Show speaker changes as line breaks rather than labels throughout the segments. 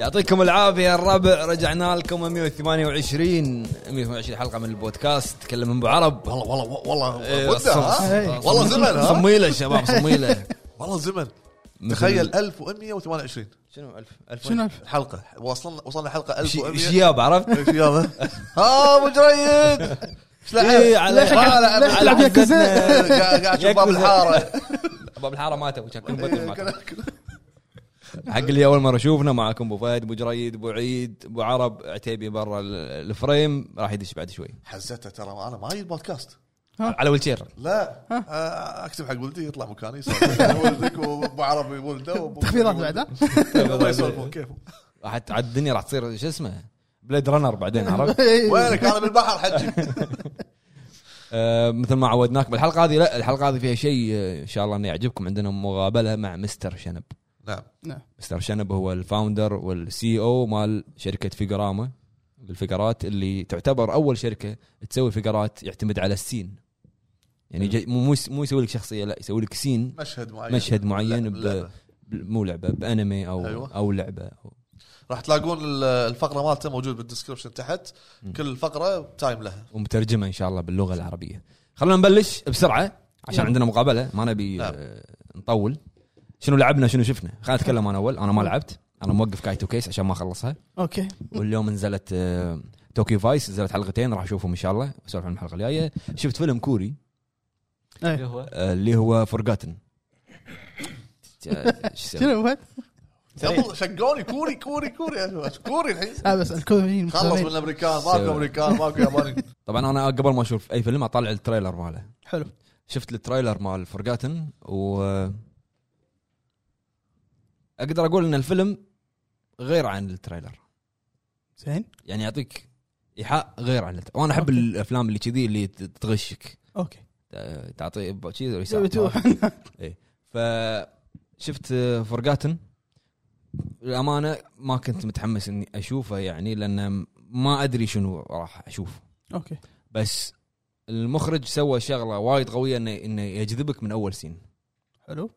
يعطيكم العافيه الربع رجعنا لكم 128 128 حلقه من البودكاست تكلم ابو عرب
والله والله والله
إيه،
وده،
صم-
ها؟
صم-
والله زمن ها؟
صميله شباب صميله
والله زمن
مثل-
تخيل 1128
شنو 1000 1000
شنو ألف؟
حلقه وصلنا وصلنا حلقه 1100
شياب عرفت؟
ايش يابا؟ ها ابو جريد ايش
إيه،
لعب؟
على
على-
على-
على-
على
لعب ياكوزا.
عزتنا.
قاعد قاعد اشوف باب
ياكوزا.
الحاره
باب الحاره ماتوا كان كلهم بطل
إيه،
ماتوا.
كلام- كلام.
حق اللي اول مره شوفنا معكم ابو فهد ابو جريد ابو عيد ابو عرب عتيبي برا ال- الفريم راح يدش بعد شوي
حزتها ترى انا ما اجيب بودكاست
على ويلشير
لا آه، اكتب حق ولدي يطلع مكاني يسولف. أنا ولدك وابو عربي ولده وأبو-
تخفيضات بعد ها؟
الله يسولفون كيف
راح ت- عاد الدنيا راح تصير شو اسمه بليد رانر بعدين عرفت؟
إيه.
وينك انا بالبحر حجي
آه، مثل ما عودناك بالحلقه هذه لا الحلقه هذه فيها شيء آه، ان شاء الله انه يعجبكم عندنا مقابله مع مستر شنب
نعم
نعم.
مستر شنب هو الفاوندر والسي او مال شركه فيجراما الفقرات اللي تعتبر اول شركه تسوي فقرات يعتمد على السين يعني جاي- مو مو يس- مو يسوي لك شخصيه لا يسوي لك سين
مشهد معين
مشهد معين
لا- لا.
ب... ب- مو لعبه بانمي او
أيوة.
او لعبه أو
راح تلاقون ال- الفقره مالته موجود بالدسكربشن تحت كل فقره تايم لها
ومترجمه ان شاء الله باللغه العربيه خلونا نبلش بسرعه عشان
يلا.
عندنا مقابله ما نبي
نعم.
آه، نطول شنو لعبنا شنو شفنا خلينا اتكلم انا اول انا ما لعبت انا موقف كايتو كيس عشان ما اخلصها
اوكي
واليوم نزلت آه، توكيو فايس نزلت حلقتين راح اشوفهم ان شاء الله اسولف عن الحلقه الجايه شفت فيلم كوري
إيه.
آه، اللي هو آه، فورغاتن
شنو بعد؟
سريع.
قبل شقوني كوري كوري كوري كوري الحين
لا آه، بس الكوريين
خلص من
مصابين.
الامريكان
سوي.
ماكو امريكان ماكو ياباني
طبعا انا قبل ما اشوف اي فيلم اطلع التريلر ماله
حلو
شفت التريلر مال فورغاتن و اقدر اقول ان الفيلم غير عن التريلر
زين
يعني يعطيك ايحاء غير عن التريلر. وانا احب
أوكي.
الافلام اللي كذي اللي ت- تغشك
اوكي
ت- تعطي ب- شيء
بتروح.
فشفت فورغاتن الامانه ما كنت متحمس اني اشوفه يعني لان ما ادري شنو راح اشوف
اوكي
بس المخرج سوى شغله وايد قويه انه انه يجذبك من اول سين
حلو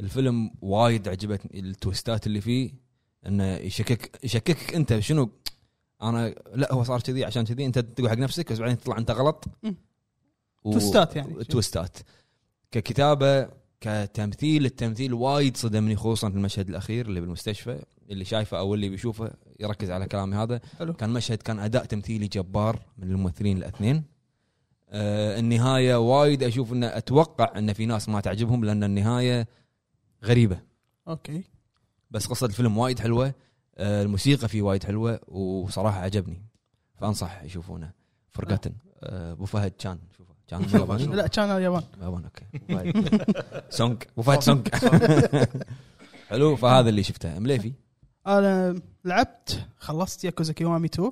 الفيلم وايد عجبتني التويستات اللي فيه انه يشكك يشككك انت شنو انا لا هو صار كذي عشان كذي انت تقول حق نفسك بس بعدين تطلع انت غلط
مم. توستات يعني.
توستات ككتابه كتمثيل التمثيل وايد صدمني خصوصا في المشهد الاخير اللي بالمستشفى اللي شايفه او اللي بيشوفه يركز على كلامي هذا
حلو.
كان مشهد كان اداء تمثيلي جبار من الممثلين الاثنين آه النهايه وايد اشوف انه اتوقع ان في ناس ما تعجبهم لان النهايه غريبه
اوكي
بس قصه الفيلم وايد حلوه آه الموسيقى فيه وايد حلوه وصراحه عجبني فانصح يشوفونه فرقتن آه ابو فهد كان شوفه كان ياباني؟
لا كان اليابان
ياباني، اوكي أبو فهد. سونك ابو فهد سونك حلو فهذا اللي شفته مليفي
انا لعبت خلصت ياكوزا كيوامي 2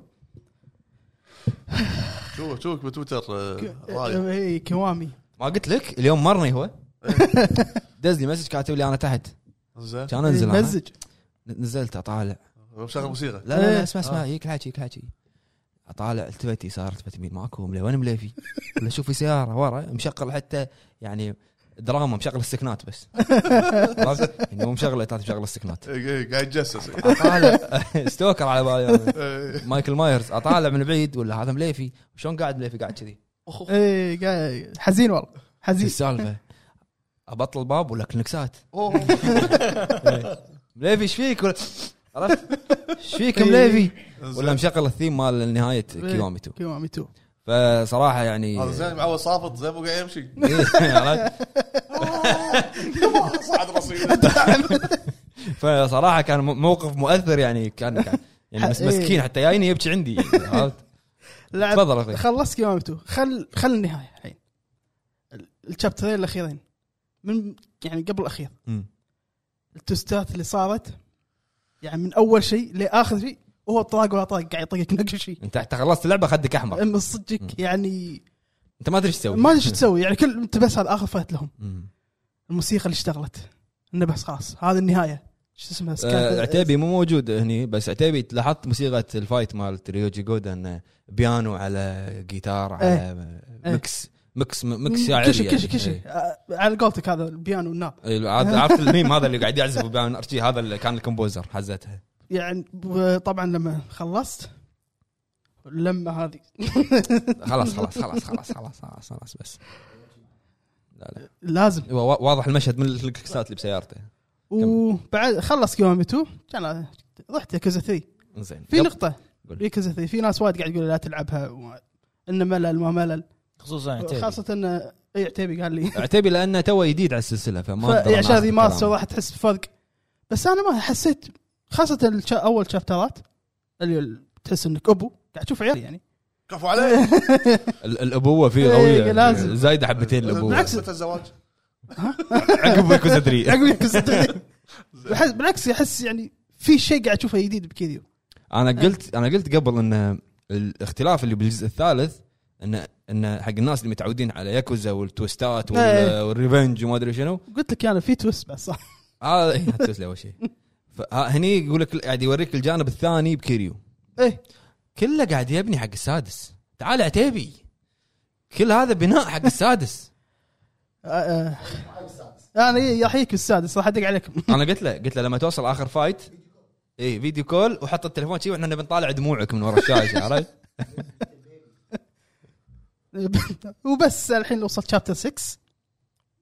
شوف شوفك بتويتر آه، رايح.
اي إيه، كيوامي
ما قلت لك اليوم مرني هو دز لي مسج كاتب لي انا تحت
زين
كان انزل أنا.
إيه، مزج
نزلت اطالع
مشغل موسيقى
لا لا, لا
إيه.
اسمع اسمع هيك الحكي هيك الحكي اطالع التفت يسار التفت يمين ماكو ملي وين مليفي ولا شوف في سياره ورا مشغل حتى يعني دراما مشغل السكنات بس عرفت؟ يعني مو مشغل ايتات مشغل السكنات
إيه، إيه، قاعد يتجسس إيه.
اطالع ستوكر على بالي أنا.
إيه.
مايكل مايرز اطالع من بعيد ولا هذا مليفي شلون قاعد مليفي قاعد كذي
اي قاعد- إيه، حزين والله
شو
حزين
السالفه ابطل الباب ولا كلينكسات
أوه.
مليفي ايش فيك ولا- عرفت ايش فيك مليفي ولا مشغل الثيم مال نهايه
إيه.
كيوامي 2
كيوامي 2
فصراحه يعني
هذا زين معود صافط زين مو قاعد يمشي
إيه، عرفت؟
صعد رصيد
فصراحه كان موقف مؤثر يعني كان كان- يعني بس
إيه.
مسكين حتى جايني يبكي عندي يعني، عرفت؟
لعب
تفضل اخي
خلصت كيوامي 2 خل خل النهايه الحين ال- الشابترين الاخيرين من يعني قبل الاخير
مم.
التوستات اللي صارت يعني من اول شيء لاخر شيء هو طاق ولا طاق قاعد يطقك نقش شيء
انت حتى خلصت اللعبه خدك احمر
من صدقك يعني
انت ما ادري ايش تسوي
ما ادري شو تسوي يعني كل انت بس هذا اخر فات لهم
مم.
الموسيقى اللي اشتغلت انه بس خلاص هذه النهايه شو اسمها
آه، عتيبي مو موجود هني بس عتيبي لاحظت موسيقى الفايت مال تريوجي جودا انه بيانو على جيتار على
إيه.
ميكس ميكس ميكس شاعري
كشي كشي
يعني.
كشي
إيه.
آه، على قولتك هذا البيانو والناب
إيه، عاد- عرفت الميم هذا اللي قاعد يعزف وبيانو ارتشي هذا اللي كان الكومبوزر حزتها
يعني ب- طبعا لما خلصت اللمه هذه
خلاص خلاص خلاص خلاص خلاص خلاص خلاص بس لا لا
لازم
هو وا- واضح المشهد من الكسات اللي بسيارته
وبعد خلص كيوامي 2 كان رحت ياكوزا 3
زين
في
يب.
نقطه
قول.
ياكوزا 3 في ناس وايد قاعد يقول لا تلعبها و... انه ملل ما ملل
خصوصا عتيبي.
خاصه انه اي عتيبي قال لي
عتيبي لانه تو جديد على السلسله فما أقدر
عشان
أناقش
ذي ما
الكلام.
راح تحس بفرق بس انا ما حسيت خاصه الش... اول شابترات اللي تحس انك ابو قاعد تشوف عيال يعني
كفو عليه
ال- الابوه فيه
إيه،
قويه
لازم.
زايده حبتين الابوه
بالعكس.
بالعكس متى الزواج؟
عقب ياكوزا 3
عقب ياكوزا 3. بحس- بالعكس يحس يعني في شيء قاعد اشوفه جديد بكيريو
انا قلت انا قلت قبل ان الاختلاف اللي بالجزء الثالث انه انه حق الناس اللي متعودين على ياكوزا والتويستات وال-
إيه.
والريفنج وما ادري شنو
قلت لك انا في تويست بس صح
هذا إيه، هتوس لي اول شيء فهني يقول لك قاعد يوريك الجانب الثاني بكيريو
ايه
كله قاعد يبني حق السادس تعال عتيبي كل هذا بناء حق السادس
آه، آه. انا إيه، يحييك السادس راح ادق عليكم
انا قلت له قلت له لما توصل اخر فايت اي فيديو كول وحط التليفون شي واحنا بنطالع دموعك من ورا الشاشه عرفت؟
وبس الحين وصلت شابتر 6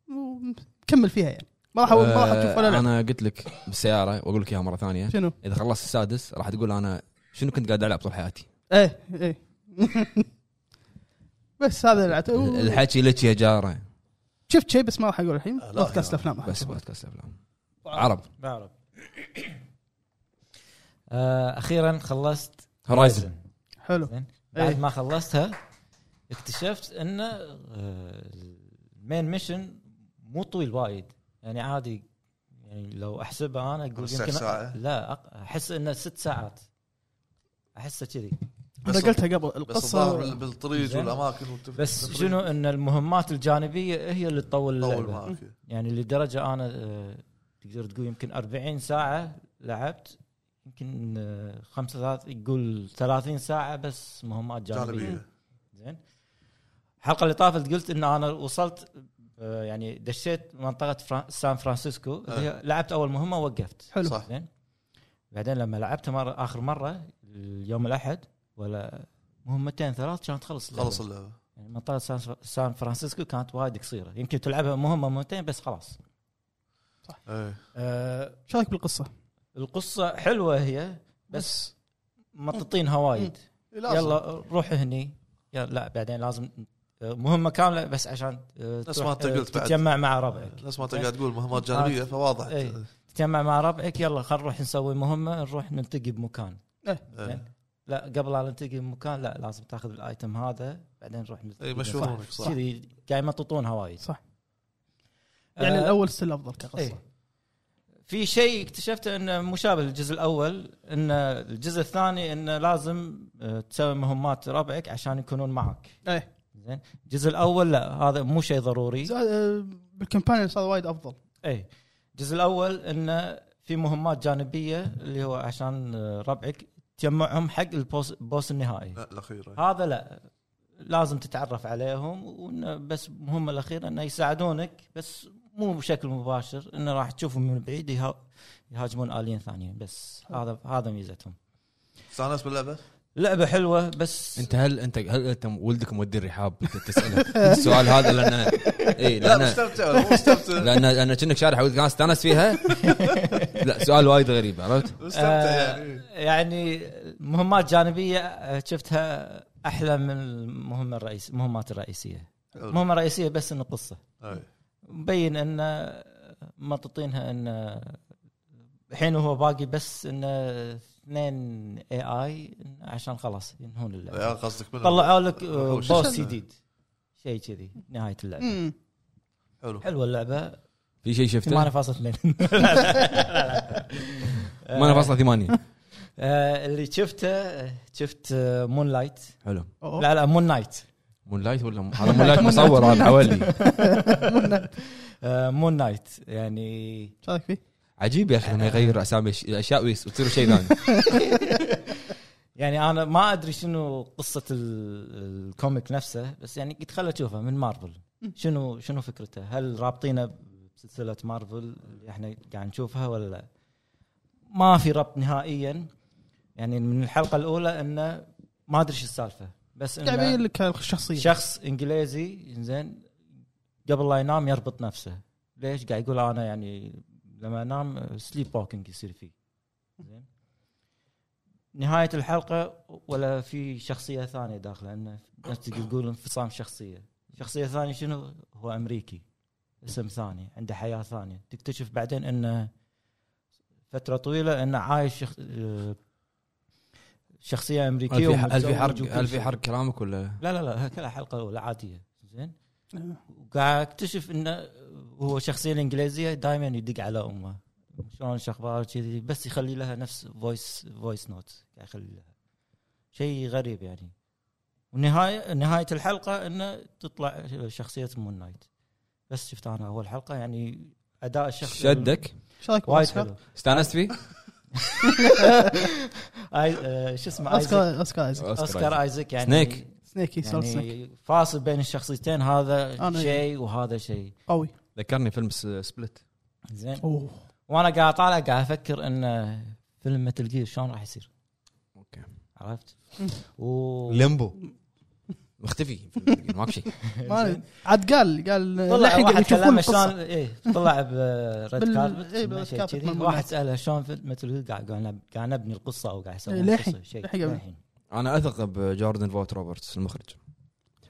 ومكمل فيها يعني ما راح ما راح اشوف ولا
آه،
لا
انا قلت لك بالسياره واقول لك اياها مره ثانيه
شنو؟
اذا خلصت السادس راح تقول انا شنو كنت قاعد العب طول حياتي؟
ايه ايه بس هذا اللي لعبته.
الحكي لك يا جاره
شفت شيء بس ما راح اقول الحين
لا،
بودكاست
لا.
الافلام
بس بودكاست افلام عرب
بعرف آه، اخيرا خلصت
هورايزن
حلو
بعد
إيه.
ما خلصتها اكتشفت ان آه، المين ميشن مو طويل وايد يعني عادي يعني لو احسبها انا اقول
خمسة
يمكن
ساعة.
لا أق- احس انه ست ساعات احسه كذي
انا قلتها قبل
بس الظاهر
القصه
بال- بالطريق
زين.
والاماكن والتف-
بس
التفريق
شنو ان المهمات الجانبيه هي اللي تطول
طول
اللعبه
معك
يعني لدرجه انا آه، تقدر تقول يمكن 40 ساعه لعبت يمكن آه، خمسة ثلاث يقول 30 ساعه بس مهمات جانبيه
جانبيه
زين الحلقه اللي طافت قلت ان انا وصلت آه، يعني دشيت منطقه فرا- سان فرانسيسكو اللي هي لعبت اول مهمه وقفت
حلو
صح
زين بعدين لما لعبت مرة اخر مره اليوم الاحد ولا مهمتين ثلاث كانت تخلص اللعبة.
خلص اللعبه
يعني منطقه سان- سان فرانسيسكو كانت وايد قصيره يمكن تلعبها مهمه مهمتين بس خلاص
إيه.
أه
ايش رايك بالقصه؟
القصه حلوه هي بس مططينها وايد
لازم.
يلا روح هني يلا لا بعدين لازم أه، مهمه كامله بس عشان أه،
نفس
تروح،
ما أنت
أه،
قلت بعد. آه.
تتجمع مع ربعك
نفس ما انت قاعد تقول مهمات جانبيه فواضح
إيه.
إيه.
تجمع مع ربعك يلا خل نروح نسوي مهمه نروح نلتقي بمكان
إيه.
لا قبل لا نلتقي بمكان لا لازم تاخذ الايتم هذا بعدين نروح نلتقي
إيه، يمشونك صح
كذي قاعد يمططونها وايد
صح. يعني
أه،
الاول ستيل افضل كقصه
إيه. في شيء اكتشفته انه مشابه للجزء الاول ان الجزء الثاني انه لازم آه، تسوي مهمات ربعك عشان يكونون معك
ايه
زين الجزء الاول لا هذا مو شيء ضروري
زا- آه، بالكمبانيون صار وايد افضل
اي الجزء الاول انه في مهمات جانبيه اللي هو عشان آه، ربعك تجمعهم حق البوس بوس النهائي
لا الاخيره
هذا لا لازم تتعرف عليهم وإنه بس مهمة الأخيرة أنه يساعدونك بس مو بشكل مباشر أنه راح تشوفهم من بعيد يها- يهاجمون آليين ثانيين بس هذا هذا ميزتهم
استانست باللعبه؟
لعبة حلوة بس آه،
انت هل انت هل انت ولدك مودي الرحاب انت تساله السؤال هذا إيه، لان اي
لا
لان
مستمتع ولا مو مستمتع؟
لان انا كأنك شارح ولدك انا استانست فيها لا سؤال وايد غريب عرفت؟
مستمتع يعني
آه، يعني مهمات جانبية آه، شفتها أحلى من المهمة الرئيسية المهمات الرئيسية
حلو.
المهمة الرئيسية بس إن قصة
إيه.
مبين ان مططينها ان الحين هو باقي بس ان اثنين اي اي عشان خلاص ينهون اللعبه
آه، قصدك منه
طلعوا لك
هو شو
بوس
اسمه؟
جديد شيء كذي نهايه اللعبه
امم
حلو
حلوه اللعبه
في شيء
8.2
شفته؟
لا، لا، لا.
8.8
آه، اللي شفته شفت مون لايت
حلو
أوه.
لا لا مون نايت
مون لايت ولا م- هذا مون لايت مصور هذا حوالي
مون نايت آه، يعني
ايش رايك فيه؟
عجيب يا اخي لما يغير اسامي الش- الاشياء ويس- وتصير شيء ثاني
يعني انا ما ادري شنو قصه ال- الكوميك نفسه بس يعني قلت خل اشوفه من مارفل شنو شنو فكرته؟ هل رابطينه بسلسله مارفل اللي احنا قاعد نشوفها ولا لا؟ ما في ربط نهائيا يعني من الحلقه الاولى انه ما ادري شو السالفه بس
قاعد
انه
يبين يعني لك الشخصيه
شخص انجليزي زين قبل لا ينام يربط نفسه ليش قاعد يقول انا يعني لما انام سليب ووكينج يصير فيه زين نهايه الحلقه ولا في شخصيه ثانيه داخله انه نفس يقول انفصام شخصيه شخصيه ثانيه شنو هو امريكي اسم ثاني عنده حياه ثانيه تكتشف بعدين انه فتره طويله انه عايش شخ... آه، شخصيه
هل في-
امريكيه
هل في
ومتزوج
حرق
وكل
هل في
شيء.
حرق كلامك ولا
لا لا لا كلها حلقه اولى عاديه زين وقاعد اكتشف انه هو الشخصيه الانجليزيه دائما يدق على امه شلون شو اخبارك كذي بس يخلي لها نفس فويس فويس نوت قاعد يخلي لها شيء غريب يعني ونهايه نهايه الحلقه انه تطلع شخصيه مون نايت بس شفت انا اول حلقه يعني اداء الشخص
شدك؟
ايش رايك
وايد
بأوسكار؟
حلو
استانست فيه؟
آي- آه، شو اسمه ايزك
اوسكار اوسكار ايزاك
اوسكار ايزك يعني
سنيك.
سنيكي سول سنيك
يعني فاصل بين الشخصيتين هذا
أنا-
شيء وهذا شيء
قوي
ذكرني فيلم س- سبليت
زين
اوه
وانا قاعد طالع قاعد افكر ان فيلم متل جير شلون راح يصير
اوكي
عرفت؟
مم.
و
ليمبو مختفي ماكو شيء
ما أدري. عاد قال قال
طلع
للحين
واحد
يشوفون
كلامه
القصه
شلون ايه طلع بريد
بال-
كاربت
إيه، بالريد
شيء
كاربت
كذي.
مال
واحد
موناكو.
ساله شلون فيلم متل جير قاعد قاعد نب- قاعد نبني القصه او قاعد يسوون
إيه، للحين.
القصة، شيء
للحين قبل.
للحين
انا اثق بجوردن فوت روبرتس المخرج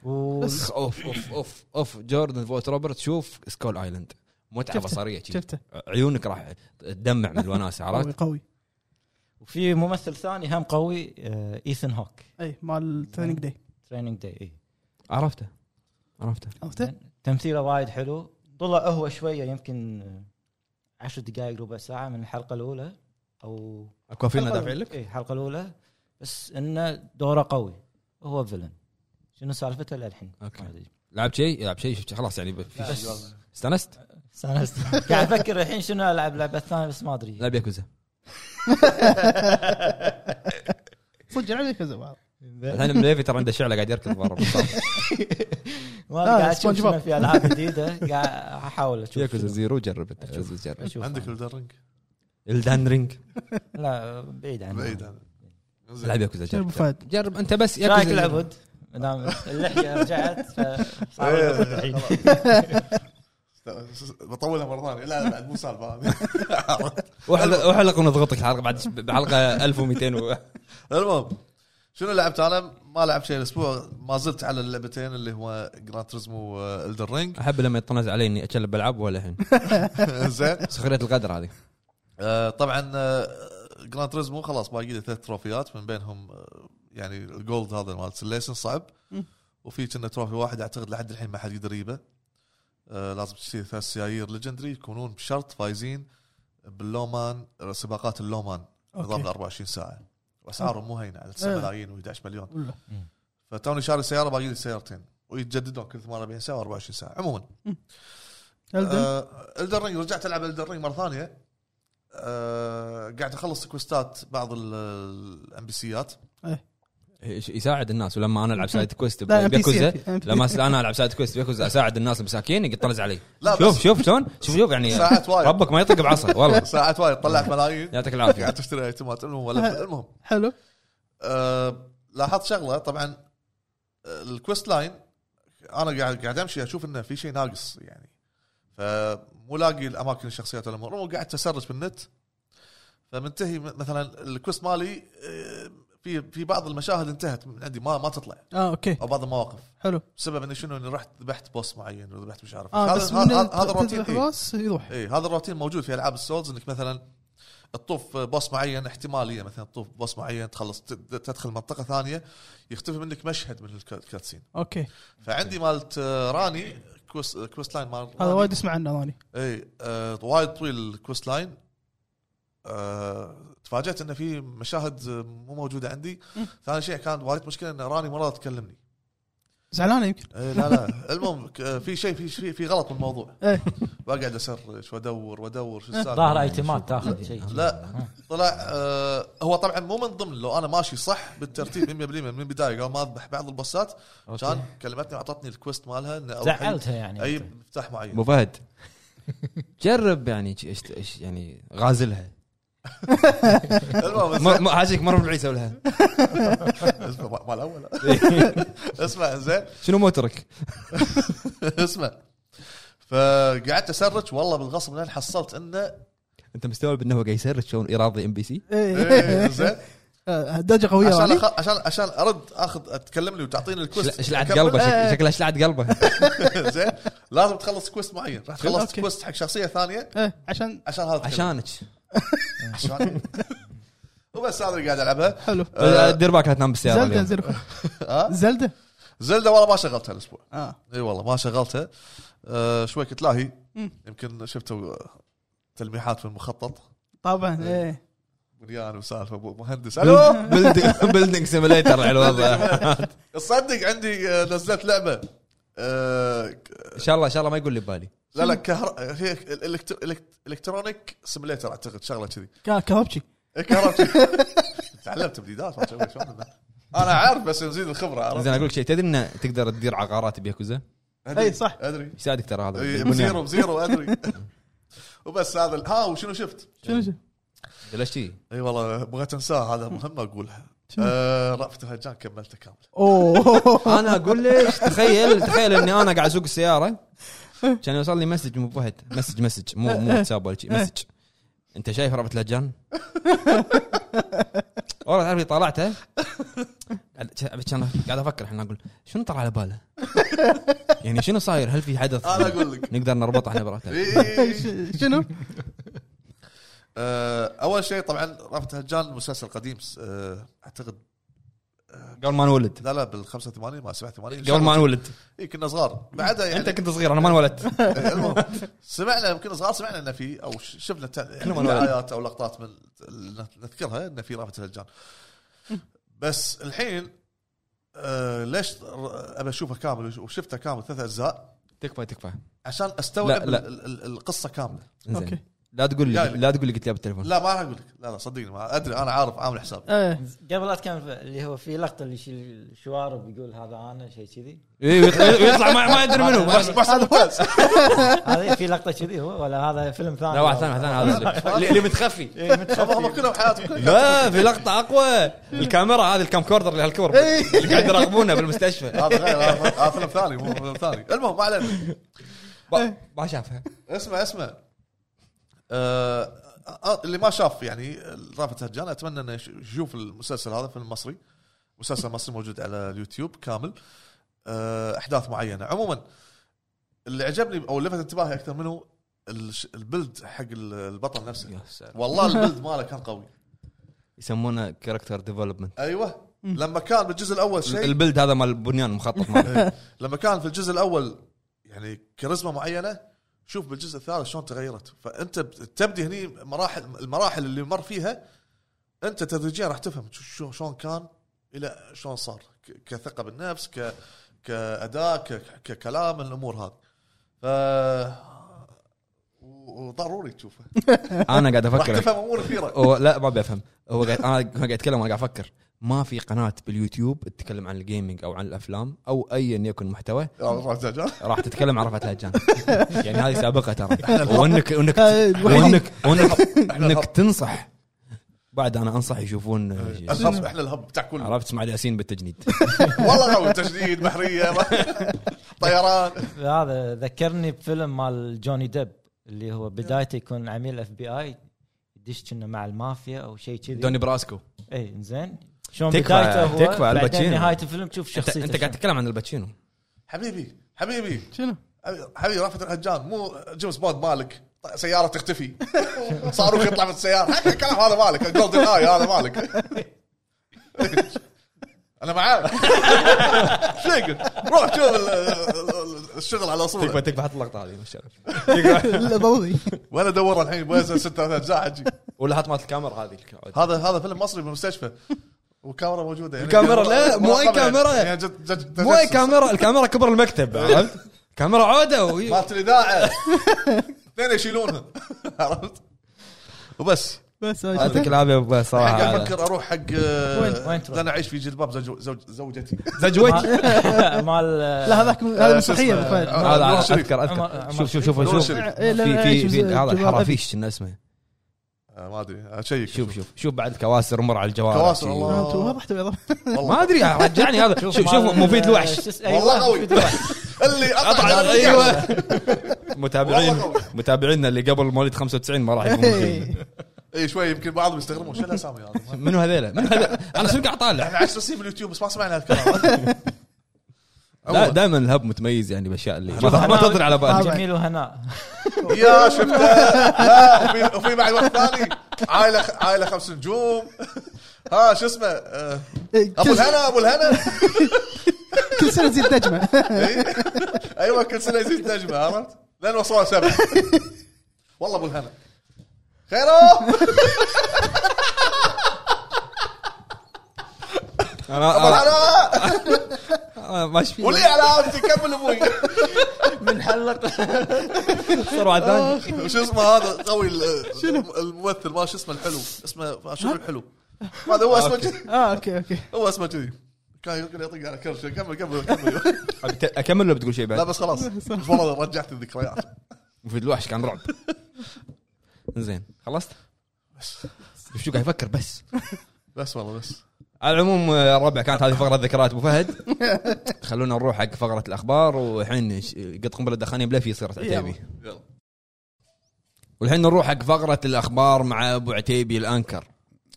و-
اوف اوف اوف اوف جوردن فوت روبرتس شوف سكول ايلاند متعه
شفته.
بصريه شي.
شفته
عيونك راح تدمع من الوناسه
قوي
عرفت؟
قوي
وفي ممثل ثاني هم قوي آه، ايثن هوك
إيه،
اي مال تريننج داي
تريننج داي ايه
عرفته عرفته
عرفته؟
زين. تمثيله وايد حلو طلع هو شويه يمكن آه، عشر دقائق ربع ساعه من الحلقه الاولى او
اكو فيلم
الحلقة
دافعين لك؟
اي الحلقه الاولى إيه، بس انه دوره قوي هو فيلن شنو سالفته للحين
أوكي.
ما أدري.
لعب شيء لعب شيء شفت شي. خلاص يعني ب- في شي. استانست؟
استانست قاعد افكر الحين شنو العب لعبه ثانيه بس ما ادري
لعب ياكوزا
صدق عليك يا زبال
الحين مليفي ترى عنده شعله قاعد يركض برا بالصف.
ما
لا،
قاعد اشوف
سبونج
شنو
بوب.
في العاب جديده قاعد احاول اشوف
ياكوزا
شنو.
زيرو جربت
أشوف.
أزوز جرب
أشوف.
عندك الدرنج
الدان رينج
لا بعيد عنه
بعيد انا زين.
العب ياكوزا
شنو
جرب
أبو فهد
جرب انت بس
ايش رايك
ياكوزا
تلعب ود؟ ما دام اللحيه رجعت فصار
إيه،
لعب ود الحين.
خلاص. بطولها مره ثانيه لا لا بعد مو سالفه هذه
وحلق وحلق ونضغطك حلقه بعد ش- بحلقه 1200 و...
المهم شنو لعبت انا؟ ما لعبت شيء الاسبوع ما زلت على اللعبتين اللي هو آه، جراند تريزمو والدر رينج
احب لما يطنز علي اني اتشلب بالعاب ولا الحين
زين
سخريه القدر هذه
آه، طبعا جراند تريزمو خلاص باقي لي ثلاث تروفيات من بينهم آه، يعني الجولد هذا مال سليشن صعب
مم.
وفي كنا تروفي واحد اعتقد لحد الحين ما حد يقدر يجيبه آه، لازم تشتري ثلاث سيايير ليجندري يكونون بشرط فايزين باللومان سباقات اللومان نظام ال
اوكي
24 ساعه واسعارهم مو هينه على 9
إيه.
ملايين و11 مليون
ولا.
فتوني شاري سياره باقي لي سيارتين ويتجددون كل 48 ساعه و24 ساعه عموما آه،
ألدن.
الدر رينج رجعت العب الدر رينج مره ثانيه أه قاعد اخلص كويستات بعض الام بي سيات
إيش- يساعد الناس ولما انا العب سايد كويست
لا، NPC.
بياكوزا لما س- انا العب سايد كويست بياكوزا اساعد الناس المساكين يطنز علي
لا
شوف
بس
شوف شلون شوف شوف يعني
ساعات وايد
ربك ما يطق بعصا والله
ساعات وايد طلعت ملايين
يعطيك
قاعد
العافيه
تشتري ايتمات المهم ولا المهم
حلو
أه لاحظت شغله طبعا أه، الكويست لاين انا قاعد قاعد امشي اشوف انه في شيء ناقص يعني فمو لاقي الاماكن الشخصيات والامور وقاعد تسرج بالنت فمنتهي م- مثلا الكويست مالي أه، في في بعض المشاهد انتهت من عندي ما ما تطلع
اه اوكي
او بعض المواقف
حلو
بسبب اني شنو اني رحت ذبحت بوس معين وذبحت مش عارف
اه
هذا-
بس من
هذا هذا إيه. الروتين
تذبح باص يروح
اي إيه، هذا الروتين موجود في العاب السولز انك مثلا تطوف بوس معين احتماليه مثلا تطوف بوس معين تخلص ت- تدخل منطقه ثانيه يختفي منك مشهد من الك- الكاتسين
اوكي
فعندي مالت آه، راني كويست كويست لاين مال
هذا
راني.
وايد اسمع عنه راني
اي آه وايد طويل الكويست لاين آه تفاجات انه في مشاهد آه، مو موجوده عندي
مم.
ثاني شيء كانت وايد مشكله ان راني مره تكلمني
زعلانه يمكن
إيه، لا لا المهم ك- آه، في شيء في شيء في غلط بالموضوع
إيه.
بقعد اسرش وادور وادور شو السالفه
ظاهر ايتمات تاخذ شيء
لا طلع آه هو طبعا مو من ضمن لو انا ماشي صح بالترتيب 100% من البدايه قبل ما اذبح بعض البوسات
أوكي.
كان كلمتني واعطتني الكويست مالها انه أول شيء
زعلتها يعني
اي
أنت.
مفتاح معين
ابو فهد جرب يعني ش- إيش- إيش يعني غازلها
المهم
م- م- حاجيك مره بالعيد سوي لها
اسمع ما- ما الاول اسمع زين
شنو موترك؟
اسمع فقعدت اسرج والله بالغصب لين حصلت انه
انت مستوعب انه هو قاعد يسرج شلون يراضي ام بي سي؟
إيه، زين
آه، دجه قويه
عشان
هذه.
أخ- عشان عشان ارد اخذ اتكلم لي وتعطيني الكوست
شلعت قلبه شك-
إيه.
شكلها شلعت قلبه
زين لازم تخلص كويست معين رحت خلصت
أوكي.
كويست حق شخصيه ثانيه
إيه، عشان
عشان هذا أتكلم.
عشانك
عشان وبس هذا اللي قاعد العبها
حلو
آه.
دير بالك لا تنام بالسياره
زلده
اليوم.
زين
ها
زلده
زلده والله ما شغلتها الاسبوع
اه
اي والله ما شغلتها آه شوي كنت لاهي
مم.
يمكن شفتوا آه، تلميحات في المخطط
طبعا
إيه.
ايه
بنيان وسالفه ابو مهندس الو
بلدنج سيميليتر على الوضع
تصدق عندي آه، نزلت لعبه آه، ك-
ان شاء الله ان شاء الله ما يقول لي ببالي
لا لا كهر... هي الإلكتر- إلكت- الكترونيك سيميليتر اعتقد شغله كذي
كا- كهربجي
كهرباء تعلمت بديدات ما تسوي شغل. انا عارف بس نزيد الخبره عرفت؟
زين اقول لك شيء تدري انه تقدر تدير عقارات بياكوزا
أدري،
أي صح.
ادري
يساعدك ترى هذا
إي،
بنيان.
بزيرو بزيرو ادري وبس هذا ال- ها وشنو شفت؟
شنو شنو؟
ليش شي
اي والله ابغى تنساه هذا مهم اقولها آه رأفت هجان كملته كامل
اوه
انا اقول ليش تخيل تخيل اني انا قاعد اسوق السياره كان يوصل لي مسج من فهد مسج مسج مو مو واتساب ولا شيء مسج انت شايف ربط لجان؟ والله تعرف اللي طلعته قاعد- كان قاعد افكر الحين اقول شنو طلع على باله؟ يعني شنو صاير؟ هل في حدث
انا اقول لك
نقدر نربطه احنا براسه؟
إي، إي، إي.
ش- إيه. شنو؟
آه، اول شيء طبعا رأفت هجان مسلسل قديم آه، اعتقد
قبل ما نولد
لا لا بال 85 ما 87
قبل ما نولد
اي كنا صغار بعدها يعني
انت كنت صغير انا ما انولدت
المهم سمعنا يمكن صغار سمعنا انه في او ش- شفنا ت- يعني
ما نولد.
دعايات او لقطات من ال- نذكرها انه في رافت الهجان بس الحين آه ليش ر- ابى اشوفه كامل وشفته كامل ثلاث اجزاء
تكفى تكفى
عشان استوعب
لا، لا.
ال- ال- القصه كامله
زين
اوكي
لا تقول لي
لا، لا.
لا تقول لي قلت لي بالتليفون
لا ما راح اقول لك لا لا صدقني ما ادري انا عارف عامل حسابي
ايه
قبل لا تكمل اللي هو في لقطه اللي يشيل الشوارب يقول هذا انا شيء كذي
إيه، ويطلع ويطلع ما ما ادري منو
بس محسن فاز
هذه في لقطه كذي هو ولا هذا فيلم ثاني
لا واحد ثاني واحد ثاني هذا اللي- اللي متخفي
إيه، متخفي.
هم هم كلهم حياتهم كلهم
لا في لقطه اقوى الكاميرا هذه الكام كوردر اللي هالكبر اللي قاعد يراقبونا بالمستشفى
هذا غير هذا هذا فيلم ثاني مو فيلم ثاني المهم ما علينا
ب- ما شافها
اسمع اسمع آه آه، اللي ما شاف يعني رافت هجان اتمنى انه يش- يشوف المسلسل هذا فيلم مصري مسلسل مصري موجود على اليوتيوب كامل آه احداث معينه عموما اللي عجبني او لفت انتباهي اكثر منه الش- البلد حق ال- البطل نفسه والله البلد ماله كان قوي
يسمونه كاركتر ديفلوبمنت
ايوه لما كان بالجزء الاول شيء
البلد هذا مال بنيان مخطط ماله
إيه. لما كان في الجزء الاول يعني كاريزما معينه شوف بالجزء الثالث شلون تغيرت فانت بت- تبدي هني مراحل المراحل اللي مر فيها انت تدريجيا راح تفهم شو- شو- شلون كان الى شلون صار ك- كثقه بالنفس ك كاداء ك- ككلام الامور هذه ف و- وضروري تشوفه
انا قاعد
راح
افكر
تفهم امور كثيره
هو لا ما بفهم هو قاعد انا هو قاعد اتكلم وانا قاعد افكر ما في قناه باليوتيوب تتكلم عن الجيمنج او عن الافلام او ايا يكن محتوى راح تتكلم عن رفعت لهجان يعني هذه سابقه ترى وانك وانك
آه، الوحيدين.
وانك وانك
إحنا
انك
الهب.
تنصح بعد انا انصح يشوفون
الهب احنا الهب بتاع كله
عرفت اسماعيل ياسين بالتجنيد
والله قوي تجديد بحريه طيران
هذا ذكرني بفيلم مال جوني ديب اللي هو
نعم.
بدايته يكون عميل اف بي اي يدش كنا مع المافيا او شيء كذي
دوني براسكو
اي زين شلون
تكفى-
بدايته هو
تكفى
بعدين
الباتشينو.
نهايه الفيلم تشوف
انت
شخصيته
انت قاعد تتكلم عن الباتشينو
حبيبي حبيبي
شنو؟
حبيبي رافت الهجان مو جيمس بوند مالك سياره تختفي صاروخ يطلع من السياره حكي الكلام هذا مالك جولدن اي هذا مالك انا معاك شو يقول؟ روح شوف ال- ال- الشغل على
تكفى
صوره
تكفى حط اللقطه هذه مش شرط.
لا ضروري
وانا ادور الحين وين ستة اجزاء حجي
ولا حط مالت الكاميرا هذه
هذا هذا فيلم مصري بالمستشفى والكاميرا موجوده يعني
الكاميرا لا، مو أي كاميرا.
يعني جت- جت-
مو أي
تجسس.
كاميرا الكاميرا كبر المكتب عرفت كاميرا عوده وي-
مالت الاذاعه اثنين يشيلونها عرفت وبس
بس
يعطيك العافيه يا أبو
الحين
صراحه
قاعد افكر اروح حق آه، وين
وين- وين تروح؟
انا اعيش في جلباب زوج زوج زوجتي
زجوجي
مال- مال
لا هذاك هذا مسرحيه
شو اسمه؟
بالفعل.
آه،
هذا
نور
اذكر
شريف.
اذكر
عمر- عمر
شوف شوف
شريف.
شوف
نور
شوف
شريف.
إيه، لا،
في
لا،
في
شوف
في هذا
جبال
الحرافيش شنو اسمه
آه، ما ادري اشيك
شوف شوف شوف بعد الكواسر مر على الجوارح
كواسر،
شي.
الله.
آه، انت وضحت بيض
ما ادري رجعني هذا شوف شوف
مال-
مفيد الوحش
شو اسمه؟
والله
أيوة،
قوي.
مفيد الوحش.
اللي
قطع
اطلع
ايوه متابعين
والله إيه. قوي.
متابعيننا اللي قبل مواليد 95 ما راح
إيه.
يكونوا
اي شوي يمكن بعضهم يستغربون شو الاسامي هذه
منو هذيلا؟ منو هذيلا؟ انا شنو قاعد طالع؟
احنا 10 سنين باليوتيوب بس ما سمعنا هالكلام عموماً.
دائما الهب متميز يعني بالاشياء اللي
شوف،
ما, ما
أنا-
تطري على بالك
جميل وهناء
يا شفته لا وفي وفي بعد واحد ثاني عائله عائله خمس نجوم ها شو اسمه آه، ابو الهنا ابو الهنا
إيه، كل سنه تزيد نجمه
ايوه كل سنه يزيد نجمه عرفت؟ لين وصلوا سبع والله ابو الهنا خيرو ابو
انا
الهنا
أنا ماشي فيه.
ولي علامتي كمل ابوي
من حلق
صار واحد ثاني
شو اسمه هذا قوي ال- الممثل ما شو اسمه الحلو اسمه شنو الحلو هذا هو اسمه كذي
اه اوكي اوكي
هو اسمه كذي كان يمكن يطق على كرشه كمل كمل كمل
أبي ت- اكمل ولا بتقول شيء
لا
بعد؟
بس خلاص والله رجعت الذكريات
مفيد الوحش كان رعب زين خلصت؟ بس شو قاعد يفكر بس
بس والله بس
على العموم آه، ربع كانت هذه فقره ذكريات ابو فهد خلونا نروح حق فقره الاخبار والحين ش- قد قنبله دخانين بلفي صارت عتيبي
يلا
والحين نروح حق فقره الاخبار مع ابو عتيبي الانكر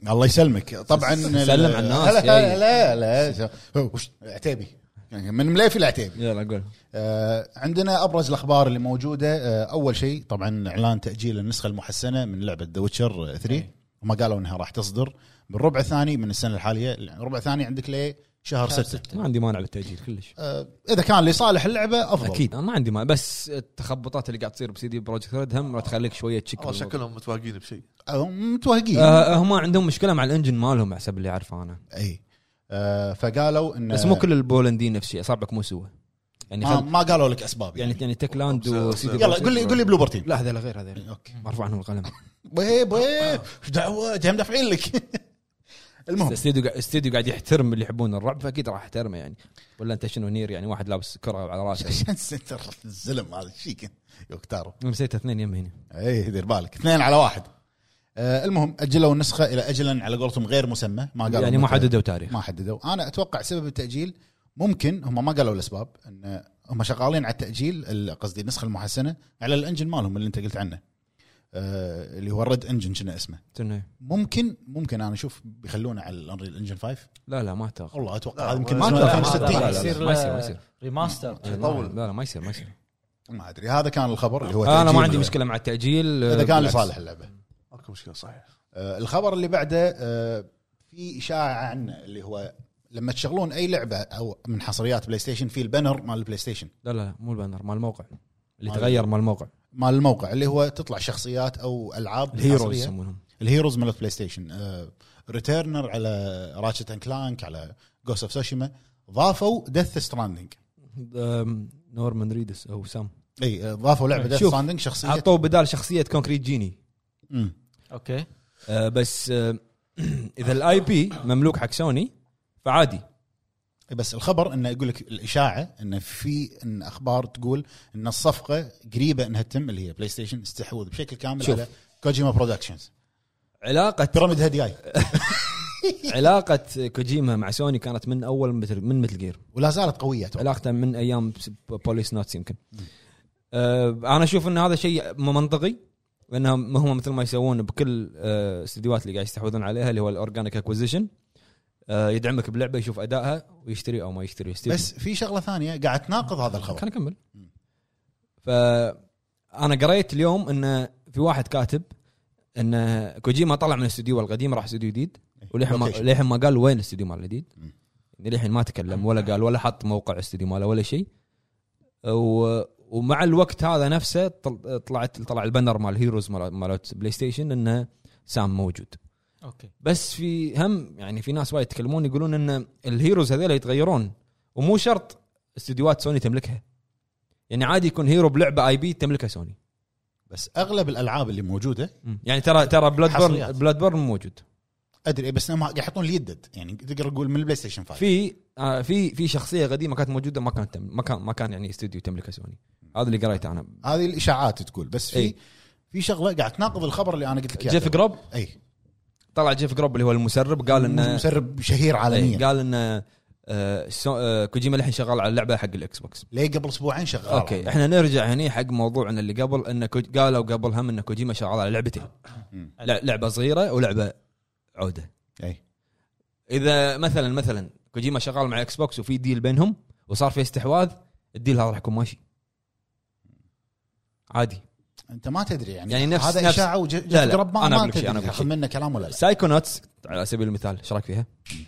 الله يسلمك طبعا
سلم على الناس،
لا
يا-
لا لا, لا. هو وش- عتيبي يعني من مليفي لعتيبي
يلا قول
آه، عندنا ابرز الاخبار اللي موجوده آه، اول شيء طبعا اعلان تاجيل النسخه المحسنه من لعبه ذا ويتشر 3 وما قالوا انها راح تصدر بالربع الثاني من السنه الحاليه الربع الثاني عندك ليه شهر 6
ما عندي مانع بالتاجيل كلش
اذا كان لصالح اللعبه افضل
اكيد أنا ما عندي مانع بس التخبطات اللي قاعد تصير بسي دي بروجكت ريد هم راح تخليك شويه تشك
والله
بالوضع.
شكلهم متواجدين بشيء
آه، متوهقين
آه، هم عندهم مشكله مع الانجن مالهم حسب اللي اعرفه انا
اي آه، فقالوا ان
بس مو كل البولنديين نفس الشيء اصابعك مو سوى يعني
ما,
خل...
ما قالوا لك اسباب
يعني
يعني
يعني تكلاند
أبصر-
وسيدي
يلا قول لي قول لي بلوبر تيم
لا هذول غير هذول
اوكي
مرفوع عنهم القلم
ويب ويب ايش دعوه جاي مدافعين لك المهم
استديو قاعد استديو قاعد يحترم اللي يحبون الرعب فاكيد راح يحترمه يعني ولا انت شنو نير يعني واحد لابس كره على راسه
عشان سنتر الزلم هذا شيك يوكتارو
مسيت اثنين يم هنا
اي دير إيه، بالك اثنين على واحد آه المهم اجلوا النسخه الى اجلا على قولتهم غير مسمى ما قالوا
يعني ما
متى-
حددوا تاريخ
ما حددوا انا اتوقع سبب التاجيل ممكن هم ما قالوا الاسباب ان هم شغالين على التاجيل ال- قصدي النسخه المحسنه على الانجن مالهم اللي انت قلت عنه آه اللي هو الريد انجن شنو اسمه
تنهي.
ممكن ممكن انا اشوف بيخلونه على الانريل انجن 5
لا لا ما تاخذ
والله اتوقع
لا،
هذا يمكن
ما
من
لا،
ما-
2060
ما-
لا، لا،
يصير
لا، ما يصير، ما يصير.
ريماستر
طول.
لا لا ما يصير ما يصير
ما ادري هذا كان الخبر اللي هو
انا
تأجيل
ما عندي مشكله مع التاجيل
اذا كان
بالعكس.
لصالح اللعبه
ماكو مشكله صحيح
آه، الخبر اللي بعده آه، في اشاعه عنه اللي هو لما تشغلون اي لعبه او من حصريات بلاي ستيشن في البانر مال البلاي ستيشن
لا لا مو البانر مال الموقع اللي
مال-
تغير مال الموقع
مال الموقع اللي هو تطلع شخصيات او العاب
الهيروز
حصرية.
يسمونهم
الهيروز مال البلاي ستيشن آه، ريتيرنر على راتشت اند كلانك على جوست اوف سوشيما ضافوا ديث ستراندنج
أم، نورمان ريدس او سام
اي آه، ضافوا لعبه ديث
شوف،
ستراندنج شخصيه
عطوه بدال شخصيه كونكريت جيني
مم.
اوكي
آه، بس آه، اذا الاي بي مملوك حق سوني فعادي
بس الخبر انه يقول لك الاشاعه انه في إن اخبار تقول ان الصفقه قريبه انها تتم اللي هي بلاي ستيشن استحوذ بشكل كامل
شوف.
على كوجيما برودكشنز
علاقه
بيراميد هيد جاي
علاقه كوجيما مع سوني كانت من اول مثل من مثل جير
ولا زالت قويه أتوقع.
علاقته من ايام س- بوليس نوتس يمكن آه، انا اشوف ان هذا شيء م- منطقي لانهم هم مثل ما يسوون بكل آه، استديوهات اللي قاعد يستحوذون عليها اللي هو الاورجانيك اكوزيشن يدعمك بلعبه يشوف ادائها ويشتري او ما يشتري استديو.
بس في شغله ثانيه قاعد تناقض هذا الخبر
خليني اكمل ف انا قريت اليوم ان في واحد كاتب ان كوجيما طلع من الاستوديو القديم راح استوديو جديد وللحين ما
إيه، Location.
للحين ما قال وين الاستوديو مال الجديد
مم.
يعني للحين ما تكلم ولا قال ولا حط موقع الاستوديو ماله ولا شيء و... ومع الوقت هذا نفسه طل- طلعت طلع البنر مال هيروز مال مالت بلاي ستيشن انه سام موجود
اوكي
بس في هم يعني في ناس وايد يتكلمون يقولون ان الهيروز هذول يتغيرون ومو شرط استديوهات سوني تملكها يعني عادي يكون هيرو بلعبه اي بي تملكها سوني
بس اغلب الالعاب اللي موجوده
يعني ترى ترى بلاد بورن
حصريات.
بلاد بورن موجود
ادري بس هم قاعد يحطون اليدد يعني تقدر تقول من البلاي ستيشن 5
في آه، في في شخصيه قديمه كانت موجوده ما كانت تم- ما كان ما كان يعني استوديو تملكها سوني هذا اللي قريته انا
هذه الاشاعات تقول بس في
إي.
في شغله قاعد تناقض الخبر اللي انا قلت لك إيه.
جيف جروب
اي
طلع جيف جروب اللي هو المسرب قال انه
مسرب شهير عالميا
إيه، قال انه آه، سو- آه، كوجيما الحين شغال على اللعبه حق الاكس بوكس
ليه قبل اسبوعين شغال
اوكي احنا نرجع هني حق موضوعنا اللي قبل ان كوج- قالوا قبل هم ان كوجيما شغال على لعبتين
مم.
لع- لعبه صغيره ولعبه عوده
اي
اذا مثلا مثلا كوجيما شغال مع اكس بوكس وفي ديل بينهم وصار في استحواذ الديل هذا راح يكون ماشي عادي
انت ما تدري يعني,
يعني نفس-
هذا
نفس-
اشاعه وج...
لا، لا،
جرب ما,
أنا
ما
أقول لك شيء، أنا أقول
تدري
لك
تاخذ منه كلام ولا لا
سايكونوتس على سبيل المثال ايش رايك فيها؟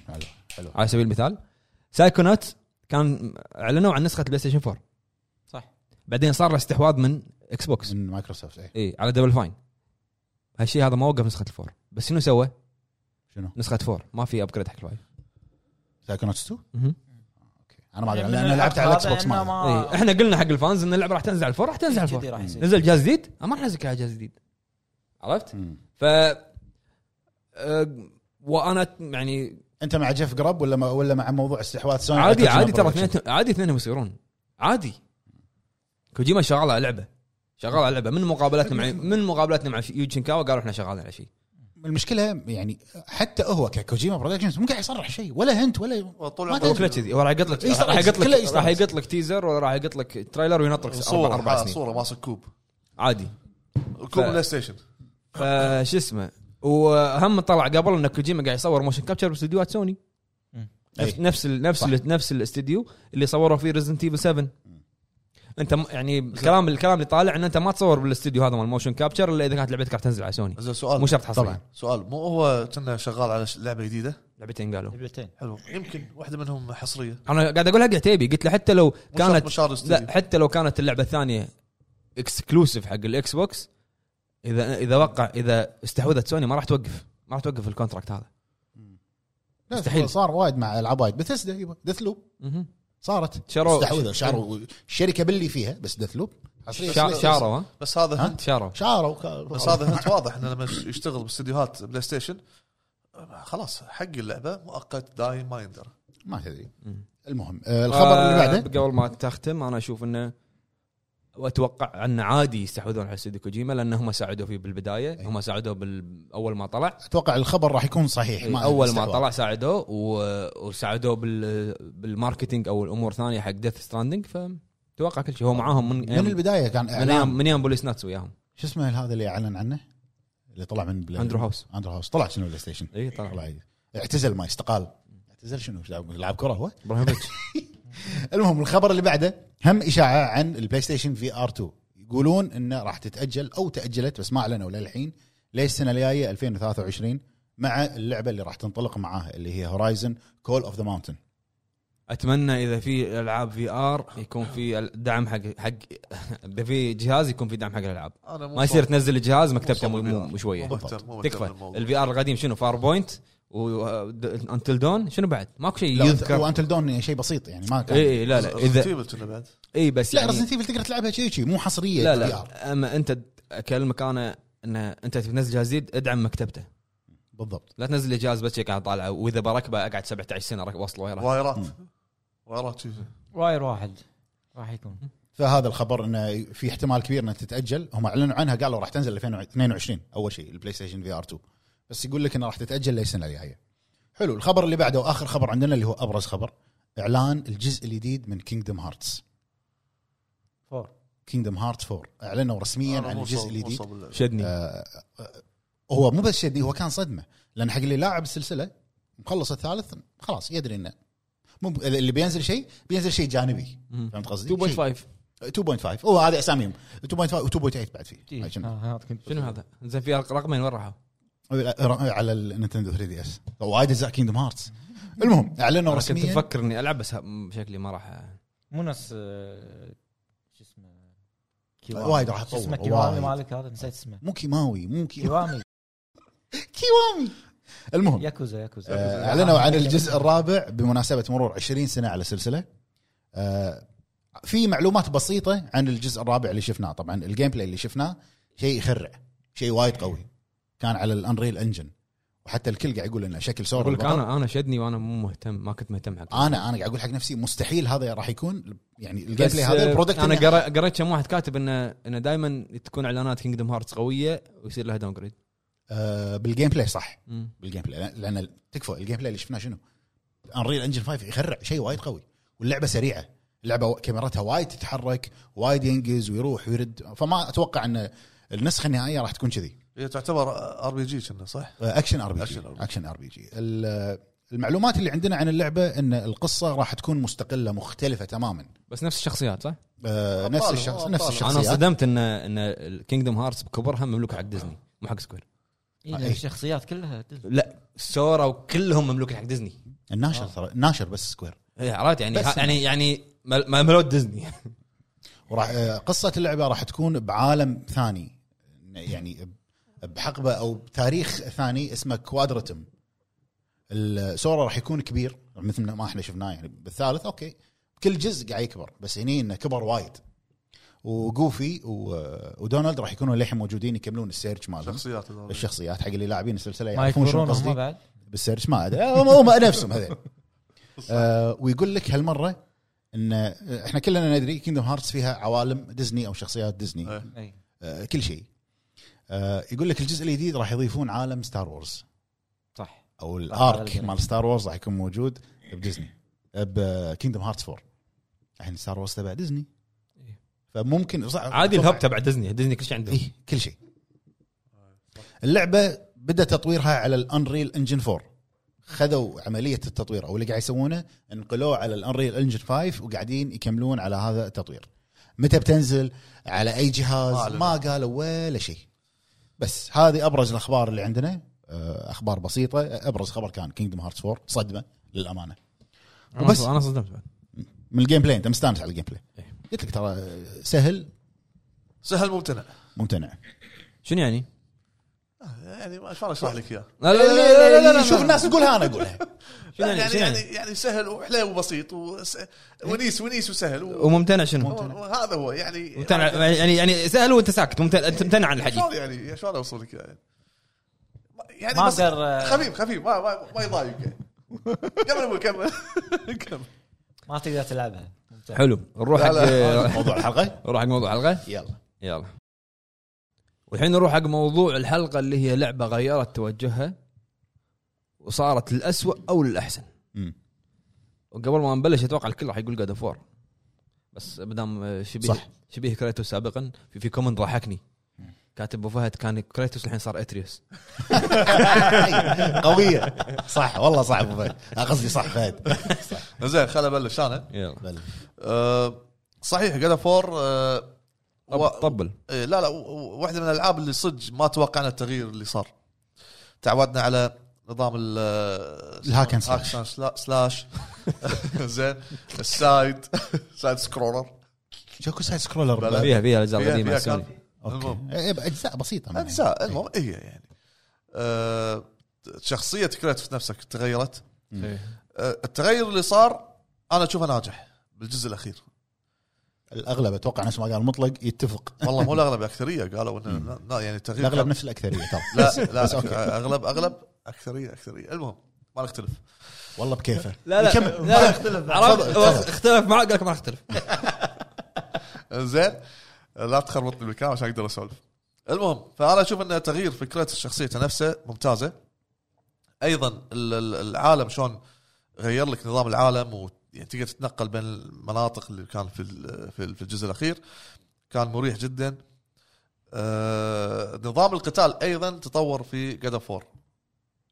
حلو حلو
على سبيل المثال سايكونوتس كان اعلنوا عن نسخه بلاي ستيشن 4
صح
بعدين صار له استحواذ من اكس بوكس
من مايكروسوفت إيه. اي
اي إيه، على دبل فاين هالشيء هذا ما وقف نسخه الفور بس شنو سوى؟
شنو؟
نسخه فور ما في ابجريد حق الفايف
سايكونوتس 2
مهم.
انا ما ادري
يعني من
لان لعبت على الاكس بوكس
هذا إنه
ما
إيه. احنا قلنا حق الفانز ان اللعبه راح تنزل على الفور راح تنزل على
كذي
الفور
راح يصير.
نزل جهاز جديد إيه، آه، ما راح نزل جهاز جديد عرفت؟
مم.
ف آه، وانا يعني
انت مع جيف جراب ولا ما ولا مع موضوع استحواذ سوني على
عادي
كوجيما
عادي ترى
برودكشن؟
اثنينهم عادي اثنينهم يصيرون عادي كوجيما شغال على لعبه شغال على لعبه من مقابلاتنا مع من مقابلاتنا مع يوتشنكاوا قالوا احنا شغالين على شيء
المشكله يعني حتى هو ككوجيما برودكشنز مو قاعد يصرح شيء ولا هنت ولا
طول
ما
هو
تدري.
العمر
كله كذي هو راح يقط لك
طيب. إيه،
راح يقط
كله
لك
إيه،
راح يقط لك تيزر ولا راح يقط لك تريلر وينطرك اربع
صور
اربع
آه،
سنين
صوره ماسك كوب
عادي
كوب بلاي ستيشن
فشو اسمه وهم طلع قبل ان كوجيما قاعد يصور موشن كابتشر باستديوهات سوني
مم.
نفس نفس ال- نفس ال- نفس الاستديو اللي صوروا فيه ريزنت ايفل 7 انت م- يعني الكلام الكلام اللي طالع ان انت ما تصور بالاستديو هذا مال موشن كابتشر الا اذا كانت لعبتك راح تنزل على سوني
زين سؤال
مو شرط حصريا
طبعاً.
سؤال مو هو كنا شغال على ش- لعبه جديده
لعبتين قالوا
لعبتين
حلو يمكن واحده منهم حصريه
انا قاعد اقولها حق عتيبي قلت له حتى لو
مو شرط-
كانت
مو شرط استوديو.
لا حتى لو كانت اللعبه الثانيه اكسكلوسيف حق الاكس بوكس اذا اذا وقع اذا استحوذت سوني ما راح توقف ما راح توقف الكونتراكت هذا
لا،
مستحيل.
صار وايد مع العاب وايد بثسدا يبا ديث لوب
مهم.
صارت
شاروا-
استحوذوا شاروا الشركه باللي فيها بس ديث لوب
شا- شاروا ها
بس هذا
ها؟
هنت
شاروا
شاروا
بس هذا هنت واضح انه لما يش- يشتغل باستديوهات بلاي ستيشن آه، خلاص حق اللعبه مؤقت دايم ما يندر
ما تدري
مم.
المهم آه، الخبر اللي بعده
آه، قبل ما تختم انا اشوف انه واتوقع ان عادي يستحوذون على استوديو كوجيما لان هم ساعدوه فيه
إيه.
بالبدايه هم ساعدوه بال- اول ما طلع
اتوقع الخبر راح يكون صحيح إيه، ما
اول إيه، ما
استحواذ.
طلع ساعدوه و- وساعدوه بال بالماركتينج او الامور ثانيه حق ديث ستراندنج فتوقع كل شيء هو معاهم من
من البدايه كان
يعني من ايام
اعلان
من ايام بوليس ناتس وياهم
شو اسمه هذا اللي اعلن عنه اللي طلع من بلاي
اندرو هاوس
اندرو هاوس طلع شنو بلاي ستيشن
اي إيه، طلع
طلع اعتزل ما استقال اعتزل شنو لاعب لاعب كره هو
ابراهيموفيتش
المهم الخبر اللي بعده هم اشاعه عن البلاي ستيشن في ار 2 يقولون انه راح تتاجل او تاجلت بس ما اعلنوا للحين ليش السنه الجايه 2023 مع اللعبه اللي راح تنطلق معاها اللي هي هورايزن كول اوف ذا ماونتن
اتمنى اذا في العاب في ار يكون في دعم حق حق اذا في جهاز يكون في دعم حق الالعاب
انا مو
ما يصير
صار-
تنزل الجهاز مكتبته
مو
مو-
صار
مو
VR.
مو شويه
مو مهتم مو مهتم
تكفى
بالموضوع.
الفي ار القديم شنو فار بوينت وانتل دون شنو بعد ماكو شيء يذكر إيه،
وانتل دون شيء بسيط يعني ما كان
اي اي لا لا اذا
Resident Evil كنا بعد
اي بس
لا
يعني-
رزنت ايفل تقدر تلعبها شيء شيء مو حصريه
لا
VR.
لا اما انت اكلمك انا ان انت تنزل جهاز جديد ادعم مكتبته
بالضبط
لا تنزل لي جهاز بس هيك قاعد طالعه واذا بركبه اقعد 17 سنه رك- واصله وياه
وايرات وايرات شي-
واير واحد راح يكون
فهذا الخبر انه في احتمال كبير انها تتاجل هم اعلنوا عنها قالوا راح تنزل 2022 اول شيء البلاي ستيشن في ار 2 بس يقول لك انها راح تتاجل للسنه الجايه حلو الخبر اللي بعده واخر خبر عندنا اللي هو ابرز خبر اعلان الجزء الجديد من كينجدم هارتس
فور
كينجدم هارتس 4 اعلنوا رسميا
أنا
عن
مو
الجزء
صاب- مو
الجديد
صاب اللعبة.
شدني
آه، آه، هو مو بس شدني هو كان صدمه لان حق اللي لاعب السلسله مخلص الثالث خلاص يدري انه مو ب- اللي بينزل شيء بينزل شيء جانبي
مم.
فهمت قصدي؟ شيء-
2.5
2.5 هو هذا اساميهم 2.5 و2.8 بعد فيه
آه.
عشان-
إيه. شنو هذا؟ زين في رقمين وين راحوا؟
على النينتندو 3 دي اس وايد اجزاء كيندم هارتس المهم اعلنوا
أنا كنت
رسميا
مفكر اني العب بس ه- شكلي ما راح
مو نفس آه، شو اسمه كيوامي.
وايد راح
شو اسمه
تطور
كيوامي
وايد.
مالك هذا نسيت اسمه
مو كيماوي مو كي-
كيوامي
كيوامي المهم
ياكوزا ياكوزا
آه، اعلنوا عن الجزء الرابع بمناسبه مرور 20 سنه على السلسله آه، في معلومات بسيطه عن الجزء الرابع اللي شفناه طبعا الجيم بلاي اللي شفناه شيء يخرع شيء وايد قوي كان على الانريل انجن وحتى الكل قاعد يقول انه شكل سوري
اقول لك
البطل.
انا انا شدني وانا مو مهتم ما كنت مهتم حق
انا انا قاعد اقول حق نفسي مستحيل هذا راح يكون يعني الجيم
بس آه،
بلاي هذا البرودكت
انا
إنه-
قرا- قريت كم واحد كاتب انه انه دائما تكون اعلانات كينجدم هارتس قويه ويصير لها داون جريد
آه بالجيم بلاي صح بالجيم بلاي لأن- لان ال- تكفى الجيم بلاي اللي شفناه شنو؟ انريل انجن 5 يخرع شيء وايد قوي واللعبه سريعه اللعبه و- كاميرتها وايد تتحرك وايد ينقز ويروح ويرد فما اتوقع ان النسخه النهائيه راح تكون كذي
هي تعتبر ار بي جي كنا صح؟
آه، اكشن ار بي جي
أكشن RPG.
اكشن ار بي جي ال- المعلومات اللي عندنا عن اللعبه ان القصه راح تكون مستقله مختلفه تماما
بس نفس الشخصيات صح؟
آه، نفس
أبطال،
الشخص
أبطال.
نفس
أنا
انا
الشخصيات
انصدمت ان ان الكينجدم هارتس بكبرها مملوكه حق ديزني مو حق سكوير
إيه،
إيه.
الشخصيات كلها تز-
لا سورا وكلهم مملوكه حق ديزني
الناشر ترى الناشر بس سكوير
إيه، عرفت يعني
بس
ها- يعني يعني مل- مملوك ديزني
وراح آه، قصه اللعبه راح تكون بعالم ثاني يعني بحقبه او بتاريخ ثاني اسمه كوادرتم سورا راح يكون كبير مثل ما احنا شفناه يعني بالثالث اوكي كل جزء قاعد يكبر بس هني انه كبر وايد وجوفي و- ودونالد راح يكونوا للحين موجودين يكملون السيرش
نعم.
مالهم
شخصيات
الشخصيات حق اللي لاعبين السلسله
ما
يعرفون شو
يكبرون
قصدي
هم بعد
بالسيرش ما ادري هم هم نفسهم هذول آه ويقول لك هالمره ان احنا كلنا ندري كينجدم هارتس فيها عوالم ديزني او شخصيات ديزني
إيه.
إيه.
آه كل شيء آه يقول لك الجزء الجديد راح يضيفون عالم ستار وورز
صح
او
آه،
هذا
الارك
الكلام.
مال ستار وورز راح يكون موجود آه، بديزني بكينجدم هارتس 4 الحين ستار وورز تبع ديزني
إيه.
فممكن صح-
عادي
أتوقع-
الهب تبع ديزني ديزني كل شيء عندهم
اي كل شيء اللعبه بدا تطويرها على الانريل انجن 4 خذوا عمليه التطوير او اللي قاعد يسوونه انقلوه على الانريل انجن 5 وقاعدين يكملون على هذا التطوير متى بتنزل على اي جهاز
ما أعلنوا.
ما قالوا ولا شيء بس هذه ابرز الاخبار اللي عندنا آه، اخبار بسيطه ابرز خبر كان كينجدم هارتس 4 صدمه للامانه
انا
وبس.
أنا صدمت بعد
من الجيم بلاي انت مستانس على الجيم بلاي
إيه.
قلت لك ترى سهل
سهل ممتنع
ممتنع
شنو يعني؟
يعني ما شلون اشرح لك اياه؟
لا
شوف الناس تقولها انا اقولها
شنو
يعني
يعني
يعني
شنو
يعني,
يعني؟
يعني سهل وحليو وبسيط وس... ونيس ونيس وسهل و...
وممتنع يعني شنو؟
و- وهذا هو يعني
ممتنع يعني يعني سهل وانت ساكت ممتنع انت ممتنع عن الحديث
شلون يعني شلون اوصل لك يعني يعني
ما
بس
أقدر- آه.
خفيف خفيف ما ما, ما يضايق يعني. كمل ابوي كمل كمل
ما تقدر تلعبها ممتاز.
حلو نروح حق
آه،
موضوع الحلقه
نروح حق موضوع الحلقه
يلا
يلا والحين نروح حق موضوع الحلقه اللي هي لعبه غيرت توجهها وصارت للأسوأ او للاحسن
مم.
وقبل ما نبلش اتوقع الكل راح يقول جاد اوف وور بس ما دام شبيه
صح.
صح. شبيه كريتوس سابقا في, في كومنت ضحكني كاتب ابو فهد كان كريتوس الحين صار اتريوس
قويه صح والله صح ابو فهد أنا قصدي صح فهد
زين خل ابلش انا
يلا
أه، صحيح جاد فور أه، و-
طب- طبل
إيه، لا لا و- و- واحده من الالعاب اللي صدق ما توقعنا التغيير اللي صار تعودنا على نظام ال آه،
الهاك أند
هاك
سلاش.
أند سلا- سلاش زين السايد سايد سكرولر
شوكو سايد سكرولر
بلا.
فيها فيها الاجزاء
فيها-
القديمه
فيها كان-
سوني
اوكي
المهم.
إيه، اجزاء بسيطه ما
اجزاء
يعني.
المهم هي يعني أه، شخصيه كريتوس نفسك تغيرت
إيه.
أه، التغير اللي صار انا اشوفه ناجح بالجزء الاخير
الاغلب اتوقع نفس ما قال مطلق يتفق
والله مو الاغلب اكثريه قالوا انه لا، يعني التغيير
الاغلب نفس الاكثريه ترى
لا لا
بس أوكي.
اغلب اغلب اكثريه اكثريه المهم ما نختلف
والله بكيفه
لا لا
يكمل.
لا, لا اختلف عرفت
تفضل، تفضل.
اختلف معك قال لك ما اختلف
زين لا تخربطني بالكلام عشان اقدر اسولف المهم فانا اشوف انه تغيير فكره شخصيته نفسه ممتازه ايضا ال- ال- العالم شلون غير لك نظام العالم ويعني تقدر تتنقل بين المناطق اللي كان في ال- في ال- في الجزء الاخير كان مريح جدا آه، نظام القتال ايضا تطور في جاد فور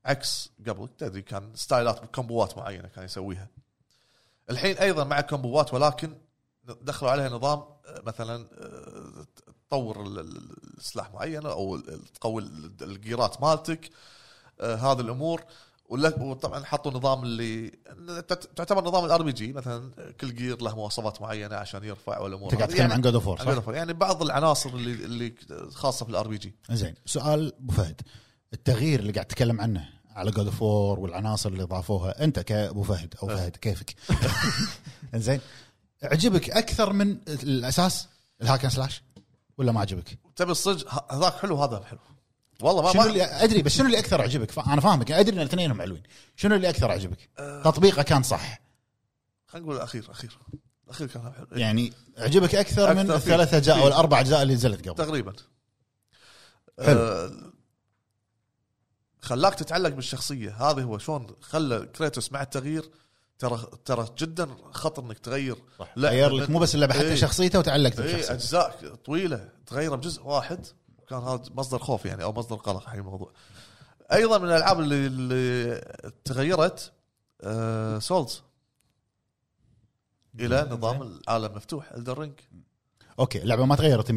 عكس قبل تدري كان ستايلات كومبوات معينه كان يسويها الحين ايضا مع كومبوات ولكن دخلوا عليها نظام آه، مثلا آه، تطور ال- ال- السلاح معين او ال- ال- تقوي ال- الجيرات مالتك آه، هذه الامور ولا- وطبعا حطوا نظام اللي تعت- تعتبر نظام الار بي جي مثلا آه، كل جير له مواصفات معينه عشان يرفع والامور
انت قاعد
هذه.
تتكلم عن جود اوف وور
عن God
صح؟
of War. يعني بعض العناصر اللي اللي خاصه في الار بي جي
زين سؤال ابو فهد التغيير اللي قاعد تتكلم عنه على جود اوف وور والعناصر اللي ضافوها انت كابو فهد او
أه.
فهد كيفك زين عجبك اكثر من الاساس الهاكن سلاش ولا ما عجبك؟
تبي الصج ه- هذاك حلو هذا حلو والله ما,
شنو
ما
اللي ادري بس شنو اللي اكثر عجبك فا- انا فاهمك ادري ان الاثنين حلوين شنو اللي اكثر عجبك
أه.
تطبيقه كان صح
خلينا نقول الاخير اخير الاخير كان حلو إيه،
يعني عجبك اكثر من
أكثر في-
الثلاث اجزاء
في-
او الاربع اجزاء اللي نزلت قبل
تقريبا
حلو.
إيه، آه، خلاك تتعلق بالشخصيه هذا هو شلون خلى كريتوس مع التغيير ترى ترى جدا خطر انك تغير
صح
لا،
غير لك مو بس اللعبه حتى
إيه.
شخصيته وتعلقت
اي
بشخصيته
اجزاء طويله تغيره بجزء واحد كان هذا مصدر خوف يعني او مصدر قلق حق الموضوع ايضا من الالعاب اللي, اللي تغيرت آه سولز الى نظام العالم مفتوح الدرينج
اوكي اللعبه ما تغيرت 100%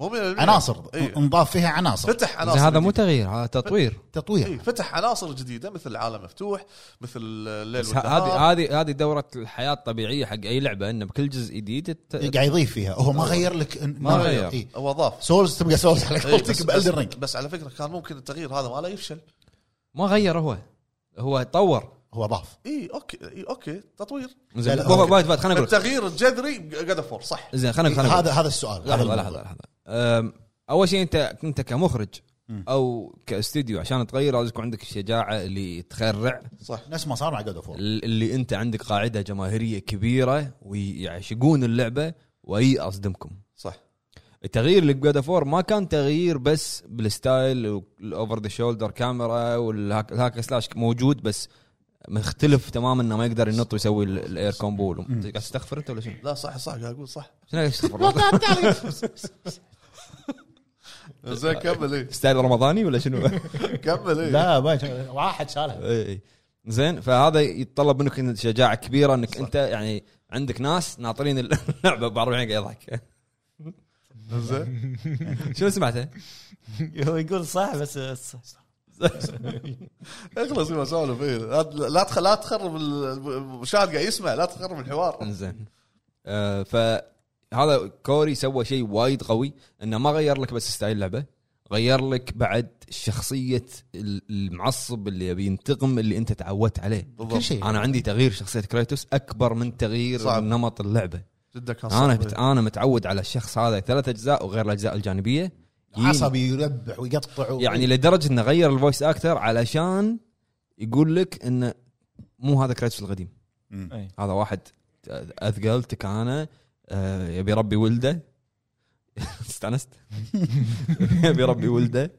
مو
عناصر
إيه.
انضاف فيها عناصر
فتح عناصر
زين هذا مو
جديدة.
تغيير هذا تطوير
تطوير
إيه، فتح عناصر جديده مثل العالم مفتوح مثل الليل
بس ه-
والنهار
هذه هذه هذه دوره الحياه الطبيعيه حق اي لعبه انه بكل جزء جديد الت-
قاعد يضيف فيها هو ما غير لك
ما غير.
إيه.
هو اضاف
سولز تبقى سولز على
إيه، بس,
قولتك
بس,
بالدر رينج
بس على فكره كان ممكن التغيير هذا ما لا يفشل
ما غير هو هو طور
هو ضاف
اي اوكي إيه اوكي تطوير
زين
لا،
بابا-
أوكي.
وايد فات خليني اقول لك.
التغيير الجذري جاد اوف وور صح
زين خليني خليني أقول لك.
هذا هذا السؤال هذا
لحظه لحظه
الموضوع.
لحظه أم، اول شيء انت انت كمخرج
مم.
او كاستديو عشان تغير لازم يكون عندك الشجاعه اللي تخرع
صح
نفس ما صار مع جود اوف
اللي انت عندك قاعده جماهيريه كبيره ويعشقون اللعبه واي اصدمكم
صح
التغيير اللي بجود فور ما كان تغيير بس بالستايل الاوفر ذا شولدر كاميرا والهاك سلاش موجود بس مختلف تماما انه ما يقدر ينط ويسوي ال- الاير كومبو
مم.
قاعد تستغفر انت ولا شنو؟
لا صح صح قاعد اقول صح
شنو قاعد تستغفر؟
زين كمل ايه
ستايل رمضاني ولا شنو؟
كمل ايه
لا باي واحد شالها
اي اي زين فهذا يتطلب منك إن شجاعه كبيره انك انت يعني عندك ناس ناطرين اللعبه ب 40 قاعد يضحك
زين
شنو سمعته؟
هو يقول صح بس بس-
اخلص من سوالف ايه لا- لا تخ- لا تخرب ال- المشاهد قاعد يسمع لا تخرب الحوار
زين آه فهذا كوري سوى شيء وايد قوي انه ما غير لك بس ستايل اللعبه غير لك بعد شخصيه ال- المعصب اللي يبي ينتقم اللي انت تعودت عليه
كل شيء
انا عندي تغيير شخصيه كريتوس اكبر من تغيير
صعب.
نمط اللعبه
جدا كان
انا
صعب،
بت-
إيه.
انا متعود على الشخص هذا ثلاث اجزاء وغير الاجزاء الجانبيه
عصبي يربح ويقطع و-
يعني لدرجه انه غير الفويس اكتر علشان يقول لك انه مو هذا كريتوس القديم
مم.
إيه.
هذا واحد اثقل تكانه آه، يبي يربي ولده استانست يبي يربي ولده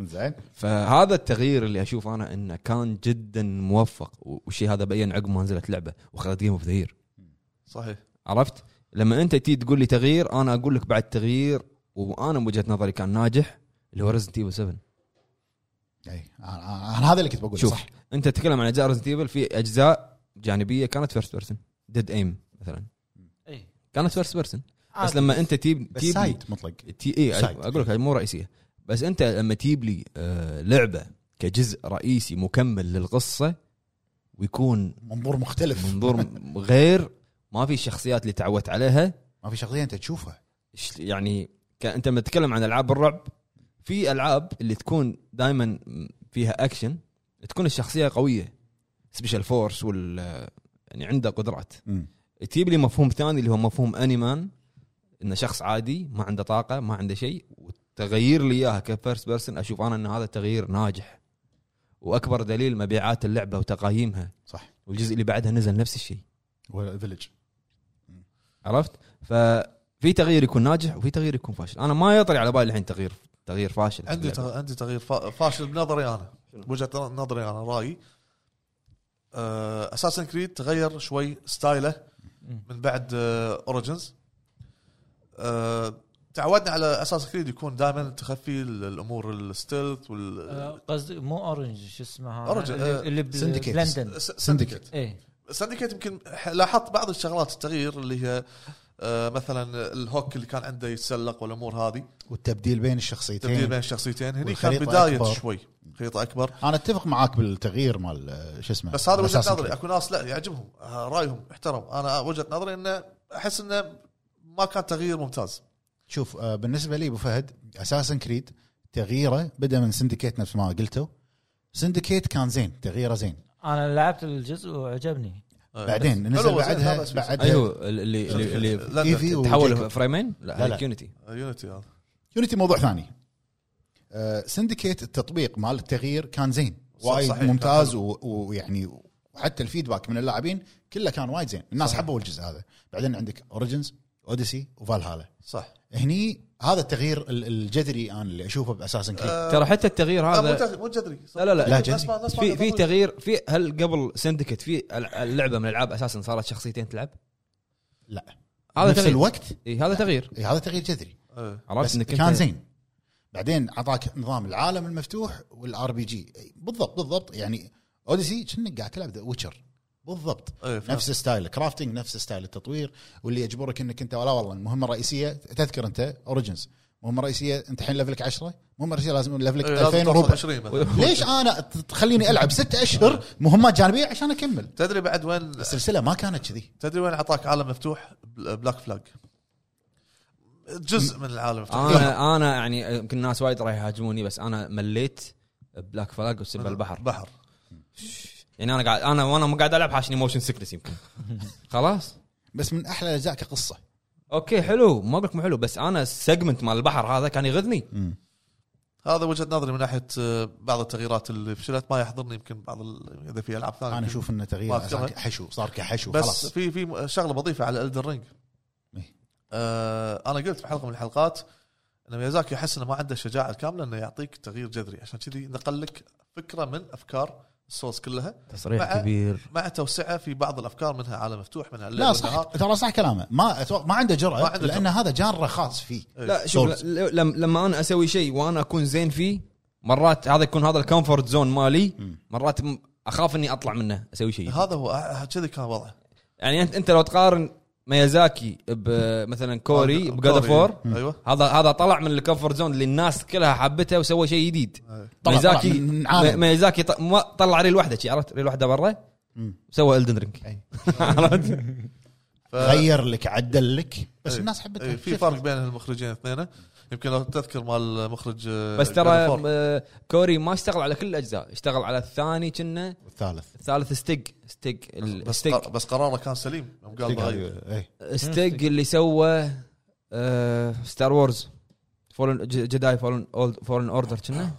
زين
فهذا التغيير اللي اشوف انا انه كان جدا موفق والشيء هذا بين عقب ما نزلت لعبه وخذت جيم اوف ذا يير
صحيح
عرفت؟ لما انت تيجي تقول لي تغيير انا اقول لك بعد تغيير وانا من وجهه نظري كان ناجح اللي هو ريزنت ايفل 7
إيه. أنا- انا أنا هذا اللي كنت بقوله
شوف
صح
انت تتكلم عن اجزاء ريزنت ايفل في اجزاء جانبيه كانت فيرست بيرسون ديد ايم مثلا
إيه.
كانت فيرست بيرسون بس لما انت تجيب
بس
تجيب لي-
سايد مطلق
تي اي
سايد.
اقول لك هاي مو رئيسيه بس انت لما تجيب لي آه، لعبه كجزء رئيسي مكمل للقصه ويكون
منظور مختلف
منظور غير ما في الشخصيات اللي تعودت عليها
ما في شخصيه انت تشوفها
ش- يعني ك- انت لما تتكلم عن العاب الرعب في العاب اللي تكون دائما فيها اكشن تكون الشخصيه قويه سبيشال فورس وال يعني عنده قدرات تجيب لي مفهوم ثاني اللي هو مفهوم انيمان انه شخص عادي ما عنده طاقه ما عنده شيء والتغيير اللي اياها كفيرست بيرسون اشوف انا ان هذا التغيير ناجح واكبر دليل مبيعات اللعبه وتقايمها
صح
والجزء اللي بعدها نزل نفس الشيء
فيلج
عرفت؟ ففي تغيير يكون ناجح وفي تغيير يكون فاشل، انا ما يطري على بالي الحين تغيير تغيير فاشل
عندي تغ- عندي تغيير فا- فاشل بنظري انا وجهه نظري انا رايي اساسن كريد تغير شوي ستايله من بعد آه، اوريجنز تعودنا على اساس كريد يكون دائما تخفي ال- الامور الستيلث وال
آه، قصدي مو اورنج شو اسمه هذا؟
أورنج،
اللي-
آه،
اللي ب-
Syndicate.
بلندن
سندكيت
ايه
سندكيت يمكن ح- لاحظت بعض الشغلات التغيير اللي هي آه، مثلا الهوك اللي كان عنده يتسلق والامور هذه
والتبديل بين الشخصيتين
تبديل بين الشخصيتين هني كان
إيه. والخريطة
بدايه
أكبر.
شوي خريطه اكبر
انا اتفق معاك بالتغيير مال آه، شو اسمه
بس هذا وجهه
Assassin's
نظري
Creed.
اكو ناس لا يعجبهم آه، رايهم احترم انا وجهه نظري انه احس انه ما كان تغيير ممتاز
شوف آه، بالنسبه لي ابو فهد اساسا كريد تغييره بدا من سندكيت نفس ما قلته سندكيت كان زين تغييره زين
انا لعبت الجزء وعجبني
آه،
بعدين
بس-
نزل
حلو، زين، هذا
بعدها
اسمه.
بعدها
ايوه اللي اللي, اللي
لا،
ايفي
تحول
وجيكوب.
فريمين لا,
لا، لا.
لا, كيونتي
آه، يونيتي هذا
يونيتي موضوع ثاني سندكيت التطبيق مال التغيير كان زين
صح-
وايد
صحيح،
ممتاز
كان
و- ويعني وحتى الفيدباك من اللاعبين كله كان وايد زين الناس
صحيح.
حبوا الجزء هذا بعدين عندك اوريجنز اوديسي وفالهالا
صح
هني هذا التغيير ال- الجذري انا اللي اشوفه باساسن كريد
آه.
ترى حتى التغيير
لا، مو
هذا
جذري- مو جذري صح.
لا لا
لا،
لا
جذري.
ناس ما- ناس ما
في في
قدروا.
تغيير في هل قبل سندكت في ال- اللعبه من الالعاب اساسا صارت شخصيتين تلعب؟
لا
هذا
نفس
تغيير
الوقت
إيه هذا تغيير
إيه، هذا تغيير جذري
إيه.
عرفت
بس
انك
كان
أنت-
زين بعدين اعطاك نظام العالم المفتوح والار بي جي بالضبط بالضبط يعني اوديسي كأنك قاعد تلعب ذا ويتشر بالضبط
إيه، فهمت.
نفس ستايل كرافتنج نفس ستايل التطوير واللي يجبرك انك انت لا والله المهمه الرئيسيه تذكر انت اوريجنز المهمه الرئيسيه انت الحين ليفلك 10 المهمه الرئيسيه لازم ليفلك
إيه، لازم
2000
توصل
وربع
20 مثلا.
ليش انا تخليني العب ستة اشهر مهمات جانبيه عشان اكمل
تدري بعد وين
السلسله ما كانت كذي
تدري وين اعطاك عالم مفتوح بل- بلاك فلاج جزء من العالم
آه،
المفتوح
انا انا يعني يمكن الناس وايد راح يهاجموني بس انا مليت بلاك فلاج وسلب البحر
بحر
يعني انا قاعد انا وانا ما قاعد العب حاشني موشن سكنس يمكن خلاص
بس من احلى الاجزاء كقصه
اوكي حلو ما اقول لك مو حلو بس انا السيجمنت مال البحر هذا كان يغذني
هذا وجهه نظري من ناحيه آه، بعض التغييرات اللي في شلات ما يحضرني يمكن بعض ال- اذا في العاب ثانيه
انا اشوف انه
طيب. ما
تغيير
أذكرها.
أساساً حشو صار كحشو
بس
خلاص
في في شغله بضيفها على الدن رينج
إيه.
آه انا قلت في حلقه من الحلقات ان ميازاكي يحس انه ما عنده الشجاعه الكامله انه يعطيك تغيير جذري عشان كذي نقل لك فكره من افكار السورس كلها
تصريح
مع-
كبير
مع توسعه في بعض الافكار منها عالم مفتوح منها الليل
لا صح
والنهار.
ترى صح كلامه ما أتو... ما عنده
ما
جرأة
عنده إيه.
لان هذا جانرا خاص فيه
لا شوف
Souls.
ل- لم- لما انا اسوي شيء وانا اكون زين فيه مرات هذا يكون هذا الكومفورت زون مالي مرات م- اخاف اني اطلع منه اسوي شيء
هذا هو آه، كذي كان وضعه
يعني انت انت لو تقارن ميازاكي بمثلا
آه،
كوري بجاد اوف وور
ايوه
هذا هذا طلع من الكومفورت زون اللي الناس كلها حبته وسوى شيء جديد
آه، طلع-
ميزاكي
طلع من- من عالم.
ميزاكي ط- ما- طلع ريل واحده شي، عرفت ريل واحده برا
مم.
سوى الدن رينج
أي.
عرفت
ف-
غير لك عدل لك بس
إيه.
الناس
إيه،
حبتها
في فرق بين المخرجين الاثنين يمكن لو تذكر مال مخرج آه،
بس ترى
God of War.
آه، كوري ما اشتغل على كل الاجزاء اشتغل على الثاني كنا
الثالث
الثالث ستيج ستيج ال- أيوة.
بس
ستيج
قر- بس قراره كان سليم يوم قال بغير
إيه.
ستيج اللي سوى آه، ستار وورز فولن جداي فولن اولد فولن اوردر كنا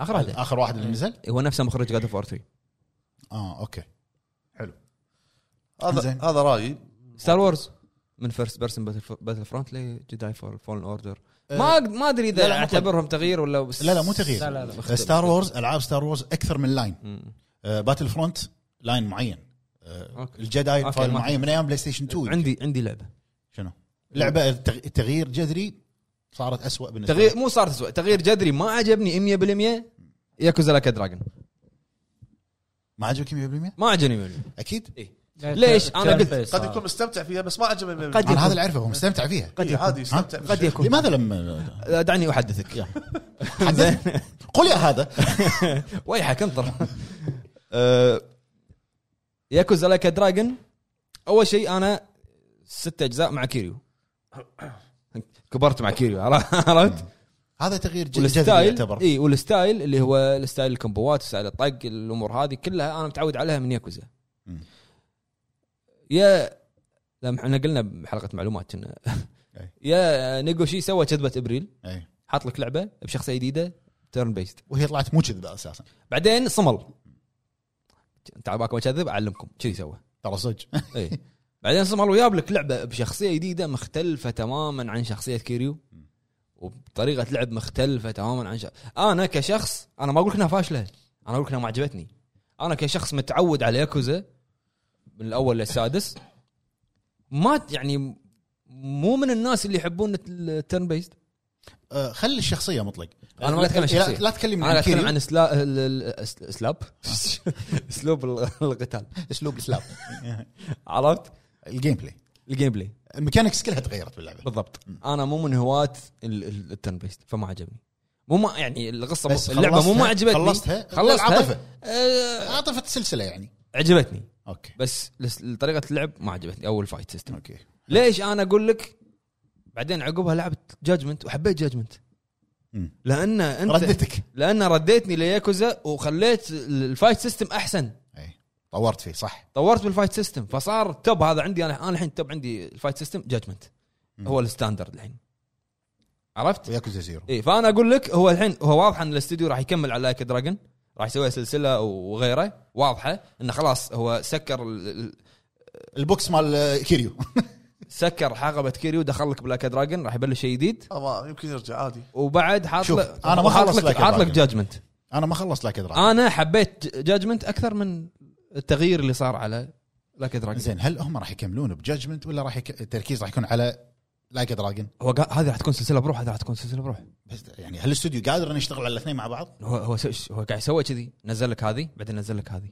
اخر واحده
اخر واحد اللي نزل
هو نفسه مخرج جاد اوف 3
اه اوكي
هذا
زين.
هذا رايي
ستار وورز من فيرست بيرسون باتل فرونت لجداي فولن اوردر ما أقد- ما ادري
آه، لا،
اذا
لا، مو
اعتبرهم تغيير ولا بس
لا لا مو تغيير
لا، لا، لا.
ستار وورز العاب ستار وورز اكثر من لاين
مم.
آه، باتل فرونت لاين معين آه،
أوكي.
الجداي
أوكي،
فايل
ما
معين من ايام بلاي ستيشن 2
عندي عندي لعبه
شنو لعبه التغ- تغيير جذري صارت اسوء بالنسبه
تغيير
لي.
مو صار تسوى تغيير جذري ما عجبني 100% ياكوزا لاك دراجون
ما عجبك 100%
ما عجبني 100%
اكيد
ليش؟ أنا قلت-
قد يكون مستمتع فيها بس ما عجبه
قد-
انا هذا اللي اعرفه هو مستمتع فيها
قد عادي يستمتع
قد يكون
لماذا لم
آه، دعني احدثك
حدث قل يا هذا
ويحك انطر ياكوزا لايك دراجون اول شيء انا ست اجزاء مع كيريو كبرت مع كيريو عرفت؟
هذا تغيير جذري جذري
والستايل إيه.
يعتبر
اي والستايل اللي هو الستايل الكمبوات ستايل الطق الامور هذه كلها انا متعود عليها من ياكوزا
مم.
يا لما احنا قلنا بحلقه معلومات كنا
أي.
يا نيجوشي سوى كذبه ابريل
أي.
حاط لك لعبه بشخصيه جديده تيرن بيست
إيه. وهي طلعت مو كذبه اساسا
بعدين صمل انت عباكم اكذب اعلمكم كذي سوى
ترى صدق
اي إيه. بعدين سمر وياب لك لعبه بشخصيه جديده مختلفه تماما عن شخصيه كيريو وبطريقه لعب مختلفه تماما عن ش... انا كشخص انا ما اقول لك انها فاشله انا اقول لك انها ما عجبتني انا كشخص متعود على ياكوزا من الاول للسادس ما يعني مو من الناس اللي يحبون الترن بيست
آه، خلي الشخصيه مطلق
أنا ما أتكلم عن
لا-
الشخصية.
لا تكلمني
انا
عن
اتكلم
كيريو
عن سلا... ال- ال- أس- اسلاب اسلوب ال- القتال
اسلوب السلاب
عرفت
الجيم بلاي
الجيم بلاي
الميكانكس كلها تغيرت باللعبه
بالضبط انا مو من هواة ال- ال- التن بيست فما عجبني مو ما يعني القصه
بس
مو اللعبه مو ما
خلصتها-
عجبتني
خلصتها؟
خلصتها
العاطفة.
آه
عاطفه السلسله يعني
عجبتني
اوكي
بس لس- طريقه اللعب ما عجبتني اول فايت سيستم
اوكي
ليش انا اقول لك بعدين عقبها لعبت جاجمنت وحبيت جاجمنت
مم.
لان انت
ردتك
لان رديتني لياكوزا وخليت ال- الفايت سيستم احسن
اي إيه. طورت فيه صح
طورت بالفايت سيستم فصار التوب هذا عندي انا انا الحين التوب عندي الفايت سيستم جاجمنت
مم.
هو الستاندرد الحين عرفت؟
وياكوزا زيرو
اي فانا اقول لك هو الحين هو واضح ان الاستوديو راح يكمل على لايك دراجون راح يسوي سلسله وغيره واضحه انه خلاص هو سكر ال- ال-
البوكس مال آه، كيريو
سكر حقبه كيريو دخل لك بلاك دراجون راح يبلش شيء جديد
آه، ما يمكن يرجع عادي
وبعد حاط
شوف،
لك-
أنا ما
حاط
خلصت
لك
Like a
حاط لك
Dragon. طيب.
جادجمنت
انا ما خلصت لاك دراجون
انا حبيت جادجمنت اكثر من التغيير اللي صار على لاك دراجون
زين هل هم راح يكملون بجادجمنت ولا راح يك... التركيز راح يكون على لايك دراجون
هو قا- هذه راح تكون سلسله بروح هذه راح تكون سلسله بروح
بس يعني هل الاستوديو قادر انه يشتغل على الاثنين مع بعض؟
هو هو س- هو قاعد يسوي كذي نزل لك هذه بعدين نزل لك هذه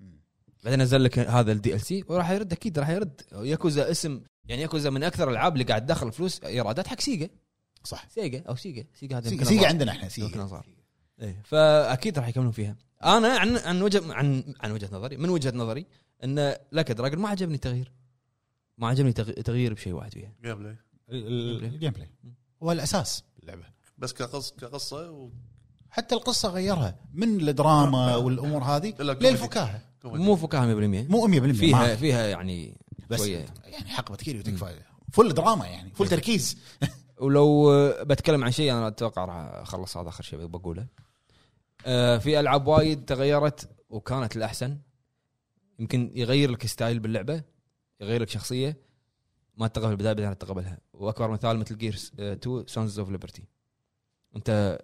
مم.
بعدين نزل لك هذا الدي ال سي وراح يرد اكيد راح يرد ياكوزا اسم يعني ياكوزا من اكثر الالعاب اللي قاعد تدخل فلوس ايرادات حق سيجا
صح
سيجا او سيجا سيجا هذا
سيجا
يمكن
سيجا
أصغر.
عندنا احنا
يمكن
سيجا
اصغر إيه، فاكيد راح يكملون فيها انا عن عن وجه عن عن وجهه نظري من وجهه نظري ان لك دراجون ما عجبني التغيير ما عجبني تغ- تغيير بشيء واحد فيها
جيم بلاي
ال- الجيم بلاي هو الاساس اللعبه
بس كقص كقصه وكوميدي
حتى القصه غيرها من الدراما والامور هذه
إلا كوميدي.
للفكاهه
مو فكاهه 100%
مو 100%
فيها
فيها
فيها يعني
بس
شوية.
يعني حقبه كيريو تكفى فل دراما يعني فل تركيز
ولو آه، بتكلم عن شيء انا اتوقع راح اخلص هذا اخر شيء بقوله. آه، في العاب وايد تغيرت وكانت الاحسن يمكن يغير لك ستايل باللعبه يغير لك شخصيه ما تتقبل في البدايه بعدين تتقبلها واكبر مثال مثل آه، جيرز 2 سونز اوف ليبرتي انت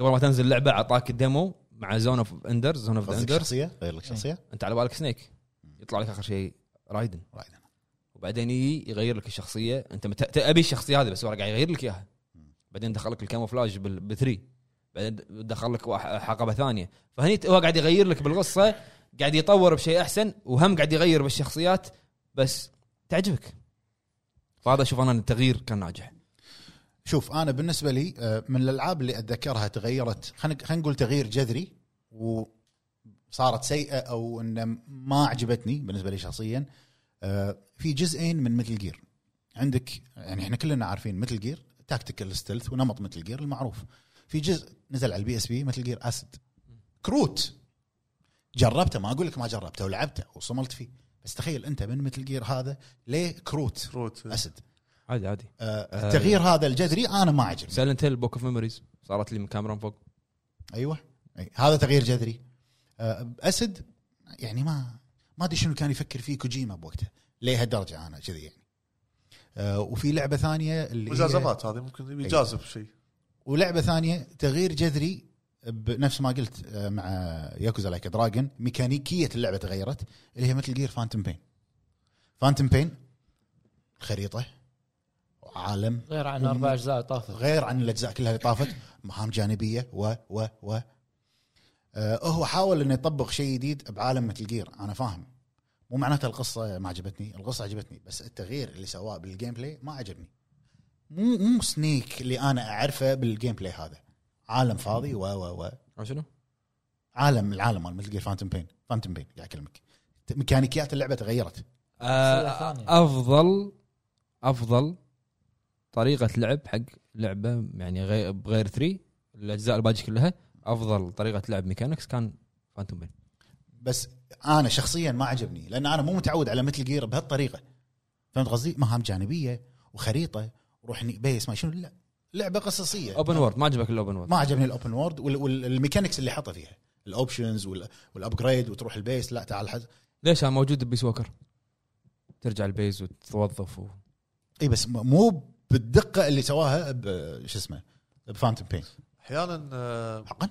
قبل ما تنزل اللعبه اعطاك الديمو مع زون اوف اندرز زون اوف
قصدك
اندرز
شخصيه غير لك شخصيه
انت على بالك سنيك يطلع لك اخر شيء رايدن
رايدن.
وبعدين يجي يغير لك الشخصيه انت مت... ت- ابي الشخصيه هذه بس هو قاعد يغير لك اياها بعدين دخل لك الكاموفلاج بال... بثري بعدين دخل لك واح- حقبه ثانيه فهني ت- هو قاعد يغير لك بالقصه قاعد يطور بشيء احسن وهم قاعد يغير بالشخصيات بس تعجبك فهذا شوف انا التغيير كان ناجح
شوف انا بالنسبه لي آه، من الالعاب اللي اتذكرها تغيرت خلينا خلينا نقول تغيير جذري وصارت سيئه او انه ما عجبتني بالنسبه لي شخصيا آه، في جزئين من مثل جير عندك يعني احنا كلنا عارفين مثل جير تاكتيكال ستيلث ونمط مثل جير المعروف في جزء نزل على البي اس بي مثل جير اسد كروت جربته ما اقول لك ما جربته ولعبته وصملت فيه بس تخيل انت من مثل جير هذا ليه كروت
كروت
اسد
عادي عادي
آه، التغيير هذا الجذري انا ما عجبني
سايلنت هيل بوك اوف ميموريز صارت لي من كاميرون فوق
ايوه أي. هذا تغيير جذري آه، اسد يعني ما ما ادري شنو كان يفكر فيه كوجيما بوقته لهالدرجه انا كذي يعني آه، وفي لعبه ثانيه اللي هي
مجازفات هذه ممكن يبي
أيوة.
يجازف شيء
ولعبه ثانيه تغيير جذري بنفس ما قلت آه، مع ياكوزا لايك دراجون ميكانيكيه اللعبه تغيرت اللي هي مثل جير فانتوم بين فانتوم بين خريطه عالم
غير عن اربع اجزاء طافت
غير عن الاجزاء كلها اللي طافت مهام جانبيه و و و آه هو حاول انه يطبق شيء جديد بعالم مثل جير انا فاهم مو معناته القصه ما عجبتني القصه عجبتني بس التغيير اللي سواه بالجيم بلاي ما عجبني مو مو سنيك اللي انا اعرفه بالجيم بلاي هذا عالم فاضي و و و
أو شنو؟
عالم العالم مال مثل جير فانتوم بين فانتوم بين قاعد اكلمك ت- ميكانيكيات اللعبه تغيرت
آه،
ثانية.
افضل افضل طريقه لعب حق لعبه يعني غير بغير 3 الاجزاء الباقي كلها افضل طريقه لعب ميكانكس كان فانتوم بين
بس انا شخصيا ما عجبني لان انا مو متعود على مثل جير بهالطريقه فهمت قصدي؟ مهام جانبيه وخريطه وروح ني- بيس ما شنو لا لعبه قصصيه
اوبن وورد ما عجبك الاوبن وورد
ما عجبني الاوبن وورد وال- وال- والميكانكس اللي حطه فيها الاوبشنز وال- والابجريد وتروح البيس لا تعال حز...
ليش انا موجود ببيس ووكر ترجع البيز وتوظف و...
اي بس م- مو بالدقه اللي سواها ب شو اسمه بفانتوم بين
احيانا آه،
حقا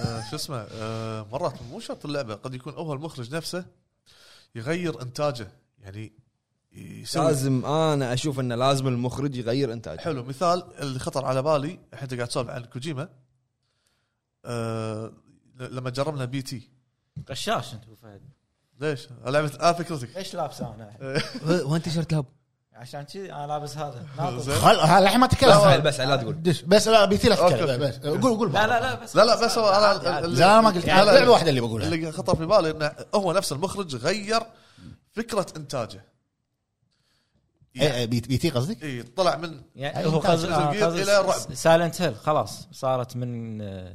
آه، شو اسمه آه، مرات مو شرط اللعبه قد يكون هو المخرج نفسه يغير انتاجه يعني يسوي
لازم انا اشوف انه لازم المخرج يغير انتاجه
حلو مثال اللي خطر على بالي الحين انت قاعد تسولف عن كوجيما آه، ل- لما جربنا بي تي
غشاش انت أبو فهد
ليش؟ لعبه اه فكرتك
ايش لابس انا؟
وين تيشرت لاب
عشان كذي انا لابس هذا
زين.
ناطر.
خل ها، الحين ما تكلم
بس لا تقول
دش بس لا بيتي لا
أوكي،
تتكلم
أوكي.
بس قول قول
لا لا لا بس
لا لا بس هو
عادي،
انا
عادي.
لا لا ما قلت
لا، لا.
لعبه واحده اللي بقولها
اللي خطر في بالي انه هو نفس المخرج غير فكره انتاجه
إيه، إيه، بي بي تي قصدك؟
اي طلع من
يعني
أي
هو
إنتاج.
قصد
Metal Gear إلى رعب.
سايلنت هيل خلاص صارت من آه،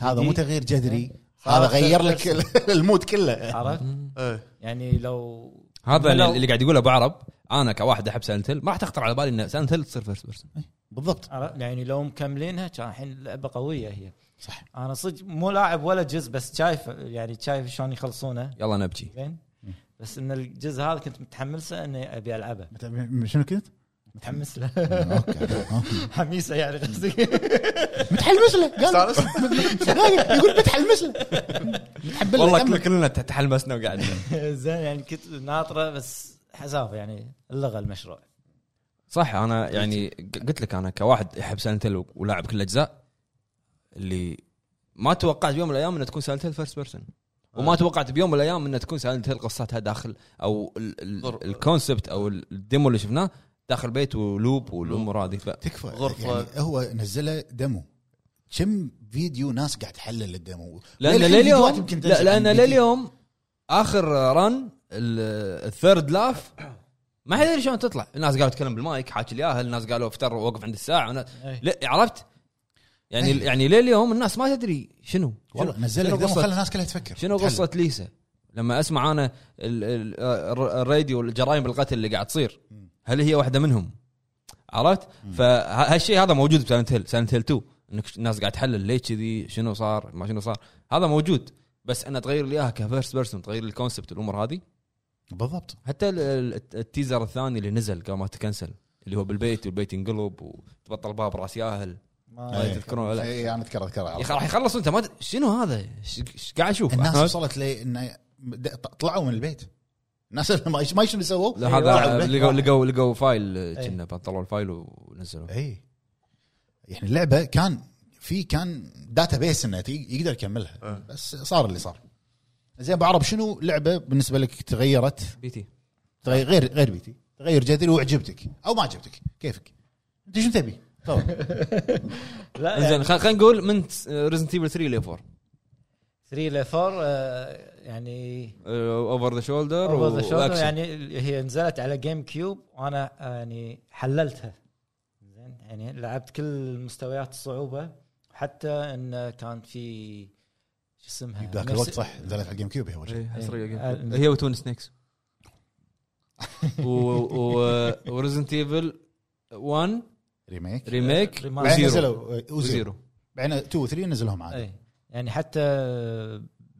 هذا مو تغيير جذري هذا
صار
غير لك
تغيير
المود كله
عرفت؟
ايه
يعني لو
هذا
لو-
اللي اللي قاعد يقوله ابو عرب انا كواحد احب سايلنت هيل ما راح تخطر على بالي ان سايلنت هيل تصير فيرست بيرسون
بالضبط
عرفت؟ يعني لو مكملينها كان الحين اللعبه قويه هي
صح
انا صدق مو لاعب ولا جزء بس شايف يعني شايف شلون يخلصونه
يلا نبكي
زين بس ان الجزء هذا كنت متحمسه اني ابي العبه
مت- شنو كنت؟
متحمس له
اوكي أوكي.
حميسه يعني قصدي
متحلمس له قال
استانس
يقول متحلمس له متحبل له،
والله كل-
كمل.
كلنا تحلمسنا وقاعدين
زين يعني كنت ناطره بس حساف يعني لغى المشروع
صح انا
إيه،
يعني ق- قلت لك انا كواحد يحب سالنتل ولاعب كل الاجزاء اللي ما توقعت بيوم من الايام انها تكون سالنتل فيرست بيرسون
آه.
وما توقعت بيوم من الايام انها تكون سالنتل قصتها داخل او ال- ال-
ضر-
الكونسبت او ال- الديمو اللي شفناه داخل بيت ولوب والامور هذه ف-
تكفى
غرفة.
يعني هو نزله دمو كم فيديو ناس قاعد تحلل الدمو
لان
للحين فيديوهات
لليوم
يمكن تنزل
لا لان
عن فيديو.
لليوم اخر رن الثيرد لاف ما حد يدري شلون تطلع الناس قالوا تكلم بالمايك حاكي الياهل الناس قالوا افتر ووقف عند الساعه والناس-
إيه.
أي.
لا عرفت يعني يعني لليوم الناس ما تدري شنو
والله طيب. نزل
شنو
لك دمو خلى
قصه
الناس كلها تفكر
شنو
تحلل.
قصه ليسا لما اسمع انا ال- ال- آه، الر- الراديو والجرائم القتل اللي قاعد تصير هل هي واحده منهم عرفت فهالشيء هذا موجود بسايلنت هيل سايلنت هيل 2 انك ش- الناس قاعد تحلل ليه كذي شنو صار ما شنو صار هذا موجود بس انا تغير لي اياها كفيرست بيرسون تغير لي الكونسبت والامور هذه
بالضبط
حتى ال- ال- التيزر الثاني اللي نزل قبل ما تكنسل اللي هو بالبيت والبيت ينقلب وتبطل باب راس ياهل
ما
إيه.
أي. تذكرون آه، ولا لا؟
اي انا اذكر اذكر
يا
عرفت.
أخي راح يخلص انت ما د- شنو هذا؟ ش- ش- قاعد اشوف
الناس
عرفت؟
وصلت لانه طلعوا من البيت الناس ما ايش ما شنو سووا؟
لا
طلعوا من
هذا
البيت.
لقوا لقوا لقوا فايل آه،
أي.
كنا طلعوا الفايل ونزلوا
إيه.
اي إيه. يعني اللعبه كان في كان داتا بيس انه تي- يقدر يكملها
أه.
بس صار اللي صار زين ابو عرب شنو لعبه بالنسبه لك تغيرت
بي تي
تغير- غير غير بيتي تغير جذري وعجبتك او ما عجبتك كيفك انت شنو تبي؟
آه،
تفضل.
لا يعني
زين خلينا نقول من آه، ريزنت ايفل 3 ل 4
3 ل 4 آه، يعني
اوفر ذا شولدر
Over the shoulder يعني هي نزلت على جيم كيوب وانا يعني حللتها زين يعني لعبت كل مستويات الصعوبه حتى ان كان في شو اسمها
ذاك
نفس-
الوقت صح نزلت على الجيم كيوب هي
إيه،
اول شيء
إيه. أي.
هي وتون سنيكس وريزنت ايفل 1 إيه.
ريميك
ريميك
ريماستر.
بعدين
وزيرو
نزلوا آه، وزيرو
وزيرو
بعدين 2 و 3 نزلهم عادي
إيه.
أي. يعني حتى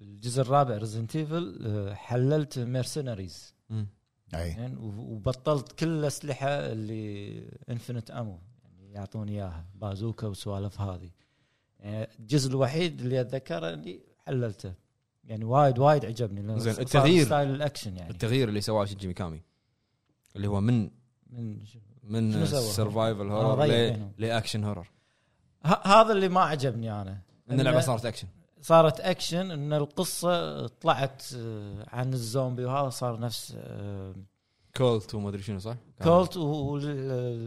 الجزء الرابع ريزنت ايفل حللت ميرسنريز
مم.
اي
يعني وبطلت كل الاسلحه اللي انفنت امو يعني يعطوني اياها بازوكا وسوالف هذه يعني الجزء الوحيد اللي اتذكره اللي حللته يعني وايد وايد عجبني لأنه
زين،
صار
التغيير.
ستايل الاكشن يعني
التغيير اللي سواه شينجي ميكامي اللي هو من
من
من
شنو سوى؟
سرفايفل
آه،
هورر
غير بينهم.
لاكشن هورر
ه- هذا اللي ما عجبني انا
ان اللعبه صارت اكشن
صارت اكشن ان القصه طلعت آه، عن الزومبي وهذا صار نفس آه،
كولت وما ادري شنو صح؟
كولت وشو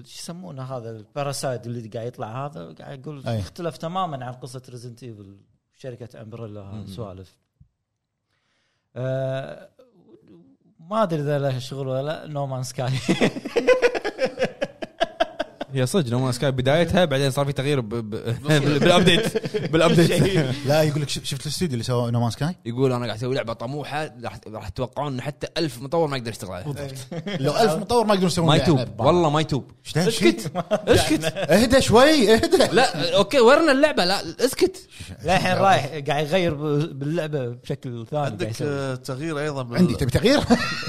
يسمونه هذا الباراسايد اللي قاعد يطلع هذا قاعد يقول
أي.
اختلف تماما عن قصه ريزنت ايفل شركه امبريلا
مم.
سوالف آه، ما ادري اذا له شغل ولا لا نو مان سكاي
هي صدق نو سكاي بدايتها بعدين صار في تغيير ب- ب- بالابديت بالابديت
إيه. لا يقول لك ش- شفت الاستوديو اللي سواه نومان سكاي؟
يقول انا قاعد اسوي لعبه طموحه راح- راح تتوقعون ان حتى ألف مطور ما يقدر يشتغل عليها
لو ألف مطور ما يقدرون يسوون
ما
لعبة
يتوب
ببعض.
آه. والله ما يتوب
إيش ده؟
اسكت اسكت
اهدى شوي اهدى
لا اوكي ورنا اللعبه لا اسكت
للحين رايح قاعد يغير ب- باللعبه بشكل ثاني قاعد
عندك
يسوي.
آه، تغيير ايضا بال-
عندي تبي تغيير؟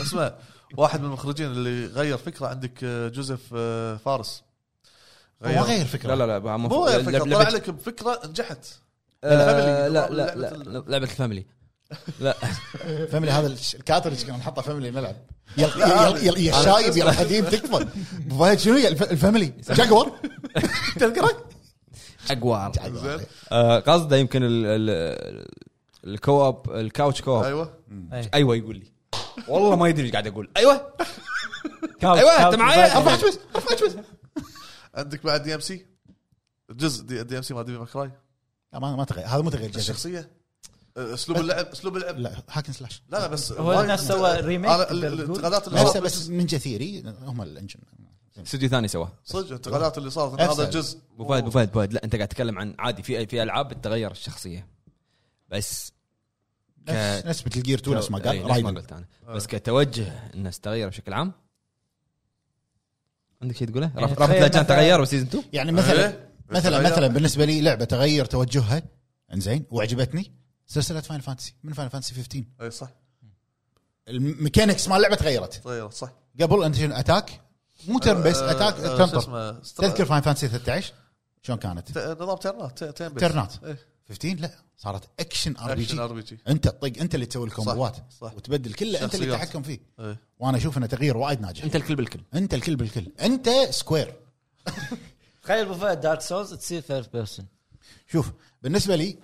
اسمع واحد من المخرجين اللي غير فكره عندك آه، جوزيف آه، فارس
ما غير
لا
فكره
لا لا ما-
مو غير فكره
لعبة-
طلع لك بفكره نجحت
آه،
Family.
لا لا لا
لعبة ال-
لعبه الفاميلي لا
فاميلي هذا الش- الكاترج كنا نحطه فاميلي الملعب يا
لا،
يا- يا- يا الشايب يا القديم تكفى أبو فهد شنو يا الف- الفاميلي جاكور تذكره؟
اقوار
زين
آه، قصده يمكن ال- ال- الكواب الكاوتش كواب
ايوه
أي.
ايوه يقول لي والله ما يدري ايش قاعد اقول ايوه
كاوتش-
ايوه انت
كاوتش
معايا
مبادر.
ارفع شوز ارفع شوز
عندك بعد دي ام سي جزء دي, دي ام سي ما ديفي ماكراي
لا ما ما تغير هذا مو تغيير جذري.
الشخصيه آه، اسلوب اللعب اسلوب اللعب لا
لا هاكن سلاش
لا بس
هو
وايد-
نفس سوى ريميك،
أنا
تقدر تقول.
الانتقادات اللي
نفسه
صارت
بس نينجا ثيري هم الانجن
استوديو ثاني سواه
صدق الانتقادات اللي صارت إن
نفسه.
هذا جزء
ابو فهد ابو فهد أبو فهد لا انت قاعد تتكلم عن عادي في في العاب تغير الشخصيه بس
نفس نفس مثل جير 2 نفس ما
إيه،
أي،
قال
آه.
نفس ما
رايدن
قلت انا بس كتوجه الناس تغير بشكل عام عندك شيء تقوله؟
يعني
رف- رابط
تخيل
لجان
مثلاً-
تغير بسيزون 2
يعني مثلا
إيه؟
مثلا
بس-
مثلا بالنسبه لي لعبه تغير توجهها انزين وعجبتني سلسله فاين فانتسي من فاين فانتسي 15
اي إيه، صح
الميكانكس مال اللعبه تغيرت
تغيرت صح
قبل انت شنو اتاك مو ترن بس
آه،
اتاك
آه، شو
تنطر
اسمه ستر-
تذكر فاين فانتسي 13 شلون كانت؟
ت- نظام ترنات ت- تيرن بيس.
ترنات.
إيه.
15 لا صارت اكشن ار بي
اكشن
جي
ار بي جي
انت تطق انت اللي تسوي الكومبوات
صح
وتبدل كله انت اللي
شخصيات.
تتحكم فيه
إيه.
وانا اشوف انه تغيير وايد ناجح
انت الكل بالكل
انت الكل بالكل انت سكوير
تخيل ابو فهد دارك سولز تصير ثيرد بيرسون
شوف بالنسبه لي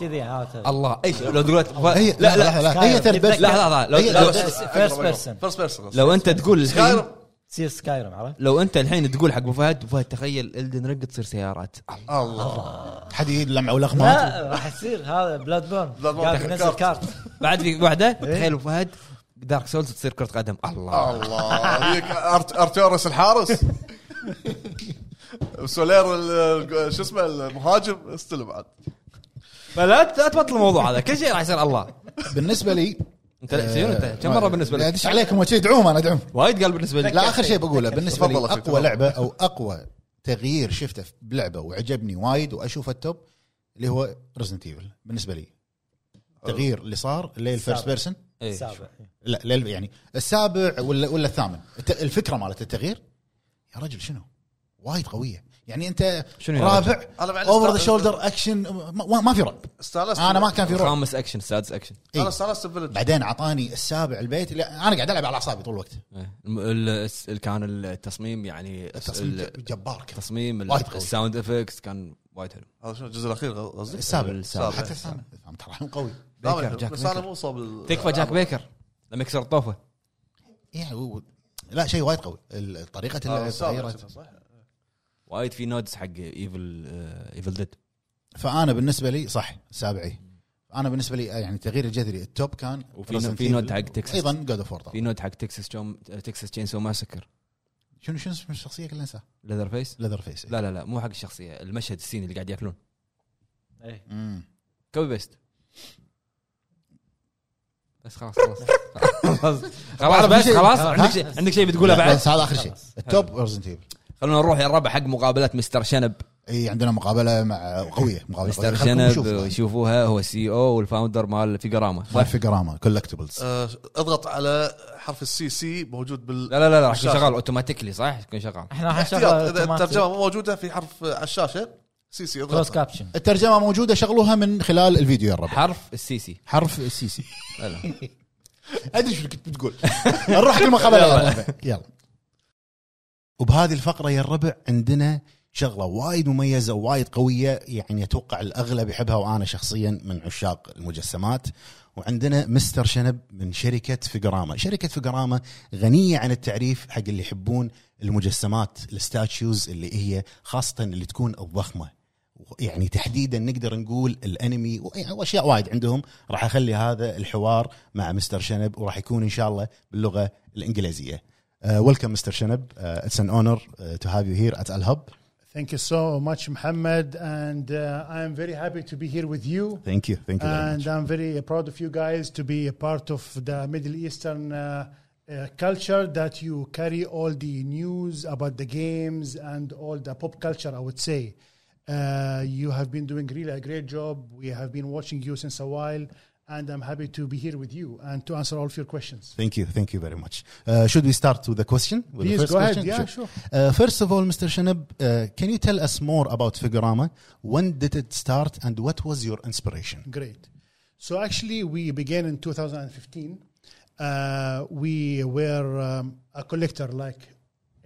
كذي عاد
الله ايش لو تقول
هي
لا لا
لا هي ثيرد
لا
بيرسون
لا لا لو-
هي-
لو-
فيرست بيرسون
فيرست بيرسون
لو انت تقول الحين
سكايرم
تصير سكايرم عرفت؟
لو انت الحين تقول حق ابو فهد ابو فهد تخيل الدن رينج تصير سيارات
الله
حديد لمع ولغمات
لا راح تصير هذا بلاد بورن
Bloodborne
قاعد
تحت
ينزل
كارت.
كارت
بعد في واحده
إيه.
تخيل ابو فهد دارك سولز تصير كره قدم
آه.
الله
الله هذيك أرت- ارتورس الحارس سولير ال- شو اسمه المهاجم استلم عاد
فلا ت- لا تبطل الموضوع هذا كل شيء راح يصير الله
بالنسبه لي آه،
انت لا، سيون انت كم مره بالنسبه
لا
لك؟
ادش عليكم وشي دعوهم انا ادعوهم
وايد قال بالنسبه لي
يعني لا اخر شيء بقوله بالنسبه لي
تفضل أخي،
اقوى
تفضل.
لعبه او اقوى تغيير شفته بلعبه وعجبني وايد واشوفه التوب اللي هو ريزنت ايفل بالنسبه لي التغيير اللي صار اللي الفيرست
السابع.
بيرسون
إيه.
سابع
لا لل- يعني السابع ولا ولا الثامن الت- الفكره مالت التغيير يا رجل شنو وايد قويه يعني انت
شنو يا رجل؟
رابع
أنا بعد
اوفر ذا
استانست-
شولدر اكشن ما, ما في رعب
استانست
انا ما كان في رعب
خامس اكشن سادس اكشن
إيه.
انا استانست بفيلج
بعدين اعطاني السابع البيت لا انا قاعد العب على اعصابي طول الوقت
إيه. الم- ال- الس- ال- كان التصميم يعني الس-
التصميم
ال-
جبار كان
التصميم ال-
وايد قوي.
الساوند افكس كان وايد حلو
هذا شنو الجزء الاخير قصدي؟
السابع
السابع.
حتى السابع السابع ترى قوي
لا،
بيكر، جاك
بس انا
بيكر.
مو صاب ال-
تكفى جاك بيكر لما يكسر الطوفه
يعني و... لا شيء وايد قوي ال- طريقه
آه،
اللعب
السابع
تغيرت
شنو، صح؟
وايد في نودز حق آه، ايفل ايفل ديد
فانا بالنسبه لي صح سابعي انا بالنسبه لي آه، يعني التغيير الجذري التوب كان
وفي-
Resident
في نوت
Evil.
حق تكساس.
ايضا جود اوف
في نود حق تكساس جوم تكساس تشينسو ماسكر
شنو شنو اسم الشخصيه كلها انساها
ليذر فيس
ليذر فيس
لا لا لا مو حق الشخصيه المشهد السين اللي قاعد ياكلون
إيه.
مم.
كوبي بيست بس خلاص خلاص خلاص خلاص بس خلاص عندك شيء عندك شيء بتقوله
آه. لا،
بعد
بس هذا اخر شيء التوب ريزنت ايفل
خلونا نروح يا الربع حق مقابله مستر شنب
اي عندنا مقابله مع قويه مقابله
مستر
قوية. خلكم
شنب
نشوف.
يشوفوها هو السي او والفاوندر مال فيجراما
مال في جراما كولكتبلز
آه، اضغط على حرف السي سي موجود بال
لا لا لا راح يكون
بالشاشة.
شغال اوتوماتيكلي صح؟ يكون شغال
احنا راح
احتياط اذا الترجمه مو موجوده في حرف آه، على الشاشه سي سي
كلوز
اضغط
كابشن
الترجمه موجوده شغلوها من خلال الفيديو يا الربع
حرف السي سي
حرف السي سي
لا لا
ادري شو كنت بتقول نروح المقابله يا الربع يلا وبهذه الفقره يا الربع عندنا شغله وايد مميزه ووايد قويه يعني اتوقع الاغلب يحبها وانا شخصيا من عشاق المجسمات وعندنا مستر شنب من شركه فيجراما شركه فيجراما غنيه عن التعريف حق اللي يحبون المجسمات الستاتشوز اللي هي خاصه اللي تكون الضخمه يعني تحديدا نقدر نقول الانمي و- يعني واشياء وايد عندهم راح اخلي هذا الحوار مع مستر شنب وراح يكون ان شاء الله باللغه الانجليزيه ويلكم مستر شنب Uh, اتس ان اونر تو هاف يو هير ات الهب
Thank you so much, Muhammad, and uh, I am very happy to be here with you.
ثانك يو ثانك
And
يو
I'm very uh, proud of you guys to be a part of the Middle Eastern uh, uh, culture that you carry all the news about the games and all the pop culture, I would say. Uh, you have been doing really a great job. We have been watching you since a while, and I'm happy to be here with you and to answer all of your questions.
Thank you, thank you very much. Uh, should we start with the question? With the
Please
first
go ahead.
question?
Yeah, sure.
Uh, first of all, Mr. Shanab, uh, can you tell us more about Figurama? When did it start and what was your inspiration?
Great. So actually, we began in 2015. Uh, we were um, a collector, like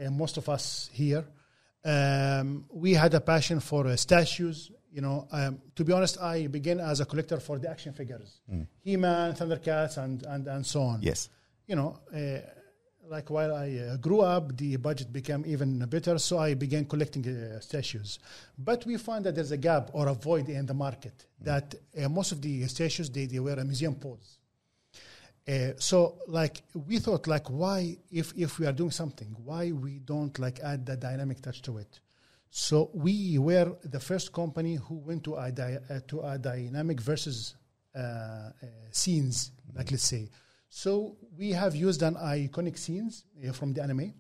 uh, most of us here. Um, we had a passion for uh, statues. You know, um, to be honest, I began as a collector for the action figures, He-Man, Thundercats, and and and so on
Yes.
you know, uh, like while I uh, grew up, the budget became even better, so I began collecting uh, statues. But we find that there's a gap or a void in the market that uh, most of the statues they, they were a museum pose. Uh, so like we thought like why if if we are doing something why we don't like add the dynamic touch to it so we were the first company who went to a, dy- uh, to a dynamic versus uh, uh, scenes, like let's say. So we have used an iconic scenes uh, from the anime,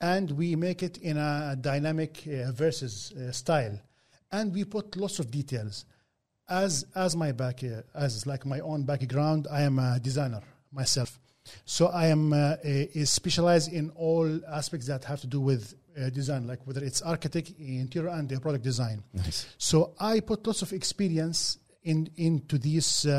and we make it in a dynamic uh, versus uh, style, and we put lots of details. As as my back uh, as like my own background, I am a designer myself, so I am uh, a, a specialized in all aspects that have to do with uh, design, like whether it's architect, interior, and uh, product design.
Nice.
So I put lots of experience in into these uh,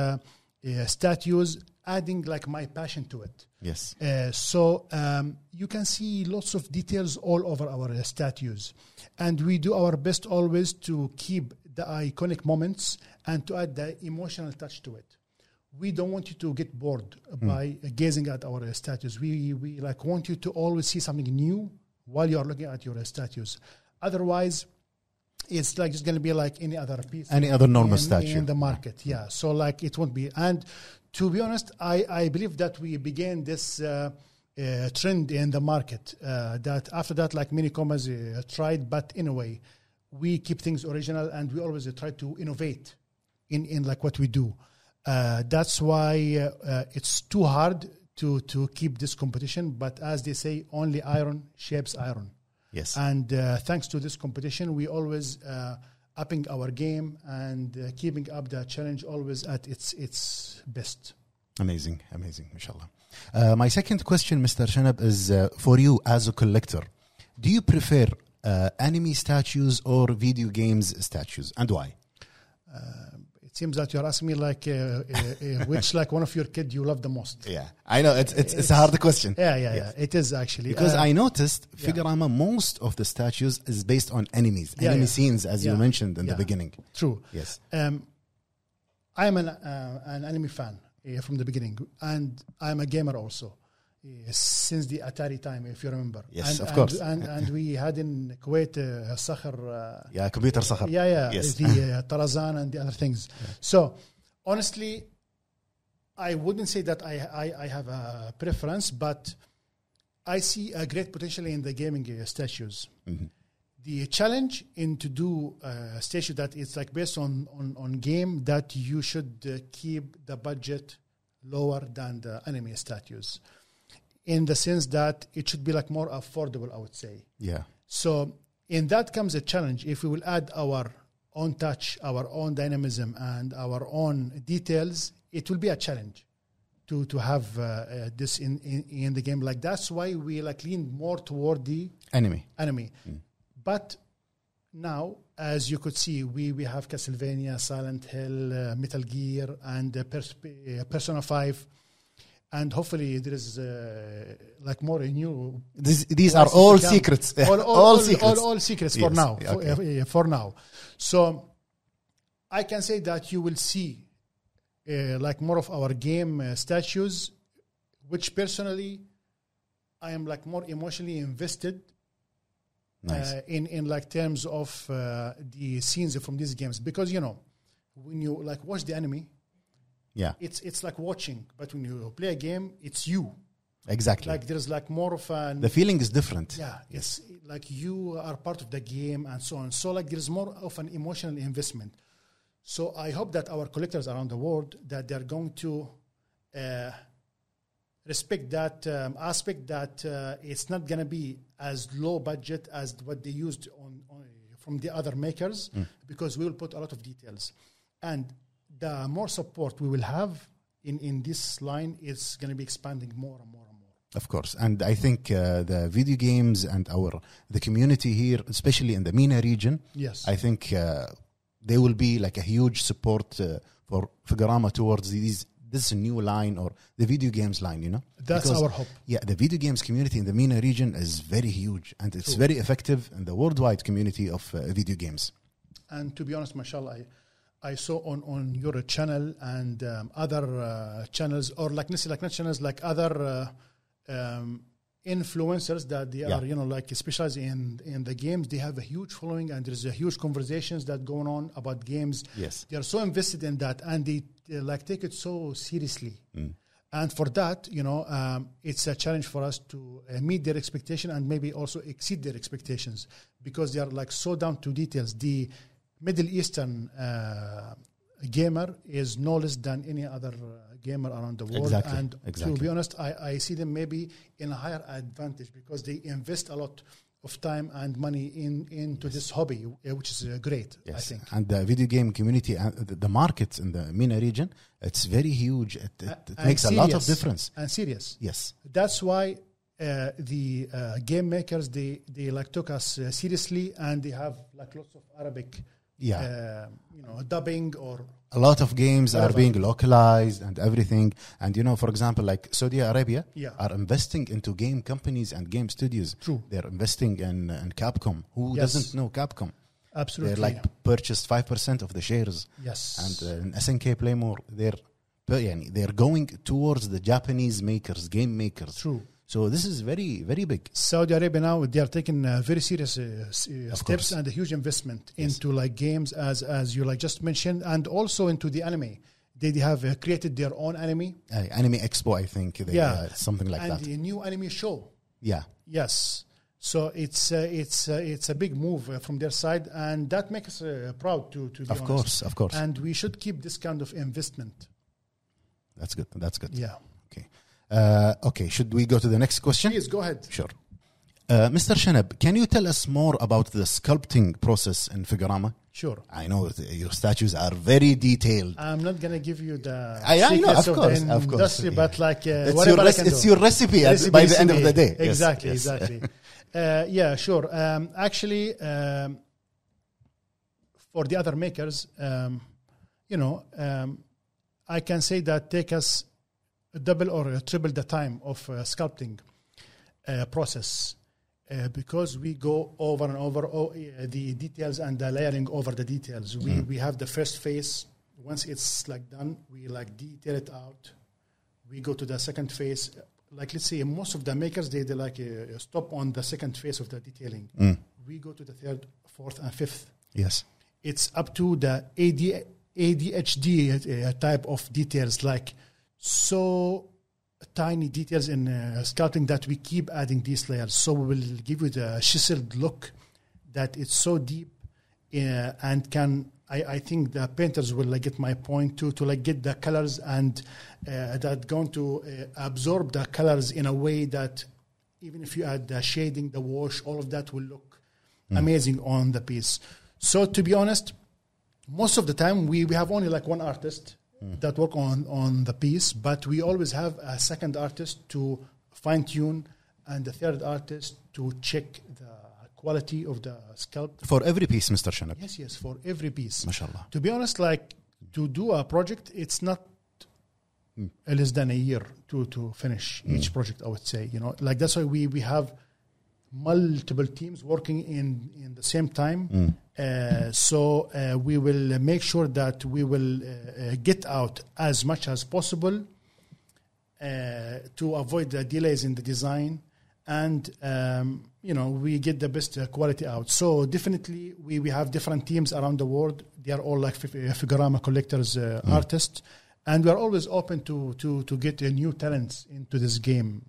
uh, statues, adding like my passion to it.
Yes.
Uh, so um, you can see lots of details all over our uh, statues, and we do our best always to keep the iconic moments and to add the emotional touch to it. We don't want you to get bored by
Hmm.
gazing at our uh, statues. We we like want you to always see something new while you are looking at your uh, statues. Otherwise, it's like just going to be like any other piece
Any other normal
in,
statue. Hmm.
in the market yeah so like it won't be and to be honest i i believe that we began this uh, uh, trend in the market uh, that after that like many commas uh, tried but anyway we keep things original and we always uh, try to innovate in in like what we do uh, that's why uh, uh, it's too hard to to keep this competition but as they say only iron shapes iron
Yes.
and uh, thanks to this competition, we always uh, upping our game and uh, keeping up the challenge always at its its best.
Amazing, amazing, mashallah. Uh, my second question, Mr. Shanab, is uh, for you as a collector. Do you prefer uh, anime statues or video games statues, and why?
It seems that you're asking me like uh, uh, uh, which like one of your kid you love the most.
Yeah, I know it's it's, it's a hard question
Yeah, yeah, yeah. It is actually
because
Uh,
I noticed Figurama most of the statues is based on enemies,
Yeah,
enemy
yeah.
scenes, as you
Yeah.
mentioned in the
Yeah.
beginning.
true.
Yes,
Um, I'm an uh, an anime fan uh, from the beginning, and I'm a gamer also. uh, Since the Atari time, if you remember,
Yes,
and,
of course.
and, and, and we had in Kuwait uh, Sakhr uh,
yeah, computer sakhar.
Yeah, yeah.
Yes.
The uh, Tarazan and the other things. So, honestly, I wouldn't say that I, I, I have a preference, but I see a great potential in the gaming uh, statues. The challenge in to do a statue that is like based on, on, on game that you should uh, keep the budget lower than the anime statues in the sense that it should be like more affordable, I would say.
yeah,
So in that comes a challenge. If we will add our own touch, our own dynamism, and our own details, it will be a challenge to to have uh, uh, this in, in in the game. Like that's why we like lean more toward the
anime.
anime. But now, as you could see, we, we have Castlevania, Silent Hill, uh, Metal Gear, and uh, Pers- uh, Persona 5. And hopefully, there is uh, like more new
These, these are all secrets.
all, all, all-
secrets.
all- all secrets for
Yes,
now.
yeah,
For, uh, yeah, for now. So I can say that you will see uh, like more of our game uh, statues, which personally I am like more emotionally invested
nice.
uh, in in like terms of uh, the scenes from these games because you know when you like watch the anime,
yeah,
it's it's like watching, but when you play a game, it's you.
exactly.
Like there's like more of an
the feeling is different.
yeah, it's like you are part of the game and so on. So like there is more of an emotional investment. So I hope that our collectors around the world that they are going to uh, respect that um, aspect that uh, it's not going to be as low budget as what they used on, on from the other makers because we will put a lot of details and the more support we will have in, in this line it's going to be expanding more and more and more
Of course, and I think uh, the video games and our the community here, especially in the MENA region,
yes
I think uh, they will be like a huge support uh, for Figurama towards these this new line or the video games line. You know,
that's
Because-
our hope
yeah, the video games community in the MENA region is very huge and it's
True.
very effective in the worldwide community of uh, video games.
And to be honest, mashallah, I, I saw on, on your channel and um, other uh, channels, or like, not- like not channels, like other uh, um, influencers that they
Yeah.
are, you know, like specialized in, in the games. They have a huge following and there's a huge conversations that going on about games.
Yes,
They are so invested in that and they, they like take it so seriously.
Mm.
And for that, you know, um, it's a challenge for us to uh, meet their expectation and maybe also exceed their expectations because they are like so down to details. The Middle Eastern uh, gamer is no less than any other uh, gamer around the world.
Exactly,
And
exactly.
to be honest, I, I see them maybe in a higher advantage because they invest a lot of time and money in into this hobby, uh, which is uh, great. I
Yes,
think.
and the video game community, uh, the, the markets in the MENA region, it's very huge. It, it, it
And
makes a lot of
serious.
difference.
And serious.
Yes,
That's why uh, the uh, game makers they they like took us uh, seriously, and they have like lots of Arabic,
yeah.
uh, you know, dubbing or
a lot of games are
Whatever.
being localized and everything. And you know, for example, like Saudi Arabia
Yeah.
are investing into game companies and game studios.
True.
They're investing in, in Capcom. Who
Yes.
doesn't know Capcom?
absolutely
They're like purchased five percent of the shares,
yes,
and uh, in SNK Playmore, they're but, يعني, they're going towards the Japanese makers, game makers.
true.
So this is very very big.
Saudi Arabia now they are taking uh, very serious uh, s- uh,
Of
steps
course.
and a huge investment
Yes.
into like games as as you like just mentioned, and also into the anime. They, they have uh, created their own anime
Uh, Anime Expo, I think, they,
Yeah.
uh, something like
and
that.
a new anime show.
yeah,
Yes. So it's uh, it's uh, it's a big move uh, from their side, and that makes us uh, proud to to be
of
honest.
course, of course.
And we should keep this kind of investment.
that's good. That's good.
Yeah.
Okay. Uh, okay. Should we go to the next question?
Please go ahead.
Sure. Uh, Mr. Shanab, can you tell us more about the sculpting process in Figurama?
Sure.
I know that your statues are very detailed.
I'm not gonna give you the
I- I know,
secrets
of course,
the
of course,
industry,
yeah.
but like uh,
it's, your
whatever I
rec-
can
it's
do.
your recipe, at-
Recipe
by the
is
end of the
today.
day. Yes,
Exactly,
yes.
exactly. uh, yeah, sure. Um, actually, um, for the other makers, um, you know, um, I can say that take us double or triple the time of uh, sculpting uh, process uh, because we go over and over o- uh, the details and the layering over the details. We
Hmm.
we have the first phase. Once it's like done, we like detail it out. We go to the second phase. Like let's say most of the makers they, they like uh, stop on the second phase of the detailing. We go to the third, fourth, and fifth
Yes.
it's up to the AD, ADHD uh, type of details, like so tiny details in uh, sculpting that we keep adding these layers. So we will give you the chiseled look that it's so deep uh, and can. I, I think the painters will like, get my point to to like get the colors and uh, that going to uh, absorb the colors in a way that even if you add the shading, the wash, all of that will look amazing on the piece. So to be honest, most of the time we, we have only like one artist that work on on the piece, but we always have a second artist to fine tune and the third artist to check the quality of the sculpt.
For every piece, Mr. Shanab.
Yes, yes, for every piece.
MashaAllah.
To be honest, like to do a project, it's not less than a year to to finish each project. I would say, you know, like that's why we we have multiple teams working in in the same time. Uh, so uh, we will make sure that we will uh, uh, get out as much as possible uh, to avoid the delays in the design and um, you know we get the best uh, quality out so definitely we, we have different teams around the world they are all like fif- uh, figurama collectors uh,
Mm.
artists and we are always open to to to get uh, new talents into this game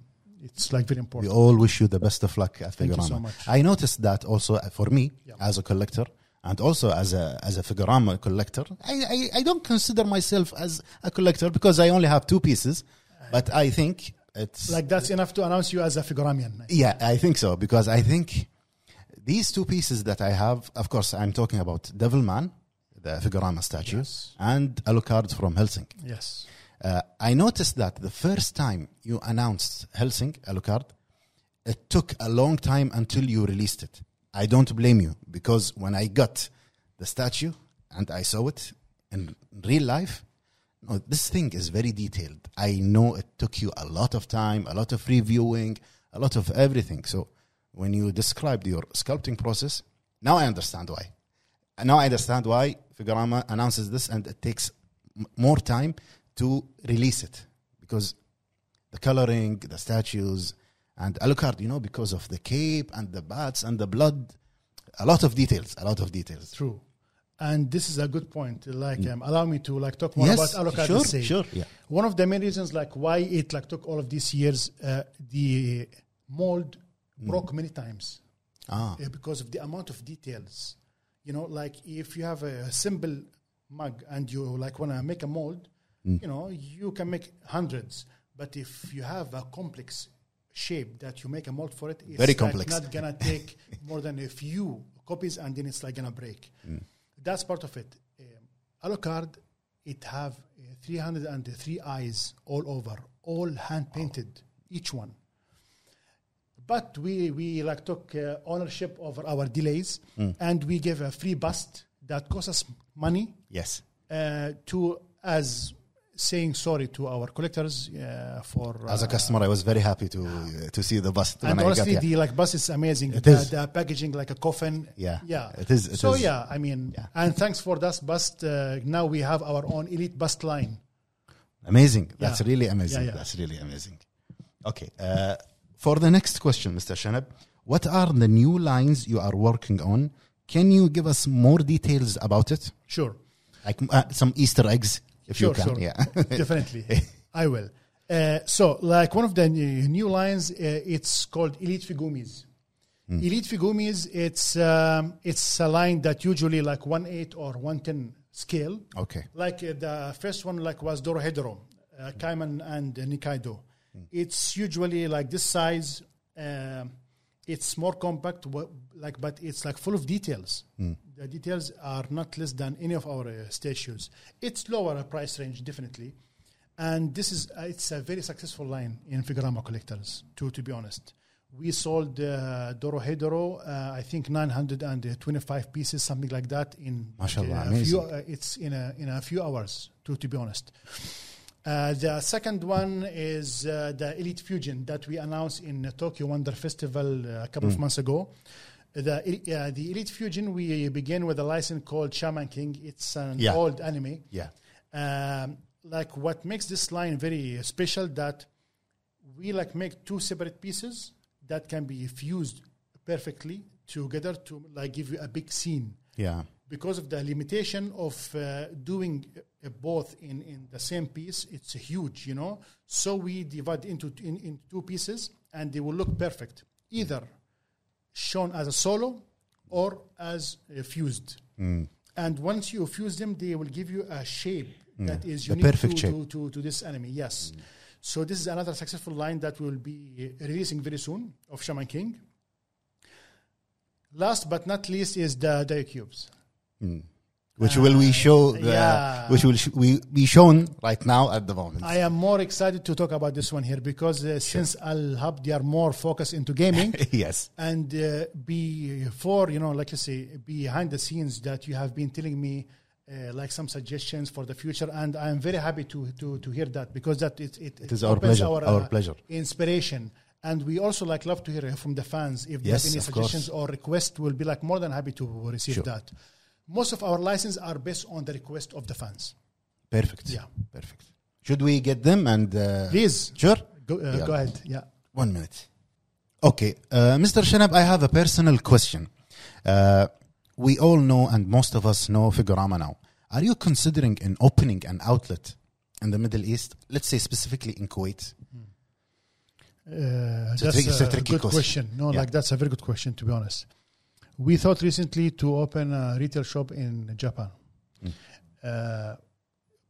it's like very
We
important
all wish you the best of luck at
Thank you
Figurama.
so much.
I noticed that also uh, for me
Yeah.
as a collector and also as a as a Figurama collector. I, I, I don't consider myself as a collector because I only have two pieces, but I think it's
like that's enough to announce you as a figuramian
yeah, I think so because I think these two pieces that I have, of course, I'm talking about Devilman, the Figurama statue,
Yes.
and Alucard from Helsinki.
yes
Uh, I noticed that the first time you announced Helsing Alucard, it took a long time until you released it. I don't blame you because when I got the statue and I saw it in real life, no, this thing is very detailed. I know it took you a lot of time, a lot of reviewing, a lot of everything. So when you described your sculpting process, now I understand why. And now I understand why Figurama announces this and it takes m- more time to release it because the coloring, the statues, and Alucard, you know, because of the cape and the bats and the blood, a lot of details, a lot of details.
true and this is a good point like um, allow me to like talk more about Alucard
Mm. sure,
Issei.
sure, yeah,
One of the main reasons, like why it like took all of these years, uh, the mold broke many times
ah,
uh, because of the amount of details. You know, like if you have a simple mug and you like want to make a mold,
Hmm.
you know, you can make hundreds. But if you have a complex shape that you make a mold for it, it's
Very
like
complex.
not gonna take more than a few copies, and then it's like gonna break.
Hmm.
That's part of it. Um, Alucard, it have uh, 303 eyes all over, all hand painted, each one but we we like took uh, ownership over our delays
Hmm.
and we gave a free bust that cost us money
Yes.
uh, to as saying sorry to our collectors uh, for uh,
As a customer, I was very happy to to see the bus when
Ah. and
I got
honestly
here.
the like bus is amazing
It
the,
is.
the packaging like a coffin
Yeah.
yeah
It is- it
so
is.
yeah i mean
Yeah.
and thanks for that bust uh, now we have our own elite bust line
Amazing. That's
Yeah.
really amazing.
Yeah, yeah.
That's really amazing. Okay. Uh, for the next question, Mr. Shanab, what are the new lines you are working on? Can you give us more details about it?
sure
Like uh, some Easter eggs, if you
Sure,
can.
sure.
Yeah.
definitely i will uh, so like one of the new new lines uh, it's called elite figumis
Hmm.
elite figumis it's um, it's a line that usually like 1/8 or 110 scale
okay.
like uh, the first one like was dorohedro uh, kaiman and nikaido it's usually like this size um, it's more compact wha- like but it's like full of details the details are not less than any of our uh, statues it's lower price range definitely and this is uh, it's a very successful line in figurama collectors to to be honest we sold uh, dorohedro uh, i think 925 pieces something like that in
MashaAllah,
uh, a
amazing.
few uh, it's in a in a few hours to to be honest uh, the second one is uh, the Elite Fusion that we announced in Tokyo Wonder Festival uh, a couple
Hmm.
of months ago. The, el- uh, the Elite Fusion, we begin with a license called Shaman King. It's an
Yeah.
old anime.
Yeah.
Um, like what makes this line very special that we like make two separate pieces that can be fused perfectly together to like give you a big scene
Yeah.
because of the limitation of uh, doing uh, both in, in the same piece, it's huge, you know. So we divide into in, in two pieces, and they will look perfect, either shown as a solo or as uh, fused.
Mm.
And once you fuse them, they will give you a shape that is
Mm. the
unique
perfect
to,
shape. Mm.
To, to, to this enemy. Yes. So this is another successful line that we'll be uh, releasing very soon of Shaman King. Last but not least is the Dio Cubes.
Which will we show? The,
Uh, yeah.
Which will sh- we be shown right now at the moment?
I am more excited to talk about this one here because uh, since Al Hub they are more focused into gaming
yes.
and uh, before you know, like you say, behind the scenes that you have been telling me. Uh, like some suggestions for the future, and I am very happy to to, to hear that because that it it, it
is our
opens uh,
pleasure, our pleasure.
inspiration, and we also like love to hear from the fans if they
Yes,
have any
of course.
suggestions or requests. We'll be like more than happy to receive
Sure.
that. Most of our licenses are based on the request of the fans.
Perfect.
Yeah.
Perfect. Should we get them and uh,
Please
sure?
go, uh,
Yeah.
go ahead. Yeah.
One minute. Okay, uh, Mr. Shanab, I have a personal question. Uh, we all know, and most of us know Figurama now. Are you considering an opening an outlet in the Middle East? Let's say specifically in Kuwait.
Uh,
a
that's
tricky- it's a
a,
tricky
good
question.
question. No,
Yeah.
like that's a very good question to be honest. We thought recently to open a retail shop in Japan,
Hmm.
uh,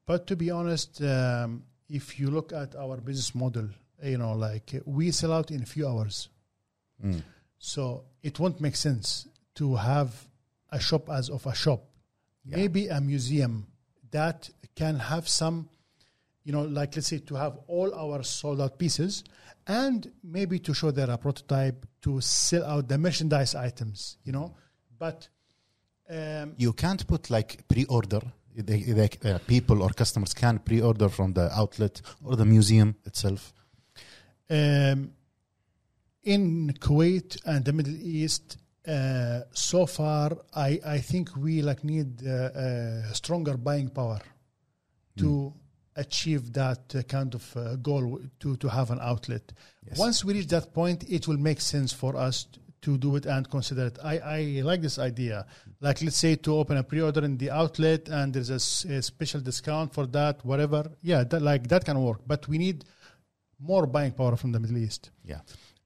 but to be honest, um, if you look at our business model, you know, like we sell out in a few hours, so it won't make sense to have a shop as of a shop.
Yeah.
Maybe a museum that can have some you know, like let's say to have all our sold out pieces and maybe to show there a prototype to sell out the merchandise items, you know. But um,
You can't put like pre-order. They, they, uh, people or customers can pre-order from the outlet or the museum itself.
um, in Kuwait and the Middle East, uh, so far, I, I think we like need uh, uh, stronger buying power to achieve that uh, kind of uh, goal to, to have an outlet.
Yes.
Once we reach that point, it will make sense for us t- to do it and consider it. I, I like this idea. Like, let's say to open a pre order in the outlet and there's a, s- a special discount for that, whatever. Yeah, that, like that can work. But we need more buying power from the Middle East.
Yeah.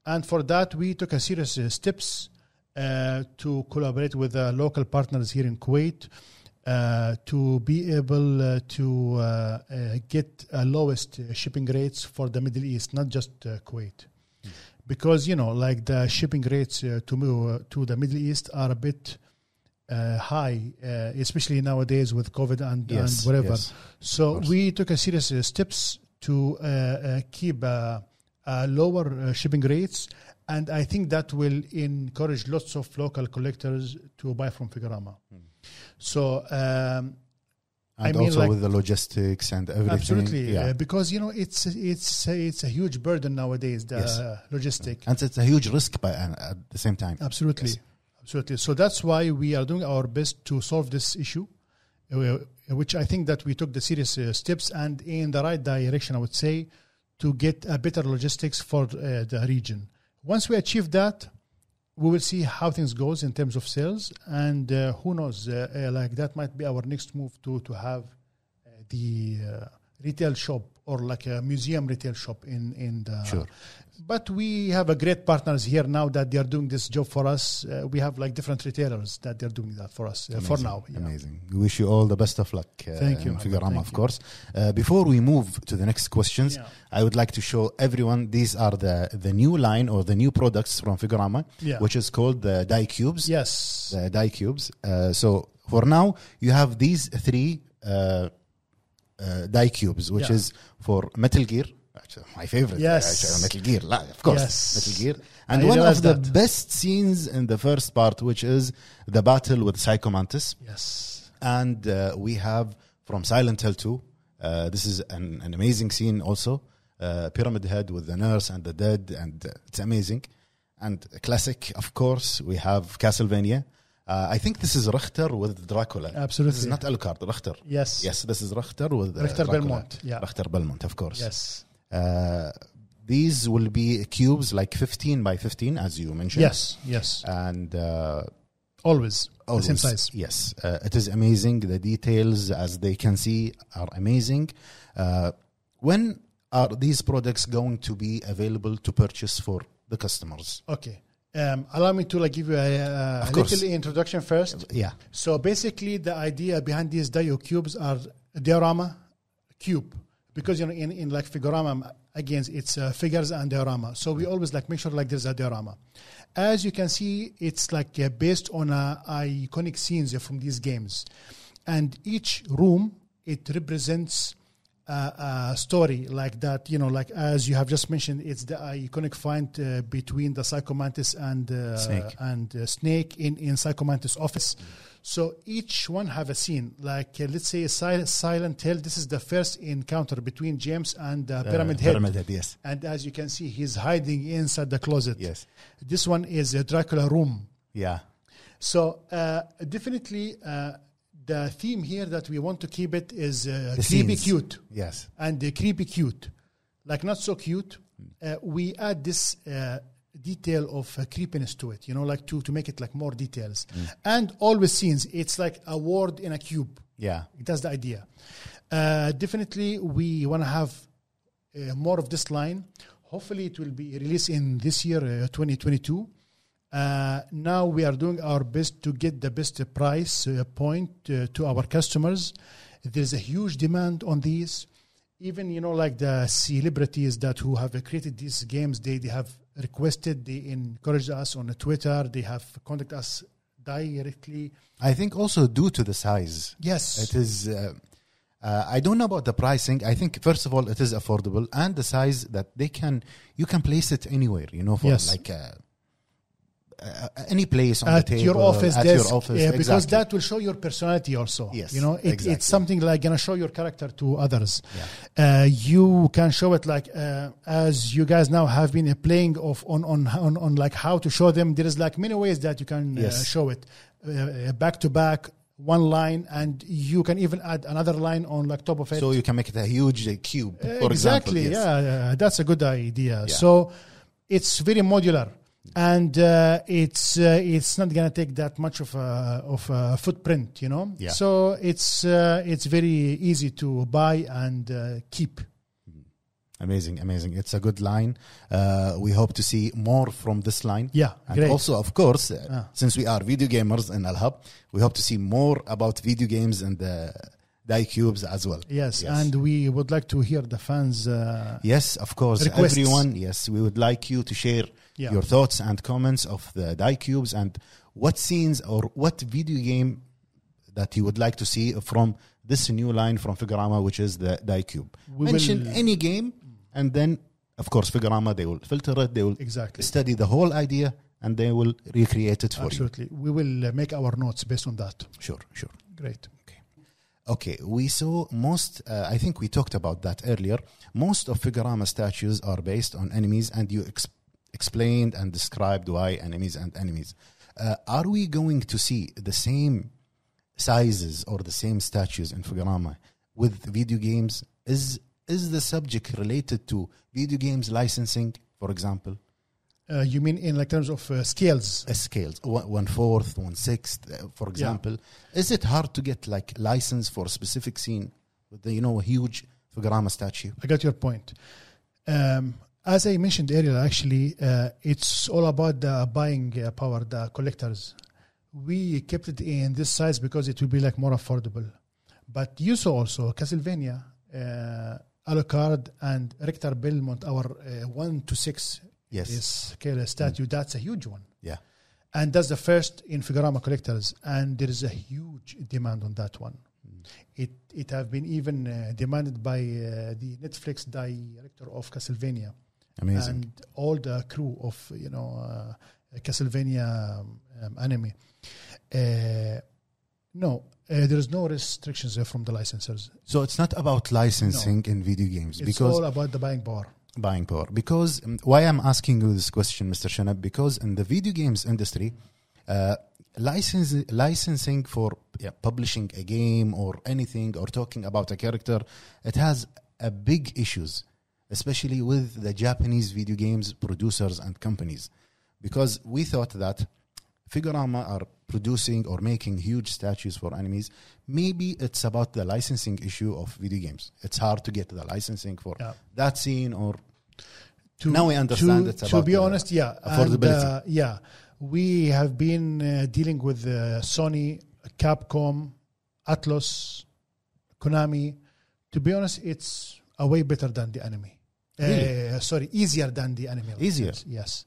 And for that, we took a series of steps uh, to collaborate with uh, local partners here in Kuwait. uh, to be able uh, to uh, uh, get uh, lowest uh, shipping rates for the Middle East, not just uh, Kuwait. Because you know, like the shipping rates uh, to mo- uh, to the Middle East are a bit uh, high, uh, especially nowadays with COVID and,
Yes,
and whatever.
yes.
So
course.
we took a series of steps to uh, uh, keep uh, uh, lower uh, shipping rates, and I think that will encourage lots of local collectors to buy from Figurama.
Hmm.
So
and
um, I mean,
also
like-
with the logistics and everything.
absolutely,
yeah.
uh, because you know it's it's it's a huge burden nowadays the
Yes.
uh, logistic.
and it's a huge risk, but uh, at the same time,
Absolutely.
Yes.
Absolutely. So that's why we are doing our best to solve this issue, uh, which I think that we took the serious uh, steps and in the right direction, I would say, to get a better logistics for uh, the region. Once we achieve that, we will see how things goes in terms of sales, and uh, who knows, uh, uh, like that might be our next move to to have uh, the uh, retail shop or like a museum retail shop in in the
Sure.
but we have a great partners here now that they are doing this job for us. Uh, we have like different retailers that they're doing that for us uh, for
Amazing,
now. yeah.
Amazing. We wish you all the best of luck. Uh,
Thank you,
in
Mohammed.
Figurama,
Thank
of
you.
course. Uh, before we move to the next questions,
Yeah.
I would like to show everyone these are the the new line or the new products from Figurama,
Yeah.
which is called the die cubes.
Yes.
The die cubes. Uh, so for now, you have these three uh, uh, die cubes, which
Yeah.
is for Metal Gear. Actually, my favorite.
Yes.
Actually, Metal Gear. la- Of course.
Yes.
Metal Gear. And
I
one of
realized
the
that.
best scenes in the first part, which is the battle with Psycho Mantis
Yes.
and uh, we have from Silent Hill 2. Uh, this is an, an amazing scene also. Uh, Pyramid Head with the nurse and the dead, and uh, it's amazing. And a classic, of course, we have Castlevania. Uh, I think this is Richter with Dracula.
Absolutely.
This is not Alucard, Richter.
Yes.
Yes, this is Richter with uh,
Richter
Dracula.
Belmont, yeah.
Richter Belmont, of course.
Yes.
Uh, these will be cubes like 15 by 15, as you mentioned.
Yes. Yes.
And uh,
Always. The same
Always.
size.
Oh, Yes, uh, it is amazing. The details, as they can see, are amazing. Uh, when are these products going to be available to purchase for the customers?
Okay. Um, allow me to like give you a, a
Of course.
little introduction first.
Yeah,
So basically, the idea behind these Dio cubes are diorama cube because you know in, in like figurama again it's uh, figures and diorama. So we always like make sure like there's a diorama. As you can see, it's like uh, based on uh, iconic scenes uh, from these games, and each room it represents uh, uh, story like that, you know, like as you have just mentioned, it's the iconic fight uh, between the Psychomantis and uh,
Snake.
and uh, Snake in in Psychomantis' office. So each one have a scene, like uh, let's say Sil- Silent Hill. This is the first encounter between James and uh, Pyramid Head.
Pyramid Head. Yes,
And as you can see, he's hiding inside the closet.
yes,
This one is a Dracula room.
yeah.
So uh, definitely, uh, the theme here that we want to keep it is uh,
The
creepy
scenes.
cute
Yes,
and uh, creepy cute, like not so cute. Uh, we add this uh, detail of uh, creepiness to it, you know, like to, to make it like more details. And always scenes, it's like a word in a cube.
yeah.
That's the idea. Uh, definitely, we want to have uh, more of this line. Hopefully, it will be released in this year, uh, 2022. Uh, now we are doing our best to get the best price uh, point uh, to our customers. There's a huge demand on these. Even you know, like the celebrities that who have created these games, they, they have requested, they encouraged us on Twitter, they have contacted us directly.
I think also due to the size,
Yes,
it is. Uh, uh, I don't know about the pricing. I think first of all, it is affordable, and the size that they can you can place it anywhere. You know, for
Yes.
like. Uh, uh, any place on
at
the table,
your office
at
desk,
your office,
yeah, because
exactly.
that will show your personality also.
Yes,
you know, it,
exactly.
it's something like gonna show your character to others. Uh, you can show it like uh, as you guys now have been uh, playing of on, on on on like how to show them. There is like many ways that you can
Yes.
uh, show it Uh, uh, back to back, one line, and you can even add another line on like top of it.
So you can make it a huge uh, cube, for
exactly
example.
yeah, yeah, that's a good idea
Yeah.
so it's very modular and uh, it's uh, it's not gonna take that much of a of a footprint you know
Yeah.
so it's uh, it's very easy to buy and uh, keep
Amazing, amazing. It's a good line. Uh, we hope to see more from this line.
Yeah,
And
great.
also, of course, uh,
Ah.
since we are video gamers in Al Hub, we hope to see more about video games and the die cubes as well.
yes,
Yes.
and we would like to hear the fans. Uh,
Yes, of course.
Requests.
Everyone, yes, we would like you to share
yeah,
your thoughts and comments of the die cubes and what scenes or what video game that you would like to see from this new line from Figurama, which is the die cube.
we
Mention
will,
any game, and then of course Figurama they will filter it, they will
exactly.
study the whole idea, and they will recreate it for
Absolutely, we will uh, make our notes based on that.
you. Sure, sure.
Great.
Okay, we saw most. Uh, I think we talked about that earlier. Most of Figurama statues are based on enemies, and you ex- explained and described why enemies and enemies. Uh, are we going to see the same sizes or the same statues in Figurama with video games? Is is the subject related to video games licensing, for example,
Uh, you mean in like terms of uh, scales?
uh, scales one, one fourth, one sixth, uh, for example? Is it hard to get like license for a specific scene with the, you know a huge Figurama statue?
I got your point. Um, as I mentioned earlier, actually, uh, it's all about the buying uh, power, the collectors. We kept it in this size because it will be like more affordable. But you saw also Castlevania, uh, Alucard, and Rector Belmont, our uh, one to six
Yes. Mm.
is scale statue. That's a huge one.
Yeah.
And that's the first in Figurama collectors, and there is a huge demand on that one.
Mm.
It it have been even uh, demanded by uh, the Netflix director of Castlevania
Amazing.
and all the crew of you know uh, Castlevania um, um, anime. Uh, no, uh, there is no restrictions uh, from the licensors.
so it's not about licensing in video games
It's
because
all about the buying power.
buying power. Because um, why I'm asking you this question, Mr. Shanab, because in the video games industry, uh, license, licensing for yeah, publishing a game or anything or talking about a character, it has a big issues, especially with the Japanese video games producers and companies, because we thought that Figurama are producing or making huge statues for enemies. Maybe it's about the licensing issue of video games. It's hard to get the licensing for
Yeah.
that scene or
to,
Now we understand
to,
it's
to
about
be
the
honest yeah
affordability.
And, uh, yeah we have been uh, dealing with uh, sony capcom atlas konami to be honest it's a way better than the enemy uh,
Really?
sorry easier than the enemy
Easier?
yes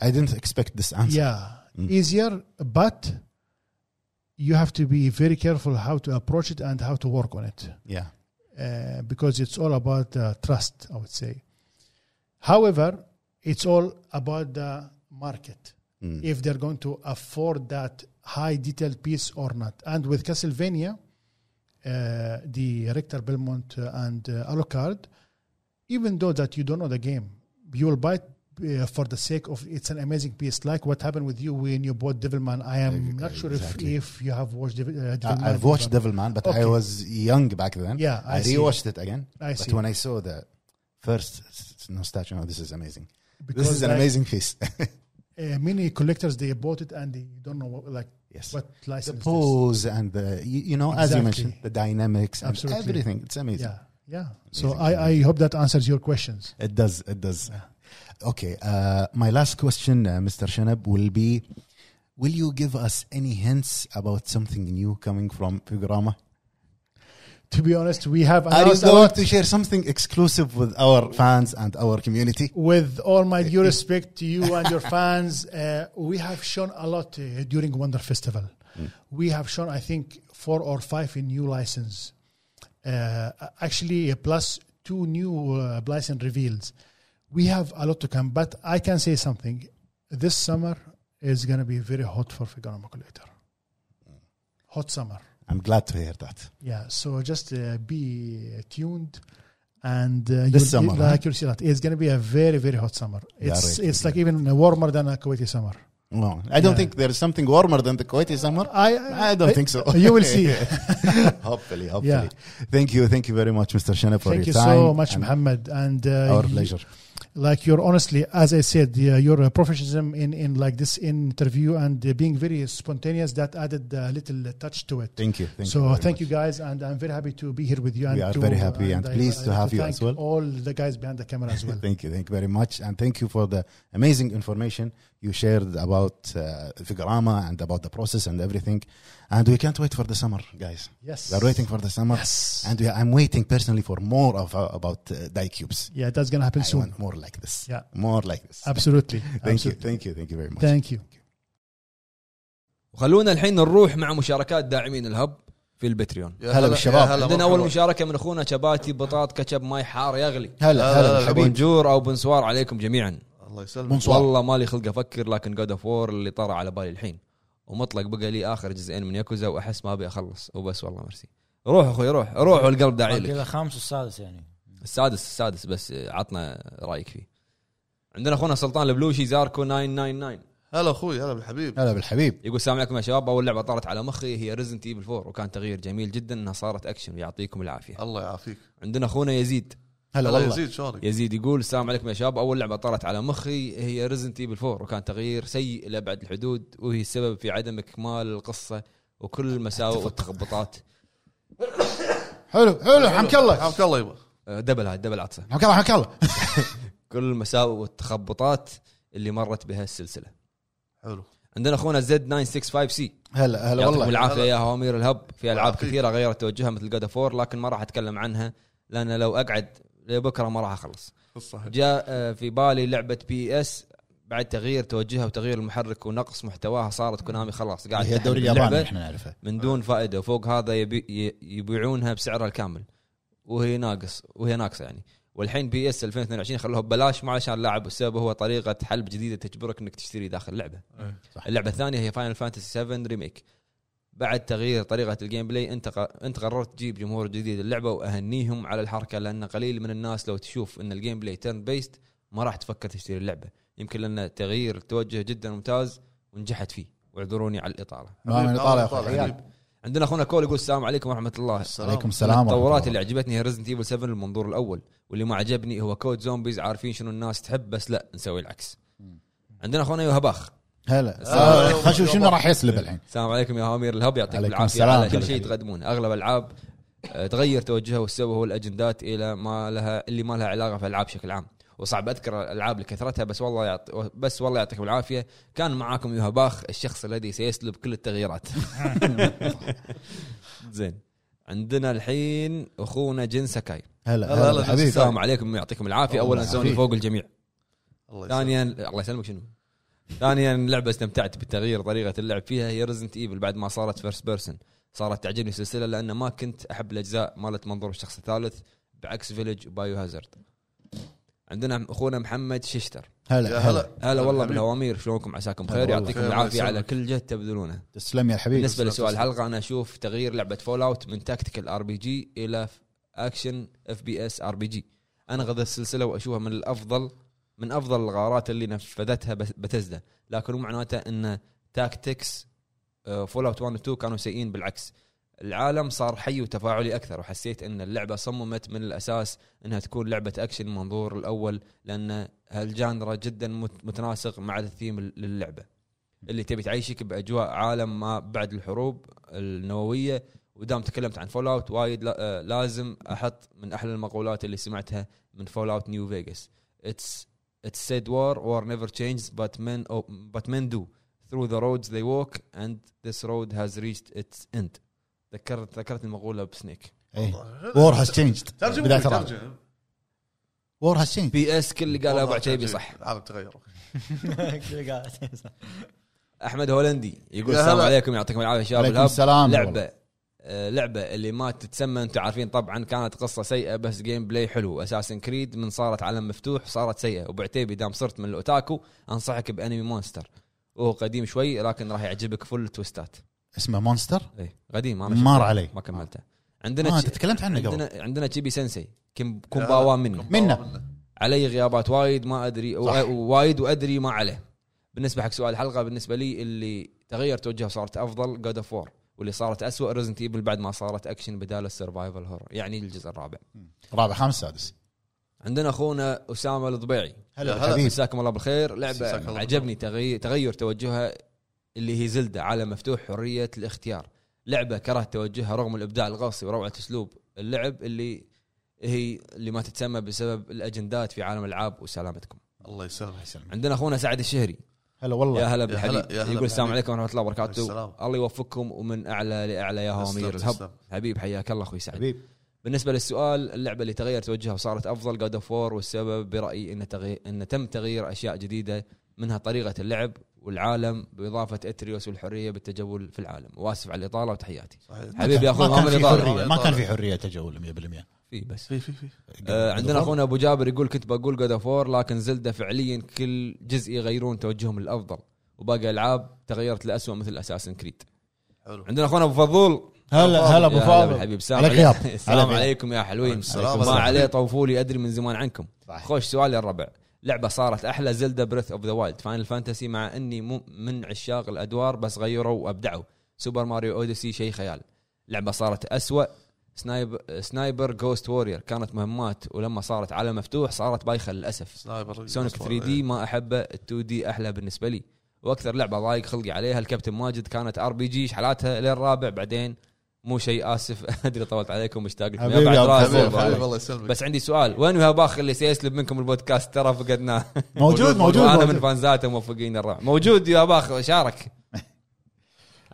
I didn't expect this answer.
yeah
Mm.
easier but you have to be very careful how to approach it and how to work on it
Yeah.
uh, because it's all about uh, trust, I would say. However, it's all about the market
Mm.
if they're going to afford that high detailed piece or not. And with Castlevania, uh, the Rector Belmont uh, and uh, Alucard, even though that you don't know the game, you will buy it. Uh, for the sake of it's an amazing piece, like what happened with you when you bought Devilman. I am
Ex-
not sure
exactly.
if, if you have watched Devil, uh, Devilman.
I, I've watched
but
Devilman, but
Okay.
I was young back then.
Yeah,
I,
I see.
rewatched it again.
I
but
see.
when I saw the first s- s- no statue, no, this is amazing.
because
this is an
like,
amazing piece.
uh, many collectors they bought it and they don't know what, like
yes.
what
the
license. it is.
pose and the you, you know as you
Exactly.
mentioned the dynamics and
Absolutely.
everything. It's amazing.
Yeah, yeah. So
Amazing.
I, I hope that answers your questions.
It does. It does. Okay. Uh, my last question, uh, Mr. Shanab, will be: Will you give us any hints about something new coming from Figurama?
To be honest, we have
Are you
announced
going
our,
to share something exclusive with our fans and our community?
with all my due respect to you and your fans, uh, we have shown a lot uh, during Wonder Festival. We have shown, I think, four or five new license. Uh, actually, uh, plus two new uh, license reveals. We have a lot to come, but I can say something. This summer is going to be very hot for Figurama Collector. Hot summer.
I'm glad to hear that.
Yeah, so just uh, be tuned, and uh,
This
you'll-
summer, huh?
like you'll see that it's going to be a very very hot summer.
Yeah,
It's
right,
it's
right.
like even warmer than a Kuwaiti summer.
No, I don't
Yeah.
think there's something warmer than the Kuwaiti summer.
I
I don't think so.
You will see.
hopefully, hopefully. Thank you, thank you very much, Mr. Shana, for your
Thank you
time.
so much,
and
Mohammed. And uh,
Our
you-
pleasure.
like you're honestly as i said yeah, your uh, professionalism in in like this interview and uh, being very spontaneous that added a little touch to it
Thank you. Thank
so
you very
thank
much.
you guys and i'm very happy to be here with you and
We are
to,
very happy and pleased to have you
thank
as well.
all the guys behind the camera as well
thank you. Thank you very much. And thank you for the amazing information you shared about uh, Figurama and about the process and everything. And we can't wait for the summer, guys.
yes
We are waiting for the summer.
yes
And we, I'm waiting personally for more of uh, about uh, die cubes.
yeah that's gonna happen
I
soon
want more like this.
Yeah.
More like this.
absolutely
Thank
absolutely.
you. Thank you. Thank you very much.
thank you
وخلونا الحين نروح مع مشاركات داعمين الهب في البتريون
يا
هلا بالشباب.
يا هلا
عندنا
مرحبا.
اول مشاركه من اخونا شباتي بطاط كاتشب ماي حار يغلي
هلا
هلا،
هلا
هلا.
حبيبي
بونجور او بنسوار عليكم جميعا
الله يسلمك
بونسوار
والله مالي خلق افكر لكن جود اوف وور اللي طرى على بالي الحين ومطلق بقى لي اخر جزئين من ياكوزا واحس ما ابي اخلص وبس والله مرسي روح اخوي روح روح والقلب داعي
باقي
لك
له خامس والسادس يعني
السادس السادس بس عطنا رايك فيه عندنا اخونا سلطان البلوشي زاركو 999
هلا اخوي هلا بالحبيب
هلا بالحبيب
يقول السلام عليكم يا شباب اول لعبه طارت على مخي هي ريزنت ايفل 4 وكان تغيير جميل جدا انها صارت اكشن ويعطيكم العافيه
الله يعافيك
عندنا اخونا يزيد
هلا
الله
والله
يزيد شلونك
يزيد يقول السلام عليكم يا شباب اول لعبه طارت على مخي هي ريزنت ايفل 4 وكان تغيير سيء لابعد الحدود وهي السبب في عدم اكمال القصه وكل المساوئ والتخبطات
حلو حلو حمك الله
حمك الله يبا
آه، دبل هاي دبل عطسه
حمك الله حمك الله
كل المساوئ والتخبطات اللي مرت بها السلسله
حلو
عندنا اخونا زد 965 سي
هلا هلا
يعطيكم
والله
العافيه يا هوامير الهب في العاب
يعافيك.
كثيره غيرت توجهها مثل جود فور لكن ما راح اتكلم عنها لان لو اقعد لبكره ما راح اخلص
الصحيح
جاء آه، في بالي لعبه بي اس بعد تغيير توجهها وتغيير المحرك ونقص محتواها صارت كونامي خلاص قاعد
هي
تحرق
الدوري
اللعبة
الياباني احنا نعرفه
من دون فائده وفوق هذا يبي ي- يبيعونها بسعرها الكامل وهي ناقص وهي ناقصه يعني والحين بي اس 2022 خلوها ببلاش ما عشان لاعب والسبب هو طريقه حلب جديده تجبرك انك تشتري داخل اللعبه
إيه.
صح.
اللعبه الثانيه هي فاينل فانتسي 7 ريميك بعد تغيير طريقه الجيم بلاي انت ق- انت قررت تجيب جمهور جديد اللعبه واهنيهم على الحركه لان قليل من الناس لو تشوف ان الجيم بلاي تيرن بيست ما راح تفكر تشتري اللعبه يمكن لان تغيير التوجه جدا ممتاز ونجحت فيه واعذروني على الاطاله
ما من طالع يا أخوي.
حبيب.
عندنا اخونا كول يقول السلام عليكم ورحمه الله
السلام.
عليكم
من
السلام
التطورات اللي عجبتني هي ريزنت ايفل 7 المنظور الاول واللي ما عجبني هو كود زومبيز عارفين شنو الناس تحب بس لا نسوي العكس عندنا اخونا يوهباخ
هلا
آه،
خلينا نشوف شنو راح يسلب الحين
السلام عليكم يا هامير الهب يعطيكم
عليكم
العافيه
السلام.
على كل شيء تقدمون اغلب الالعاب آه، تغير توجهها والسبب هو الاجندات الى ما لها اللي ما لها علاقه في الالعاب بشكل عام وصعب اذكر الالعاب لكثرتها بس والله يعط... بس والله يعطيكم العافيه كان معاكم يوها باخ الشخص الذي سيسلب كل التغييرات زين عندنا الحين اخونا جن سكاي
هلا
هلا،
هلا
هلا،
بالحبيب
السلام عليكم ويعطيكم العافيه
الله
اولا سوني
يعافيك.
فوق الجميع
الله يسلمك
ثانيا الله يسلمك شنو؟ ثانيا لعبه استمتعت بتغيير طريقه اللعب فيها هي ريزنت ايفل بعد ما صارت فيرست بيرسون صارت تعجبني السلسله لان ما كنت احب الاجزاء مالت منظور الشخص الثالث بعكس فيلج وبايو هازارد عندنا اخونا محمد ششتر
يا
هلا هلا
هلا
هلا والله
حبيبي.
بالهوامير شلونكم عساكم
هلا
خير
والله.
يعطيكم
خير،
العافيه
الله
على
يسلمك.
كل جهد تبذلونه
تسلم يا حبيبي
بالنسبه
تسلم،
لسؤال
تسلم.
الحلقه انا اشوف تغيير لعبه فول اوت من تاكتيكال ار بي جي الى ف- اكشن اف بي اس ار بي جي انغذ السلسله واشوفها من الافضل من افضل الغارات اللي نفذتها بث- بتزدا لكن مو معناته ان تاكتكس فول اوت 1 و 2 كانوا سيئين بالعكس العالم صار حي وتفاعلي اكثر وحسيت ان اللعبه صممت من الاساس انها تكون لعبه اكشن منظور الاول لان هالجانرا جدا مت- متناسق مع الثيم ال- للعبه اللي تبي تعيشك باجواء عالم ما بعد الحروب النوويه ودام تكلمت عن فول اوت وايد لا- آه، لازم احط من احلى المقولات اللي سمعتها من فول اوت نيو فيجاس اتس اتس said war war never changes but men oh, but men do through the roads they walk and this road has reached its end تذكرت تذكرت المقوله بسنيك
إيه. وور هاز تشينجد
ترجم
بدايه الرابع
ترجم
وور هاز تشينجد
بي اس كل اللي قاله ابو عتيبي صح
العالم تغيروا
كله قاعد.
احمد هولندي يقول
يا هلا.
السلام عليكم يعطيكم العافيه شباب
عليكم
الهب
السلام
لعبه آه، لعبه اللي ما تتسمى انتم عارفين طبعا كانت قصه سيئه بس جيم بلاي حلو اساسن كريد من صارت عالم مفتوح صارت سيئه وبعتيبي دام صرت من الاوتاكو انصحك بانمي مونستر وهو قديم شوي لكن راح يعجبك فل تويستات
اسمه مونستر
اي قديم انا
مر
شفته،
علي
ما كملته عندنا
اه
تش-
انت تكلمت عنه قبل
عندنا عندنا تشيبي سensei كم كومباوا مني
منا.
علي غيابات وايد ما ادري
صح.
وايد وادري ما عليه بالنسبه حق سؤال الحلقه بالنسبه لي اللي تغير توجهه صارت افضل جود اوف وور واللي صارت أسوأ ريزنت ايفل بعد ما صارت اكشن بدال السرفايفل هورر يعني الجزء الرابع
رابع خامس سادس
عندنا اخونا اسامه الضبيعي
هلا
هلا. حبيب.
مساكم الله بالخير
مساك الله
لعبه عجبني تغير, تغير توجهها اللي هي زلدة عالم مفتوح حريه الاختيار لعبه كرهت توجهها رغم الابداع القاسي وروعه اسلوب اللعب اللي هي اللي ما تتسمى بسبب الاجندات في عالم الالعاب وسلامتكم
الله يسلمك
يسلمك.
عندنا اخونا سعد الشهري
هلا
يا
والله
هلا
يا
بالحبيب
هلا- يا هلا
يقول السلام
بالحبيب.
عليكم ورحمه الله وبركاته
السلام.
الله يوفقكم ومن اعلى لاعلى يا هوامير
تسلم،
الهب
تسلم.
حبيب حياك الله اخوي سعد
حبيب
بالنسبه للسؤال اللعبه اللي تغير توجهها وصارت افضل جاد اوف وور والسبب برايي ان تغيير ان تم تغيير اشياء جديده منها طريقه اللعب والعالم باضافه اتريوس والحريه بالتجول في العالم واسف على الاطاله وتحياتي
صحيح.
حبيبي طيب يا اخوي
ما كان
مؤمن
في
الاطاله
حريه ما كان في حريه تجول 100%
في بس
في في في
آه عندنا اخونا ابو جابر يقول كنت بقول جود اوف وور لكن زلده فعليا كل جزء يغيرون توجههم للافضل وباقي العاب تغيرت لاسوء مثل اساسن كريد
حلو
عندنا اخونا ابو فضول
هلا هلا ابو
يا
فاضل
بالحبيب سلام
عليك غياب.
عليكم السلام
عليك غياب.
عليكم يا حلوين
السلام
ما
عليكم.
عليه طوفولي ادري من زمان عنكم
صح.
خوش سؤالي الربع لعبه صارت احلى زلدا بريث اوف ذا وايلد فاينل فانتسي مع اني مو من عشاق الادوار بس غيروا وابدعوا سوبر ماريو اوديسي شيء خيال لعبه صارت اسوأ سنايبر سنايبر جوست وورير كانت مهمات ولما صارت عالم مفتوح صارت بايخه للاسف
سنايبر
سونيك 3
إيه.
دي ما احبه ال 2 دي احلى بالنسبه لي واكثر لعبه ضايق خلقي عليها الكابتن ماجد كانت ار بي جي شحلاتها للرابع بعدين مو شيء اسف ادري طولت عليكم مشتاق لكم. يا
حبيبي
بعد
يا أبو
راسي
حبيبي،
يا
حبيب
أبو
حبيب
علي.
الله يسلمك
بس عندي سؤال وين وهباخ اللي سيسلب منكم البودكاست ترى فقدناه
موجود موجود
وانا من
موجود.
فانزاته موفقين الرعب موجود يا باخ شارك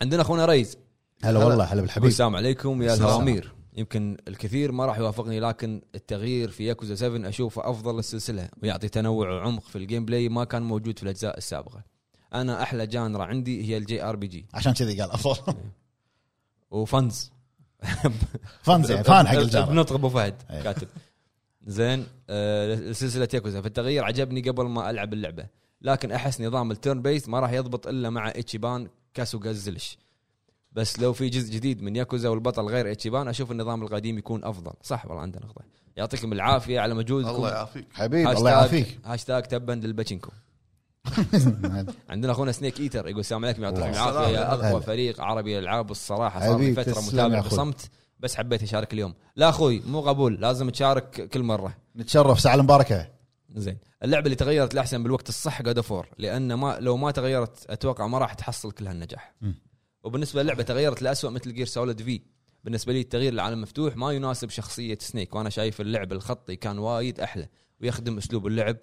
عندنا اخونا ريز
هلا والله هلا
يقول
بالحبيب
السلام عليكم يا
السلام.
الهوامير يمكن الكثير ما راح يوافقني لكن التغيير في ياكوزا 7 اشوفه افضل للسلسله ويعطي تنوع وعمق في الجيم بلاي ما كان موجود في الاجزاء السابقه. انا احلى جانرا عندي هي الجي ار بي جي
عشان كذي قال افضل
وفنز
فان زين فان حق إيه. الجامعه
بنطق ابو فهد
أي.
كاتب زين آه، سلسله ياكوزا فالتغيير عجبني قبل ما العب اللعبه لكن احس نظام التيرن بيس ما راح يضبط الا مع اتشيبان كاسوغا زلش بس لو في جزء جديد من ياكوزا والبطل غير اتشيبان اشوف النظام القديم يكون افضل صح والله عنده نقطه يعطيكم العافيه على مجهودكم
الله يعافيك
حبيب
هاشتاج-
الله يعافيك
هاشتاج تبا للباتشينكو عندنا اخونا سنيك ايتر يقول السلام عليكم يعطيكم
الله.
العافيه يا
السلام.
اقوى
هلا.
فريق عربي الالعاب الصراحه صار لي
حبيب،
فتره
تسلم
متابع
يا أخوي.
بصمت بس حبيت اشارك اليوم لا اخوي مو قبول لازم تشارك كل مره
نتشرف ساعه المباركه
زين اللعبه اللي تغيرت لاحسن بالوقت الصح جاد فور لان ما لو ما تغيرت اتوقع ما راح تحصل كل هالنجاح
مم.
وبالنسبه للعبه تغيرت لأسوأ مثل جير سوليد في بالنسبه لي التغيير لعالم مفتوح ما يناسب شخصيه سنيك وانا شايف اللعب الخطي كان وايد احلى ويخدم اسلوب اللعب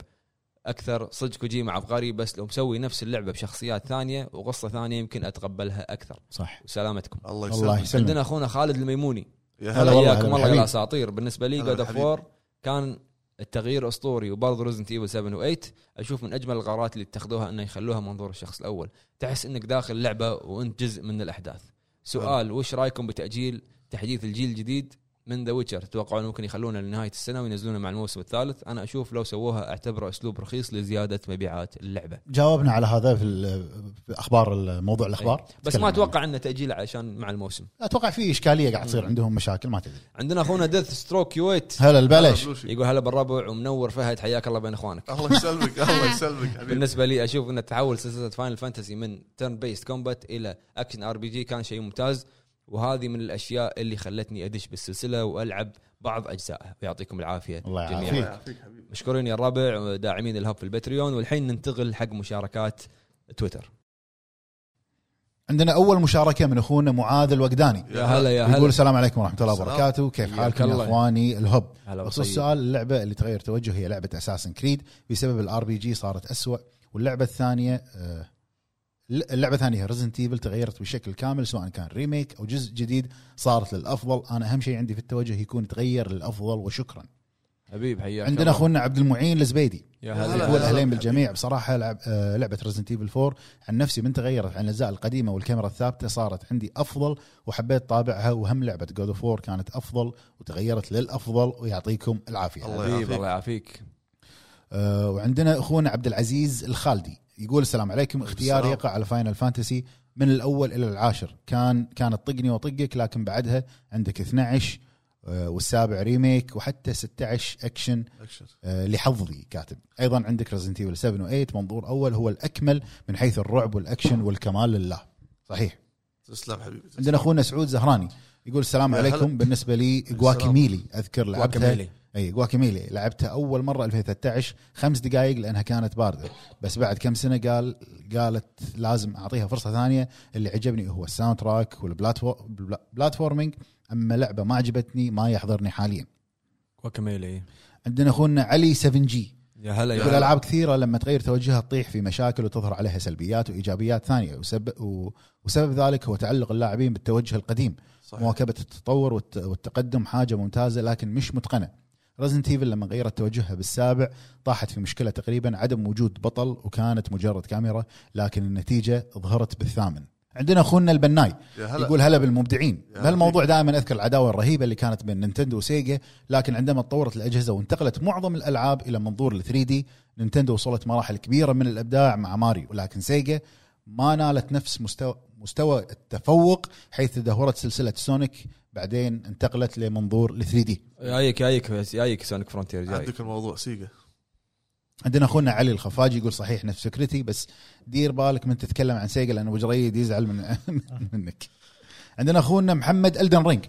اكثر صدق كوجيما عبقري بس لو مسوي نفس اللعبه بشخصيات ثانيه وقصه ثانيه يمكن اتقبلها اكثر
صح
وسلامتكم
الله
الله
يسلمك
يسلمك
عندنا اخونا خالد الميموني
يا
هلا
هلا
والله،
حياكم
هلا
الله
بالحبيب.
يا اساطير بالنسبه لي
هلا
جود اوف
بالحبيب.
وور كان التغيير اسطوري وبرضه ريزنت ايفل 7 و8 اشوف من اجمل القرارات اللي اتخذوها انه يخلوها منظور الشخص الاول تحس انك داخل اللعبه وانت جزء من الاحداث سؤال وش رايكم بتاجيل تحديث الجيل الجديد من ذا ويتشر تتوقعون ممكن يخلونه لنهايه السنه وينزلونه مع الموسم الثالث انا اشوف لو سووها اعتبره اسلوب رخيص لزياده مبيعات اللعبه
جاوبنا على هذا في ال- في اخبار الموضوع الاخبار
إيه. بس ما اتوقع انه تاجيل عشان مع الموسم
اتوقع في اشكاليه قاعد تصير عندهم مشاكل ما تدري
عندنا اخونا ديث ستروك يويت
هلا البلش
بلوشي.
يقول هلا بالربع ومنور فهد حياك الله بين اخوانك
الله يسلمك الله يسلمك حبيبي
بالنسبه لي اشوف ان تحول سلسله فاينل فانتسي من تيرن بيست كومبات الى اكشن ار بي جي كان شيء ممتاز وهذه من الاشياء اللي خلتني ادش بالسلسله والعب بعض اجزائها ويعطيكم العافيه
الله
جميعاً.
الله
يعافيك
يعافيك حبيبي
مشكورين يا الربع داعمين الهب في البتريون والحين ننتقل حق مشاركات تويتر
عندنا اول مشاركه من اخونا معاذ الوقداني
يا هلا يا
يقول
هلا
السلام عليكم ورحمه الله
السلام.
وبركاته كيف
حياك
حالكم يا
الله. طيب.
اخواني الهب
هلا
بخصوص
وسهلا.
السؤال اللعبه اللي تغير توجه هي لعبه اساسن كريد بسبب الار بي جي صارت اسوء واللعبه الثانيه آه، اللعبه الثانيه ريزنت ايفل تغيرت بشكل كامل سواء كان ريميك او جزء جديد صارت للافضل انا اهم شيء عندي في التوجه يكون تغير للافضل وشكرا
حبيب حياك
عندنا
الله.
اخونا عبد المعين الزبيدي
يا
هلا.
يقول
هلا
اهلين بالجميع بصراحه لعب آه، لعبه ريزنت ايفل 4 عن نفسي من تغيرت عن الاجزاء القديمه والكاميرا الثابته صارت عندي افضل وحبيت طابعها وهم لعبه جود اوف 4 كانت افضل وتغيرت للافضل ويعطيكم العافيه.
الله
حبيب
يعافيك.
الله يعافيك
آه، وعندنا اخونا عبد العزيز الخالدي يقول السلام عليكم اختياري
السلام.
يقع على فاينل فانتسي من الاول الى العاشر كان كانت طقني وطقك لكن بعدها عندك 12 آه، والسابع ريميك وحتى 16 اكشن
أكشن.
آه، لحظي كاتب ايضا عندك ريزنت ايفل 7 و8 منظور اول هو الاكمل من حيث الرعب والاكشن والكمال لله صحيح
تسلم حبيبي
عندنا اخونا سعود زهراني يقول السلام
يا هلا.
عليكم بالنسبه لي
السلام.
جواكيميلي اذكر لعبتها
واكملي.
اي جواكيميلي لعبتها اول مره 2013 خمس دقائق لانها كانت بارده بس بعد كم سنه قال قالت لازم اعطيها فرصه ثانيه اللي عجبني هو الساوند تراك والبلاتفورمينج اما لعبه ما عجبتني ما يحضرني حاليا
وكميلي
عندنا اخونا علي 7 جي
يا هلا يا
يقول
هلا.
العاب كثيره لما تغير توجهها تطيح في مشاكل وتظهر عليها سلبيات وايجابيات ثانيه وسبب و... وسبب ذلك هو تعلق اللاعبين بالتوجه القديم
صحيح
مواكبه التطور والت... والتقدم حاجه ممتازه لكن مش متقنه رزنت ايفل لما غيرت توجهها بالسابع طاحت في مشكله تقريبا عدم وجود بطل وكانت مجرد كاميرا لكن النتيجه ظهرت بالثامن عندنا اخونا البناي
يا
هلا.
هلا
يقول هلا بالمبدعين
يا
بهالموضوع دائما اذكر العداوه الرهيبه اللي كانت بين نينتندو وسيجا لكن عندما تطورت الاجهزه وانتقلت معظم الالعاب الى منظور ال 3 دي نينتندو وصلت مراحل كبيره من الابداع مع ماريو لكن سيجا ما نالت نفس مستوى مستوى التفوق حيث تدهورت سلسله سونيك بعدين انتقلت لمنظور ال 3 دي
جايك جايك بس جايك سونيك فرونتير جايك
عندك الموضوع سيجا
عندنا اخونا علي الخفاجي يقول صحيح نفس فكرتي بس دير بالك من تتكلم عن سيجا لان ابو جريد يزعل من منك عندنا اخونا محمد الدن رينج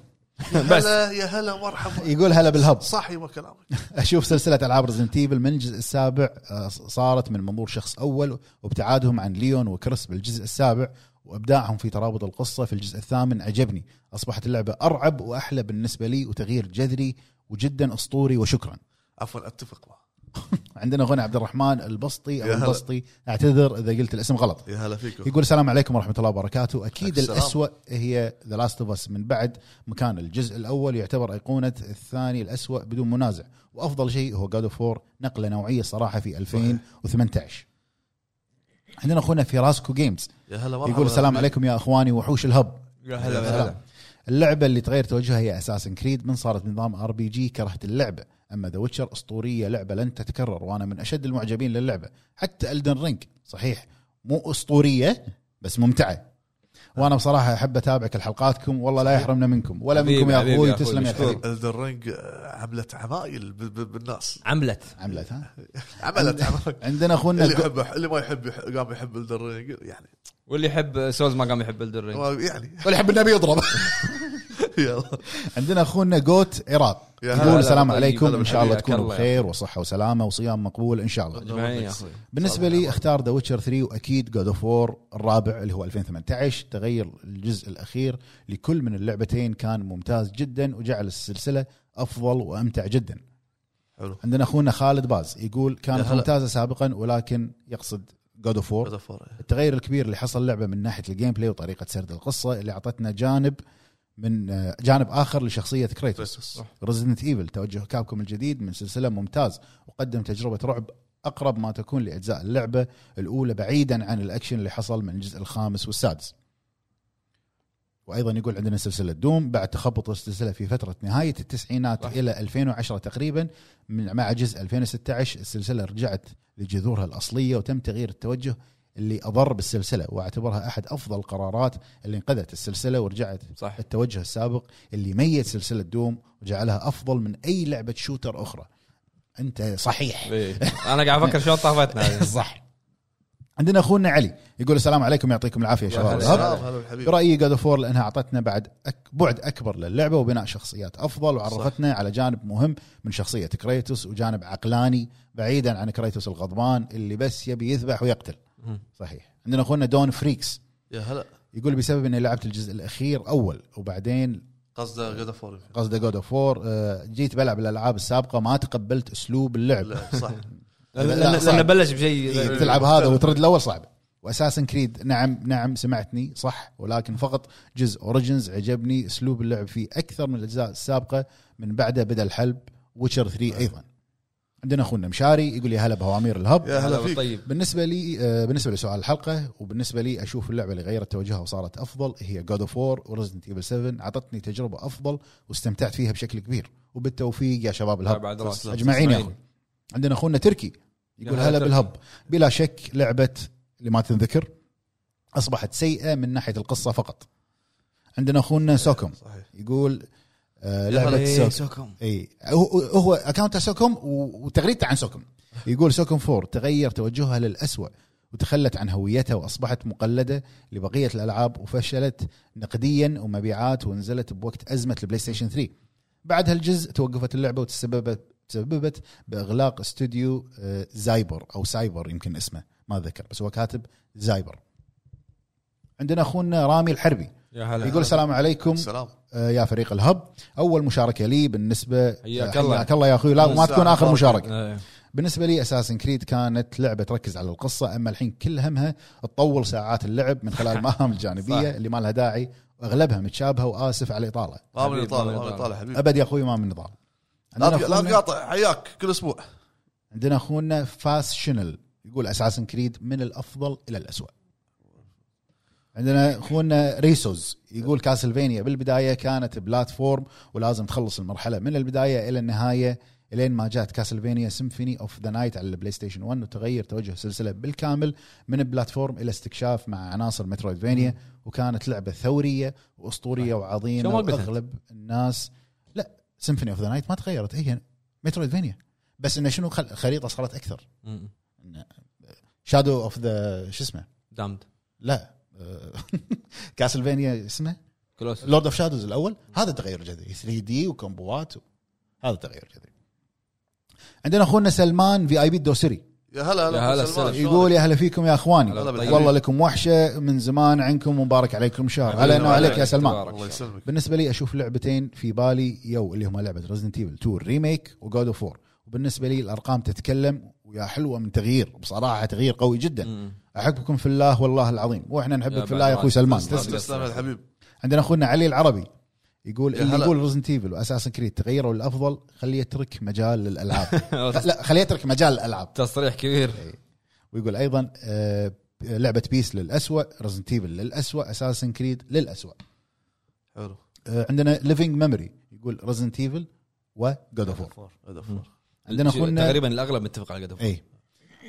بس
هلا يا هلا مرحبا
يقول هلا بالهب
صحي وكلامك
اشوف سلسله العاب ريزنت ايفل من الجزء السابع آه، صارت من منظور شخص اول وابتعادهم عن ليون وكريس بالجزء السابع وابداعهم في ترابط القصه في الجزء الثامن عجبني اصبحت اللعبه ارعب واحلى بالنسبه لي وتغيير جذري وجدا اسطوري وشكرا
عفوا اتفق معه
عندنا غنى عبد الرحمن البسطي او
يا هلا.
البسطي اعتذر اذا قلت الاسم غلط
يا هلا فيكم
يقول السلام عليكم ورحمه الله وبركاته اكيد
السلام.
الاسوا هي ذا لاست اوف اس من بعد مكان الجزء الاول يعتبر ايقونه الثاني الاسوا بدون منازع وافضل شيء هو جاد اوف نقله نوعيه صراحه في 2018 عندنا اخونا فيراسكو جيمز
يا هلا مرحبا
يقول السلام عليكم يا اخواني وحوش الهب
يا
هلا
سلام. اللعبه اللي تغير توجهها هي اساسن كريد من صارت نظام ار بي جي كرهت اللعبه اما ذا ويتشر اسطوريه لعبه لن تتكرر وانا من اشد المعجبين للعبه حتى الدن رينج صحيح مو اسطوريه بس ممتعه وانا بصراحه احب اتابعك الحلقاتكم والله لا يحرمنا منكم ولا
حبيبي-
منكم يا
حبيبي
اخوي
يا أخوي،
تسلم يا
مشكور.
حبيبي
الدرينج آه، عملت عمايل ب- ب- بالناس
عملت
عملت ها
عملت عمايل
عندنا اخونا
اللي يحب اللي ما يحب يح- قام يحب الدرينج يعني
واللي يحب سولز ما قام يحب الدرينج
ما- يعني
اللي يحب النبي يضرب
يلا
عندنا اخونا جوت عراق
يا
يقول
هلا
السلام
طيب،
عليكم
هلا
ان شاء الله
بالحبيب،
تكونوا
حياك الله يا
بخير وصحه وسلامه وصيام مقبول ان شاء الله
اجمعين يا اخوي
بالنسبه
صالح
لي اختار ذا ويتشر 3 واكيد جود اوف وور الرابع اللي هو 2018 تغير الجزء الاخير لكل من اللعبتين كان ممتاز جدا وجعل السلسله افضل وامتع جدا
حلو
عندنا اخونا خالد باز يقول
يا
كانت
هلا.
ممتازه سابقا ولكن يقصد جود اوف وور
هذا فور.
التغير الكبير اللي حصل اللعبه من ناحيه الجيم بلاي وطريقه سرد القصه اللي اعطتنا جانب من آه، جانب اخر لشخصيه كريتوس
صح.
ريزدنت ايفل توجه كابكوم الجديد من سلسله ممتاز وقدم تجربه رعب اقرب ما تكون لاجزاء اللعبه الاولى بعيدا عن الاكشن اللي حصل من الجزء الخامس والسادس. وايضا يقول عندنا سلسله دوم بعد تخبط السلسله في فتره نهايه التسعينات
صح.
الى 2010 تقريبا من- مع جزء 2016 السلسله رجعت لجذورها الاصليه وتم تغيير التوجه اللي اضر بالسلسله واعتبرها احد افضل القرارات اللي انقذت السلسله ورجعت
صح
التوجه السابق اللي ميت سلسله دوم وجعلها افضل من اي لعبه شوتر اخرى انت صحيح
إيه. انا قاعد افكر شلون طافتنا هذه.
صح عندنا اخونا علي يقول السلام عليكم يعطيكم العافيه يا شباب
هلا.
الهب.
سلام، هلا بالحبيب
برايي جاد اوف لانها اعطتنا بعد أك بعد اكبر للعبه وبناء شخصيات افضل وعرفتنا على جانب مهم من شخصيه كريتوس وجانب عقلاني بعيدا عن كريتوس الغضبان اللي بس يبي يذبح ويقتل
مم.
صحيح عندنا اخونا دون فريكس
يا هلا
يقول بسبب اني لعبت الجزء الاخير اول وبعدين
قصده جود اوف
قصده جود اوف وور آه، جيت بلعب الالعاب السابقه ما تقبلت اسلوب اللعب
صح
لأن-
لا،
لأن-
صعب.
لان بلش بشيء
إيه، تلعب هذا وترد الاول صعب واساسا كريد نعم نعم سمعتني صح ولكن فقط جزء اوريجنز عجبني اسلوب اللعب فيه اكثر من الاجزاء السابقه من بعده بدا الحلب ويتشر 3 ايضا عندنا اخونا مشاري يقول يا هلا بهوامير الهب
يا هلا فيك
طيب
بالنسبه لي آه، بالنسبه لسؤال الحلقه وبالنسبه لي اشوف اللعبه اللي غيرت توجهها وصارت افضل هي جود اوف وور ورزنت ايفل 7 اعطتني تجربه افضل واستمتعت فيها بشكل كبير وبالتوفيق يا شباب الهب
بعد راس
اجمعين يا اخوي عندنا اخونا تركي يقول
يا هلا
هلا
تركي.
بالهب بلا شك لعبه اللي ما تنذكر اصبحت سيئه من ناحيه القصه فقط عندنا اخونا سوكم
صحيح
يقول آه
يا هلا.
لعبه
إيه،
سوكم
سوكم
اي هو هو اكونته سوكم و- وتغريدته عن سوكم يقول سوكم فور تغير توجهها للأسوأ وتخلت عن هويتها واصبحت مقلده لبقيه الالعاب وفشلت نقديا ومبيعات ونزلت بوقت ازمه البلاي ستيشن 3 بعد هالجزء توقفت اللعبه وتسببت تسببت باغلاق استوديو آه، زايبر او سايبر يمكن اسمه ما ذكر بس هو كاتب زايبر عندنا اخونا رامي الحربي
يا هلا إيه.
يقول السلام عليكم
سلام
آه، يا فريق الهب اول مشاركه لي بالنسبه
حياك
آه،
الله.
حياك الله يا اخوي لا ما
مساء
تكون اخر
الخير.
مشاركه
إيه.
بالنسبه لي اساسن كريد كانت لعبه تركز على القصه اما الحين كل همها تطول ساعات اللعب من خلال المهام
صح.
الجانبيه اللي ما لها داعي واغلبها متشابهه واسف على الاطاله
ما من
حبيب،
يطالع
ما من
ما من يطالع حبيبي
ابد يا اخوي ما من نضال
لا
عندنا
تق- لا
اخونا,
تقاطع حياك كل اسبوع
عندنا أخونا فاس شنل يقول اساسن كريد من الافضل الى الاسوء عندنا اخونا ريسوز يقول كاسلفينيا بالبدايه كانت بلاتفورم ولازم تخلص المرحله من البدايه الى النهايه الين ما جاءت كاسلفينيا سيمفوني اوف ذا نايت على البلاي ستيشن 1 وتغير توجه السلسله بالكامل من بلاتفورم الى استكشاف مع عناصر مترويدفينيا وكانت لعبه ثوريه واسطوريه وعظيمه
شو ما قلت؟
واغلب الناس لا سيمفوني اوف ذا نايت ما تغيرت هي مترويدفينيا بس انه شنو خل- الخريطه صارت اكثر
مم.
شادو اوف ذا شو اسمه
دامد
لا كاسلفينيا اسمه
كلوس
لورد اوف شادوز الاول هذا تغير جذري 3 دي وكومبوات و... هذا تغير جذري عندنا اخونا سلمان في اي بي الدوسري
يا هلا
يا هلا،
سلمان،
السلام.
شلونك؟
يقول يا هلا فيكم يا اخواني
هلا بالطيبين.
والله لكم وحشه من زمان عنكم ومبارك عليكم شهر علينا وعليك يا سلمان
الله يسلمك
بالنسبه لي اشوف لعبتين في بالي يو اللي هما لعبه ريزنت ايفل 2 ريميك وجود اوف 4 وبالنسبه لي الارقام تتكلم ويا حلوه من تغيير بصراحه تغيير قوي جدا
مم.
احبكم في الله والله العظيم واحنا
يا
نحبك في
بعد
الله يا
ما
اخوي سلمان
تسلم.
تسلم
تسلم يا حبيب
عندنا اخونا علي العربي يقول
يا
اللي
هلا.
يقول ريزنت ايفل واساسا كريد تغيروا للافضل خليه يترك مجال للالعاب خ- لا خليه يترك مجال الالعاب
تصريح كبير
إيه. ويقول ايضا آه، لعبه بيس للاسوء ريزنت ايفل للاسوء اساسن كريد للاسوء
حلو
آه، عندنا ليفينج ميموري يقول ريزنت ايفل وجود اوف وور
هذا
مم.
عندنا إيه. اخونا
تقريبا الاغلب متفق على قدم
اي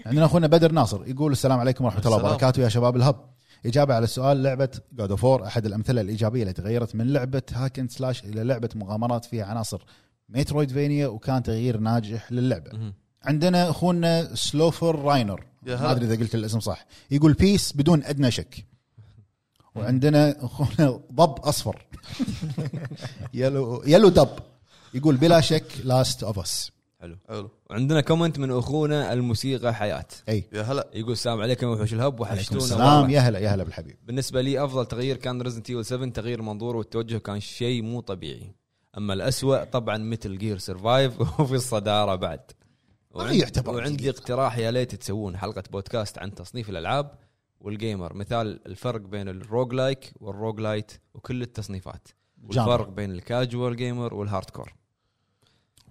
عندنا اخونا بدر ناصر يقول السلام عليكم ورحمه الله
السلام.
وبركاته يا شباب الهب اجابه على السؤال لعبه جود اوف احد الامثله الايجابيه اللي تغيرت من لعبه هاكن سلاش الى لعبه مغامرات فيها عناصر مترويدفينيا وكان تغيير ناجح للعبه
مم.
عندنا اخونا سلوفر راينر
يا
ما
هلا.
ادري اذا قلت الاسم صح يقول بيس بدون ادنى شك وعندنا اخونا ضب اصفر يلو يلو دب يقول بلا شك لاست اوف اس
حلو
حلو
وعندنا كومنت من اخونا الموسيقى حياه
اي
يا هلا
يقول السلام عليكم يا وحوش الهب
عليكم
وحشتونا
السلام
مرة.
يا هلا يا هلا بالحبيب
بالنسبه لي افضل تغيير كان ريزنت ايفل 7 تغيير منظور والتوجه كان شيء مو طبيعي اما الأسوأ طبعا مثل جير سرفايف وفي الصداره بعد
ما يعتبر
وعندي
جديد.
اقتراح يا ليت تسوون حلقه بودكاست عن تصنيف الالعاب والجيمر مثال الفرق بين الروج لايك والروج لايت وكل التصنيفات والفرق بين الكاجوال جيمر والهارد كور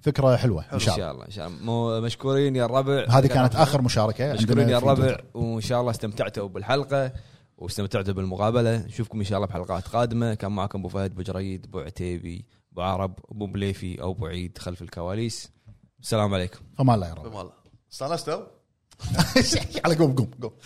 فكره حلوه ان
ان
شاء الله
شاء الله ان شاء الله مو- مشكورين يا الربع
هذه كانت اخر مشاركه
مشكورين
عندنا
يا
في
الربع
تويتر.
وان شاء الله استمتعتوا بالحلقه واستمتعتوا بالمقابله نشوفكم ان شاء الله بحلقات قادمه كان معكم ابو فهد ابو جريد ابو عتيبي ابو عرب ابو بليفي او ابو عيد خلف الكواليس السلام عليكم
فما الله يا رب
فما الله استانست أو؟
على قوم قوم قوم